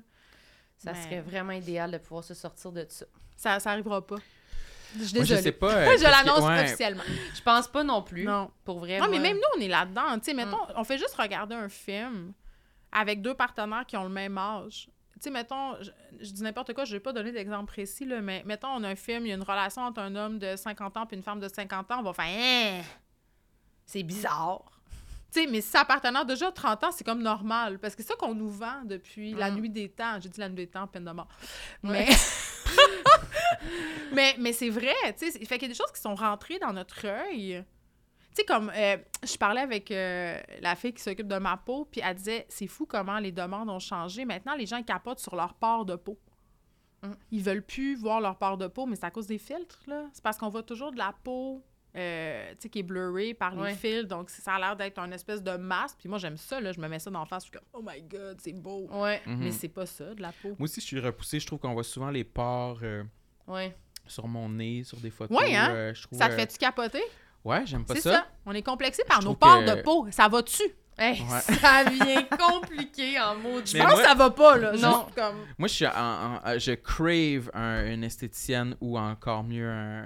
Speaker 2: comme- Ça
Speaker 4: mais-
Speaker 2: serait vraiment idéal de pouvoir se sortir de ça.
Speaker 4: Ça, ça arrivera pas. Je suis
Speaker 1: Moi, je
Speaker 4: désolée.
Speaker 1: sais pas. euh,
Speaker 4: je
Speaker 1: parce que-
Speaker 4: l'annonce
Speaker 1: ouais.
Speaker 4: officiellement.
Speaker 2: Je pense pas non plus. Mm.
Speaker 4: Non.
Speaker 2: Pour vrai.
Speaker 4: Non, mais
Speaker 2: moi.
Speaker 4: même nous, on est là-dedans. Tu sais, mettons, on fait juste regarder un film avec deux partenaires qui ont le même âge. Tu sais, mettons, je, je dis n'importe quoi, je vais pas donner d'exemple précis, là, mais mettons, on a un film, il y a une relation entre un homme de 50 ans et une femme de 50 ans, on va faire Hein, C'est bizarre. Tu sais, mais si ça partenaire déjà de 30 ans, c'est comme normal. Parce que c'est ça qu'on nous vend depuis la
Speaker 2: Mm.
Speaker 4: nuit des temps. J'ai dit la nuit des temps, peine de mort.
Speaker 2: Ouais.
Speaker 4: Mais. mais mais c'est vrai, tu sais. c'est- Fait qu'il y a des choses qui sont rentrées dans notre œil. Tu sais, comme euh, je parlais avec euh, la fille qui s'occupe de ma peau, puis elle disait C'est fou comment les demandes ont changé. Maintenant, les gens ils capotent sur leur port de peau.
Speaker 2: Mm.
Speaker 4: Ils veulent plus voir leur port de peau, mais c'est à cause des filtres, là. C'est parce qu'on voit toujours de la peau. euh, tu sais, qui est blurrée par les
Speaker 2: Ouais.
Speaker 4: fils, donc ça a l'air d'être une espèce de masque. Puis moi, j'aime ça, là, je me mets ça dans la face, je suis comme « Oh my God, c'est beau!
Speaker 2: Ouais,
Speaker 1: Mhm.
Speaker 4: Mais c'est pas ça, de la peau.
Speaker 1: Moi aussi, je suis repoussée. Je trouve qu'on voit souvent les pores euh,
Speaker 2: ouais.
Speaker 1: sur mon nez, sur des photos.
Speaker 4: Ouais, hein?
Speaker 1: euh, je trouve,
Speaker 4: Ça te
Speaker 1: euh,
Speaker 4: fait-tu capoter?
Speaker 1: Ouais, j'aime pas
Speaker 4: C'est
Speaker 1: ça.
Speaker 4: ça. On est complexé par
Speaker 1: Je
Speaker 4: nos
Speaker 1: trouve
Speaker 4: pores
Speaker 1: que-
Speaker 4: de peau. Ça va-tu?
Speaker 2: Hey,
Speaker 1: Ouais.
Speaker 2: Ça vient compliqué en mots.
Speaker 4: Je
Speaker 1: Mais
Speaker 4: pense
Speaker 1: moi-
Speaker 4: que ça va pas, là.
Speaker 2: Non.
Speaker 4: Juste comme...
Speaker 1: Moi, je suis en- en- euh, je crave un- une esthéticienne ou encore mieux un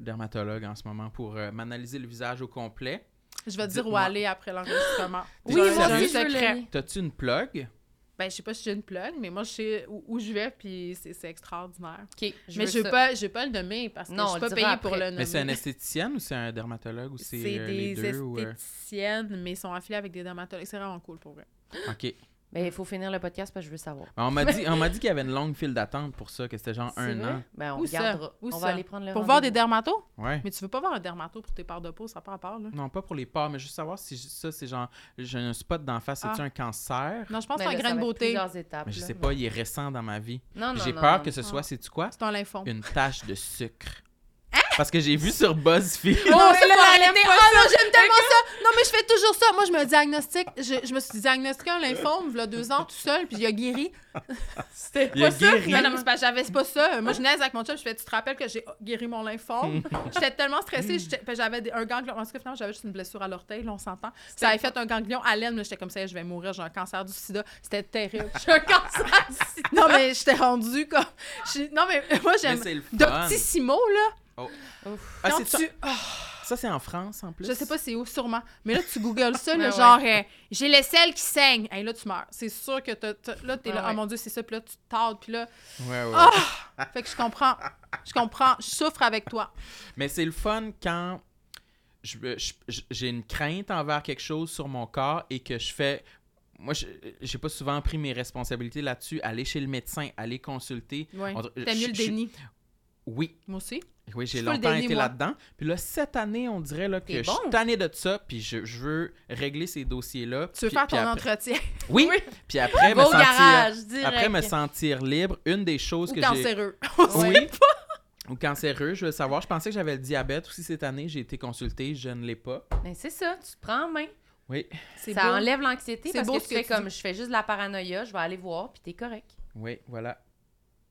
Speaker 1: dermatologue en ce moment pour euh, m'analyser le visage au complet.
Speaker 4: Je vais te dire où
Speaker 1: Dites-moi.
Speaker 4: aller après l'enregistrement.
Speaker 1: Oui,
Speaker 4: J'ai
Speaker 1: moi
Speaker 4: un-
Speaker 1: aussi,
Speaker 4: j'ai un
Speaker 1: je veux
Speaker 4: secret.
Speaker 1: T'as-tu une plug?
Speaker 4: Ben, je sais pas si j'ai une plug, mais moi, je sais où, où je vais, puis c'est c'est extraordinaire.
Speaker 2: Ok, je
Speaker 4: mais
Speaker 2: veux
Speaker 4: je veux
Speaker 2: ça.
Speaker 4: pas, je vais pas le nommer parce que
Speaker 2: Non,
Speaker 4: je
Speaker 2: on le
Speaker 4: suis pas
Speaker 2: dira
Speaker 4: payée
Speaker 2: après.
Speaker 4: pour le nommer.
Speaker 1: Mais c'est un esthéticienne ou c'est un dermatologue ou c'est
Speaker 4: C'est
Speaker 1: euh, les
Speaker 4: des
Speaker 1: deux? ou, euh,
Speaker 4: esthéticiennes, mais ils sont affiliés avec des dermatologues. C'est vraiment cool pour vrai.
Speaker 1: OK.
Speaker 2: Ben, il faut finir le podcast parce que je veux savoir.
Speaker 1: On m'a dit, on m'a dit qu'il y avait une longue file d'attente pour ça, que c'était genre
Speaker 2: C'est
Speaker 1: un
Speaker 2: vrai?
Speaker 1: an.
Speaker 2: Ben, on
Speaker 4: Où ça?
Speaker 2: regardera.
Speaker 4: Où
Speaker 2: on
Speaker 4: ça?
Speaker 2: va aller prendre le
Speaker 4: Pour voir des
Speaker 2: rendez-vous.
Speaker 4: dermatos?
Speaker 1: Ouais.
Speaker 4: Mais tu veux pas voir un dermato pour tes parts de peau, ça part à part, là.
Speaker 1: Non, pas pour les pores, mais juste savoir si j- ça, c'est genre, j'ai un spot d'en
Speaker 4: Ah.
Speaker 1: face, c'est-tu un cancer?
Speaker 4: Non, je pense
Speaker 2: Ben
Speaker 4: que c'est un
Speaker 2: là, ça
Speaker 4: grain de
Speaker 2: va être
Speaker 4: beauté.
Speaker 2: plusieurs étapes,
Speaker 1: Mais je
Speaker 2: là.
Speaker 1: sais pas, il est récent dans ma vie.
Speaker 2: Non, non,
Speaker 1: J'ai
Speaker 2: non,
Speaker 1: peur
Speaker 2: non.
Speaker 1: que ce soit, c'est-tu quoi?
Speaker 4: C'est un lymphome.
Speaker 1: Une tache de sucre.
Speaker 4: Hein?
Speaker 1: Parce que j'ai vu sur BuzzFeed.
Speaker 4: Non,
Speaker 2: Non,
Speaker 4: ça,
Speaker 2: mais là,
Speaker 4: faut
Speaker 2: la
Speaker 4: arrêter.
Speaker 2: réalité-
Speaker 4: Oh non, j'aime tellement ça! Non, mais je fais toujours ça. Moi, je me diagnostique. Je, je me suis diagnostiqué un lymphome, il y a deux ans, tout seul, puis il a guéri. C'était
Speaker 1: Il a
Speaker 4: pas ça.
Speaker 1: guéri.
Speaker 4: Non, non, mais c'est parce que j'avais c'est pas ça. Moi, je naise avec mon chum, je fais, tu te rappelles que j'ai guéri mon lymphome? J'étais tellement stressée, j'étais- parce que j'avais des- un ganglion. En tout cas, finalement, j'avais juste une blessure à l'orteil, là, on s'entend. Ça avait fait un ganglion à l'aine, là, j'étais comme ça, je vais mourir, j'ai un cancer du sida. C'était terrible.
Speaker 2: J'ai un cancer du sida.
Speaker 4: non, mais j'étais rendue comme. je- Non, mais moi,
Speaker 1: Mais
Speaker 4: j'aime.
Speaker 1: c'est le fun.
Speaker 4: Doctissimo, là.
Speaker 1: Ah,
Speaker 4: quand
Speaker 1: c'est ça.
Speaker 4: tu-
Speaker 1: Ça, c'est en France, en plus?
Speaker 4: Je sais pas c'est où, sûrement. Mais là, tu googles ça, là,
Speaker 2: Ouais,
Speaker 4: genre, euh, j'ai les selles qui saignent. Hey, là, tu meurs. C'est sûr que t'as- t'as- là, t'es là,
Speaker 2: Ouais, ouais.
Speaker 4: oh mon Dieu, c'est ça. Puis là, tu tardes. Puis là,
Speaker 1: Ouais, ouais.
Speaker 4: Ah! fait que je comprends. Je comprends. Je souffre avec toi.
Speaker 1: Mais c'est le fun quand je- je- je- j'ai une crainte envers quelque chose sur mon corps et que je fais. Moi, je- j'ai pas souvent pris mes responsabilités là-dessus. Aller chez le médecin, aller consulter.
Speaker 4: Ouais.
Speaker 1: On- je-
Speaker 4: T'aimes mieux le
Speaker 1: je- je-
Speaker 4: déni.
Speaker 1: Oui,
Speaker 4: Moi aussi.
Speaker 1: oui, j'ai
Speaker 4: suis full
Speaker 1: longtemps
Speaker 4: déni,
Speaker 1: été
Speaker 4: moi.
Speaker 1: là-dedans. Puis là, cette année, on dirait là, que
Speaker 2: T'es
Speaker 1: je suis
Speaker 2: bon.
Speaker 1: tanné de ça, puis je, je veux régler ces dossiers-là.
Speaker 4: Tu veux
Speaker 1: puis-
Speaker 4: faire
Speaker 1: puis
Speaker 4: ton
Speaker 1: après-
Speaker 4: entretien
Speaker 1: Oui, puis après, me
Speaker 2: Va au
Speaker 1: sentir...
Speaker 2: garage, direct.
Speaker 1: après me sentir libre, une des choses
Speaker 4: ou
Speaker 1: que j'ai...
Speaker 4: cancéreux. On sait
Speaker 1: Oui.
Speaker 4: pas.
Speaker 1: Ou cancéreux, je veux savoir. Je pensais que j'avais le diabète aussi cette année. J'ai été consulté, je ne l'ai pas.
Speaker 2: Ben, c'est ça, tu te prends en main.
Speaker 1: Oui,
Speaker 4: C'est
Speaker 2: Ça
Speaker 4: beau.
Speaker 2: enlève l'anxiété
Speaker 4: C'est
Speaker 2: parce
Speaker 4: beau
Speaker 2: que
Speaker 4: ce
Speaker 2: tu
Speaker 4: que
Speaker 2: fais
Speaker 4: tu
Speaker 2: comme je fais juste de la paranoïa, je vais aller voir, puis t'es correct.
Speaker 1: oui, voilà.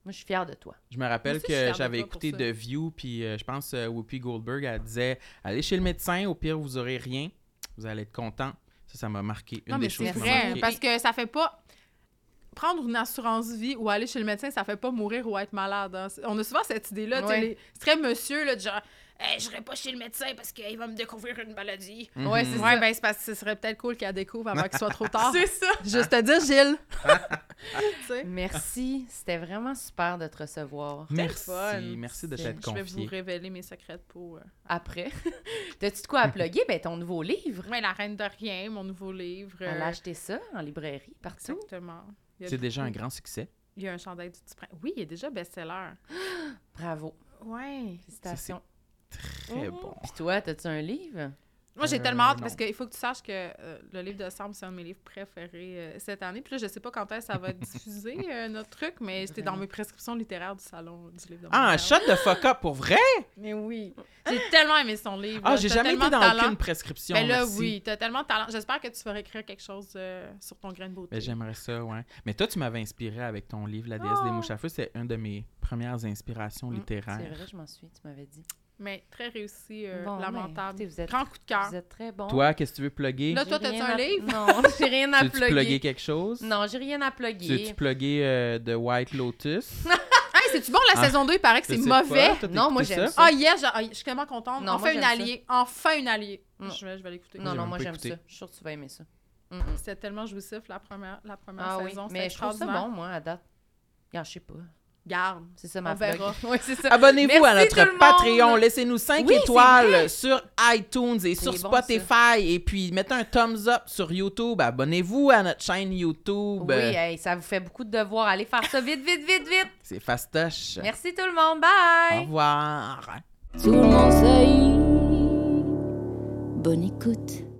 Speaker 2: Moi, je suis fière de toi.
Speaker 1: Je me rappelle
Speaker 4: Moi aussi, je suis
Speaker 1: que
Speaker 4: fière de
Speaker 1: j'avais
Speaker 4: toi pour
Speaker 1: écouté
Speaker 4: ça.
Speaker 1: The View, puis euh, je pense euh, Whoopi Goldberg, elle disait « Allez chez le médecin, au pire, vous aurez rien. Vous allez être content. » Ça, ça m'a marqué. Une
Speaker 4: Non,
Speaker 1: des
Speaker 4: mais
Speaker 1: choses
Speaker 4: c'est
Speaker 1: qui m'a
Speaker 4: vrai.
Speaker 1: marqué.
Speaker 4: Parce que ça fait pas. prendre une assurance vie ou aller chez le médecin, ça fait pas mourir ou être malade. hein. C'est- On a souvent cette idée-là. tu sais,
Speaker 2: Ouais.
Speaker 4: les- C'est très monsieur, là, de genre.
Speaker 5: Hey, j'irai pas chez le médecin parce qu'il va me découvrir une maladie.
Speaker 2: Ouais,
Speaker 1: Mhm.
Speaker 2: c'est
Speaker 4: Ouais, ben, c'est parce que ce serait peut-être cool qu'elle découvre avant qu'il soit trop
Speaker 2: ça.
Speaker 4: tard.
Speaker 2: C'est ça.
Speaker 4: Juste te dire, Gilles. Tu sais.
Speaker 2: Merci, c'était vraiment super de te recevoir.
Speaker 1: Merci,
Speaker 4: fun.
Speaker 1: merci de
Speaker 2: C'est-
Speaker 1: t'être
Speaker 4: Je vais vous
Speaker 1: confié.
Speaker 4: révéler mes secrets de peau. euh.
Speaker 2: Après, t'as-tu de quoi à plugger? Ben, ton nouveau livre.
Speaker 4: Ouais, La Reine de Rien, mon nouveau livre. euh,
Speaker 2: Elle a acheté ça en librairie, partout.
Speaker 4: Exactement. Il y a
Speaker 1: C'est
Speaker 4: le-
Speaker 1: déjà un grand succès.
Speaker 4: Il y a un chandail du petit prince. Oui, il est déjà best-seller.
Speaker 2: Bravo.
Speaker 4: Ouais.
Speaker 2: Félicitations.
Speaker 1: Très
Speaker 4: Mmh.
Speaker 1: bon.
Speaker 2: Puis toi, t'as-tu un livre?
Speaker 4: Moi, j'ai
Speaker 1: Euh,
Speaker 4: tellement hâte
Speaker 1: non.
Speaker 4: parce qu'il faut que tu saches que euh, le livre de Sam, c'est un de mes livres préférés euh, cette année. Puis là, je sais pas quand est-ce que ça va être diffusé, euh, notre truc, mais c'était dans mes prescriptions littéraires du salon du livre de
Speaker 1: Ah, un
Speaker 4: Montréal.
Speaker 1: shot de fuck up pour vrai?
Speaker 4: Mais oui. J'ai tellement aimé son livre.
Speaker 1: Ah,
Speaker 4: là.
Speaker 1: j'ai
Speaker 4: T'as
Speaker 1: jamais
Speaker 4: tellement
Speaker 1: été
Speaker 4: de
Speaker 1: dans
Speaker 4: talent.
Speaker 1: aucune prescription.
Speaker 4: Mais Ben là,
Speaker 1: merci.
Speaker 4: oui, t'as tellement de talent. J'espère que tu vas écrire quelque chose euh, sur ton grain de beauté.
Speaker 1: Ben, j'aimerais ça, ouais. Mais toi, tu m'avais inspiré avec ton livre La déesse des
Speaker 4: Oh. Mmh,
Speaker 1: mouches à feu. C'est une de mes premières inspirations
Speaker 2: Mm, C'est
Speaker 1: littéraires.
Speaker 2: vrai, je m'en suis, tu m'avais dit.
Speaker 4: Mais très réussi, euh,
Speaker 2: Bon, ben,
Speaker 4: lamentable.
Speaker 2: écoutez, vous êtes-
Speaker 4: Grand coup de cœur.
Speaker 2: Vous êtes très bon.
Speaker 1: Toi, qu'est-ce que tu veux plugger?
Speaker 4: Là, toi,
Speaker 2: J'ai
Speaker 4: t'as-tu
Speaker 2: rien
Speaker 4: un
Speaker 2: à-
Speaker 4: livre?
Speaker 2: Non, j'ai rien à
Speaker 1: tu veux-tu plugger
Speaker 2: plugger.
Speaker 1: quelque chose?
Speaker 2: Non, j'ai rien à
Speaker 1: Tu veux-tu
Speaker 2: plugger.
Speaker 1: plugger euh, de White Lotus?
Speaker 4: Hey, c'est-tu bon la
Speaker 1: Ah.
Speaker 4: saison 2? Il paraît que
Speaker 1: Je
Speaker 4: c'est
Speaker 1: sais pas,
Speaker 4: mauvais.
Speaker 1: toi,
Speaker 2: Non, moi,
Speaker 1: t'écoutes
Speaker 2: j'aime
Speaker 1: ça?
Speaker 2: ça.
Speaker 4: Ah, yes, je- ah, je suis tellement contente.
Speaker 2: Non, moi,
Speaker 4: enfin une
Speaker 2: j'aime ça.
Speaker 4: alliée. Enfin une alliée.
Speaker 2: Mm.
Speaker 4: Je, vais, je vais l'écouter.
Speaker 2: Non,
Speaker 1: J'ai
Speaker 2: non,
Speaker 1: même
Speaker 2: moi
Speaker 1: pas
Speaker 2: j'aime ça.
Speaker 1: écouté.
Speaker 2: Je suis sûre que tu vas aimer ça. Mm, mm.
Speaker 4: C'était tellement jouissif la première, la première
Speaker 2: Ah oui,
Speaker 4: saison.
Speaker 2: mais je trouve ça bon, moi, à date. Ah, je sais pas.
Speaker 4: Garde.
Speaker 2: C'est ça ma
Speaker 4: On verra.
Speaker 2: plug. Oui, c'est ça.
Speaker 1: Abonnez-vous à
Speaker 2: Merci tout le
Speaker 1: notre
Speaker 2: monde.
Speaker 1: Patreon. Laissez-nous 5
Speaker 2: Oui, c'est
Speaker 1: étoiles sur iTunes et
Speaker 2: C'est
Speaker 1: sur
Speaker 2: bon,
Speaker 1: Spotify. et puis, mettez un thumbs up sur YouTube. Abonnez-vous à notre chaîne YouTube.
Speaker 2: Oui,
Speaker 1: Euh,
Speaker 2: hey, ça vous fait beaucoup de devoirs. Allez faire ça vite, vite, vite, vite.
Speaker 1: C'est fastoche.
Speaker 2: Merci tout le monde.
Speaker 1: Au
Speaker 2: Bye.
Speaker 1: revoir.
Speaker 3: Tout le monde sait. Bonne écoute.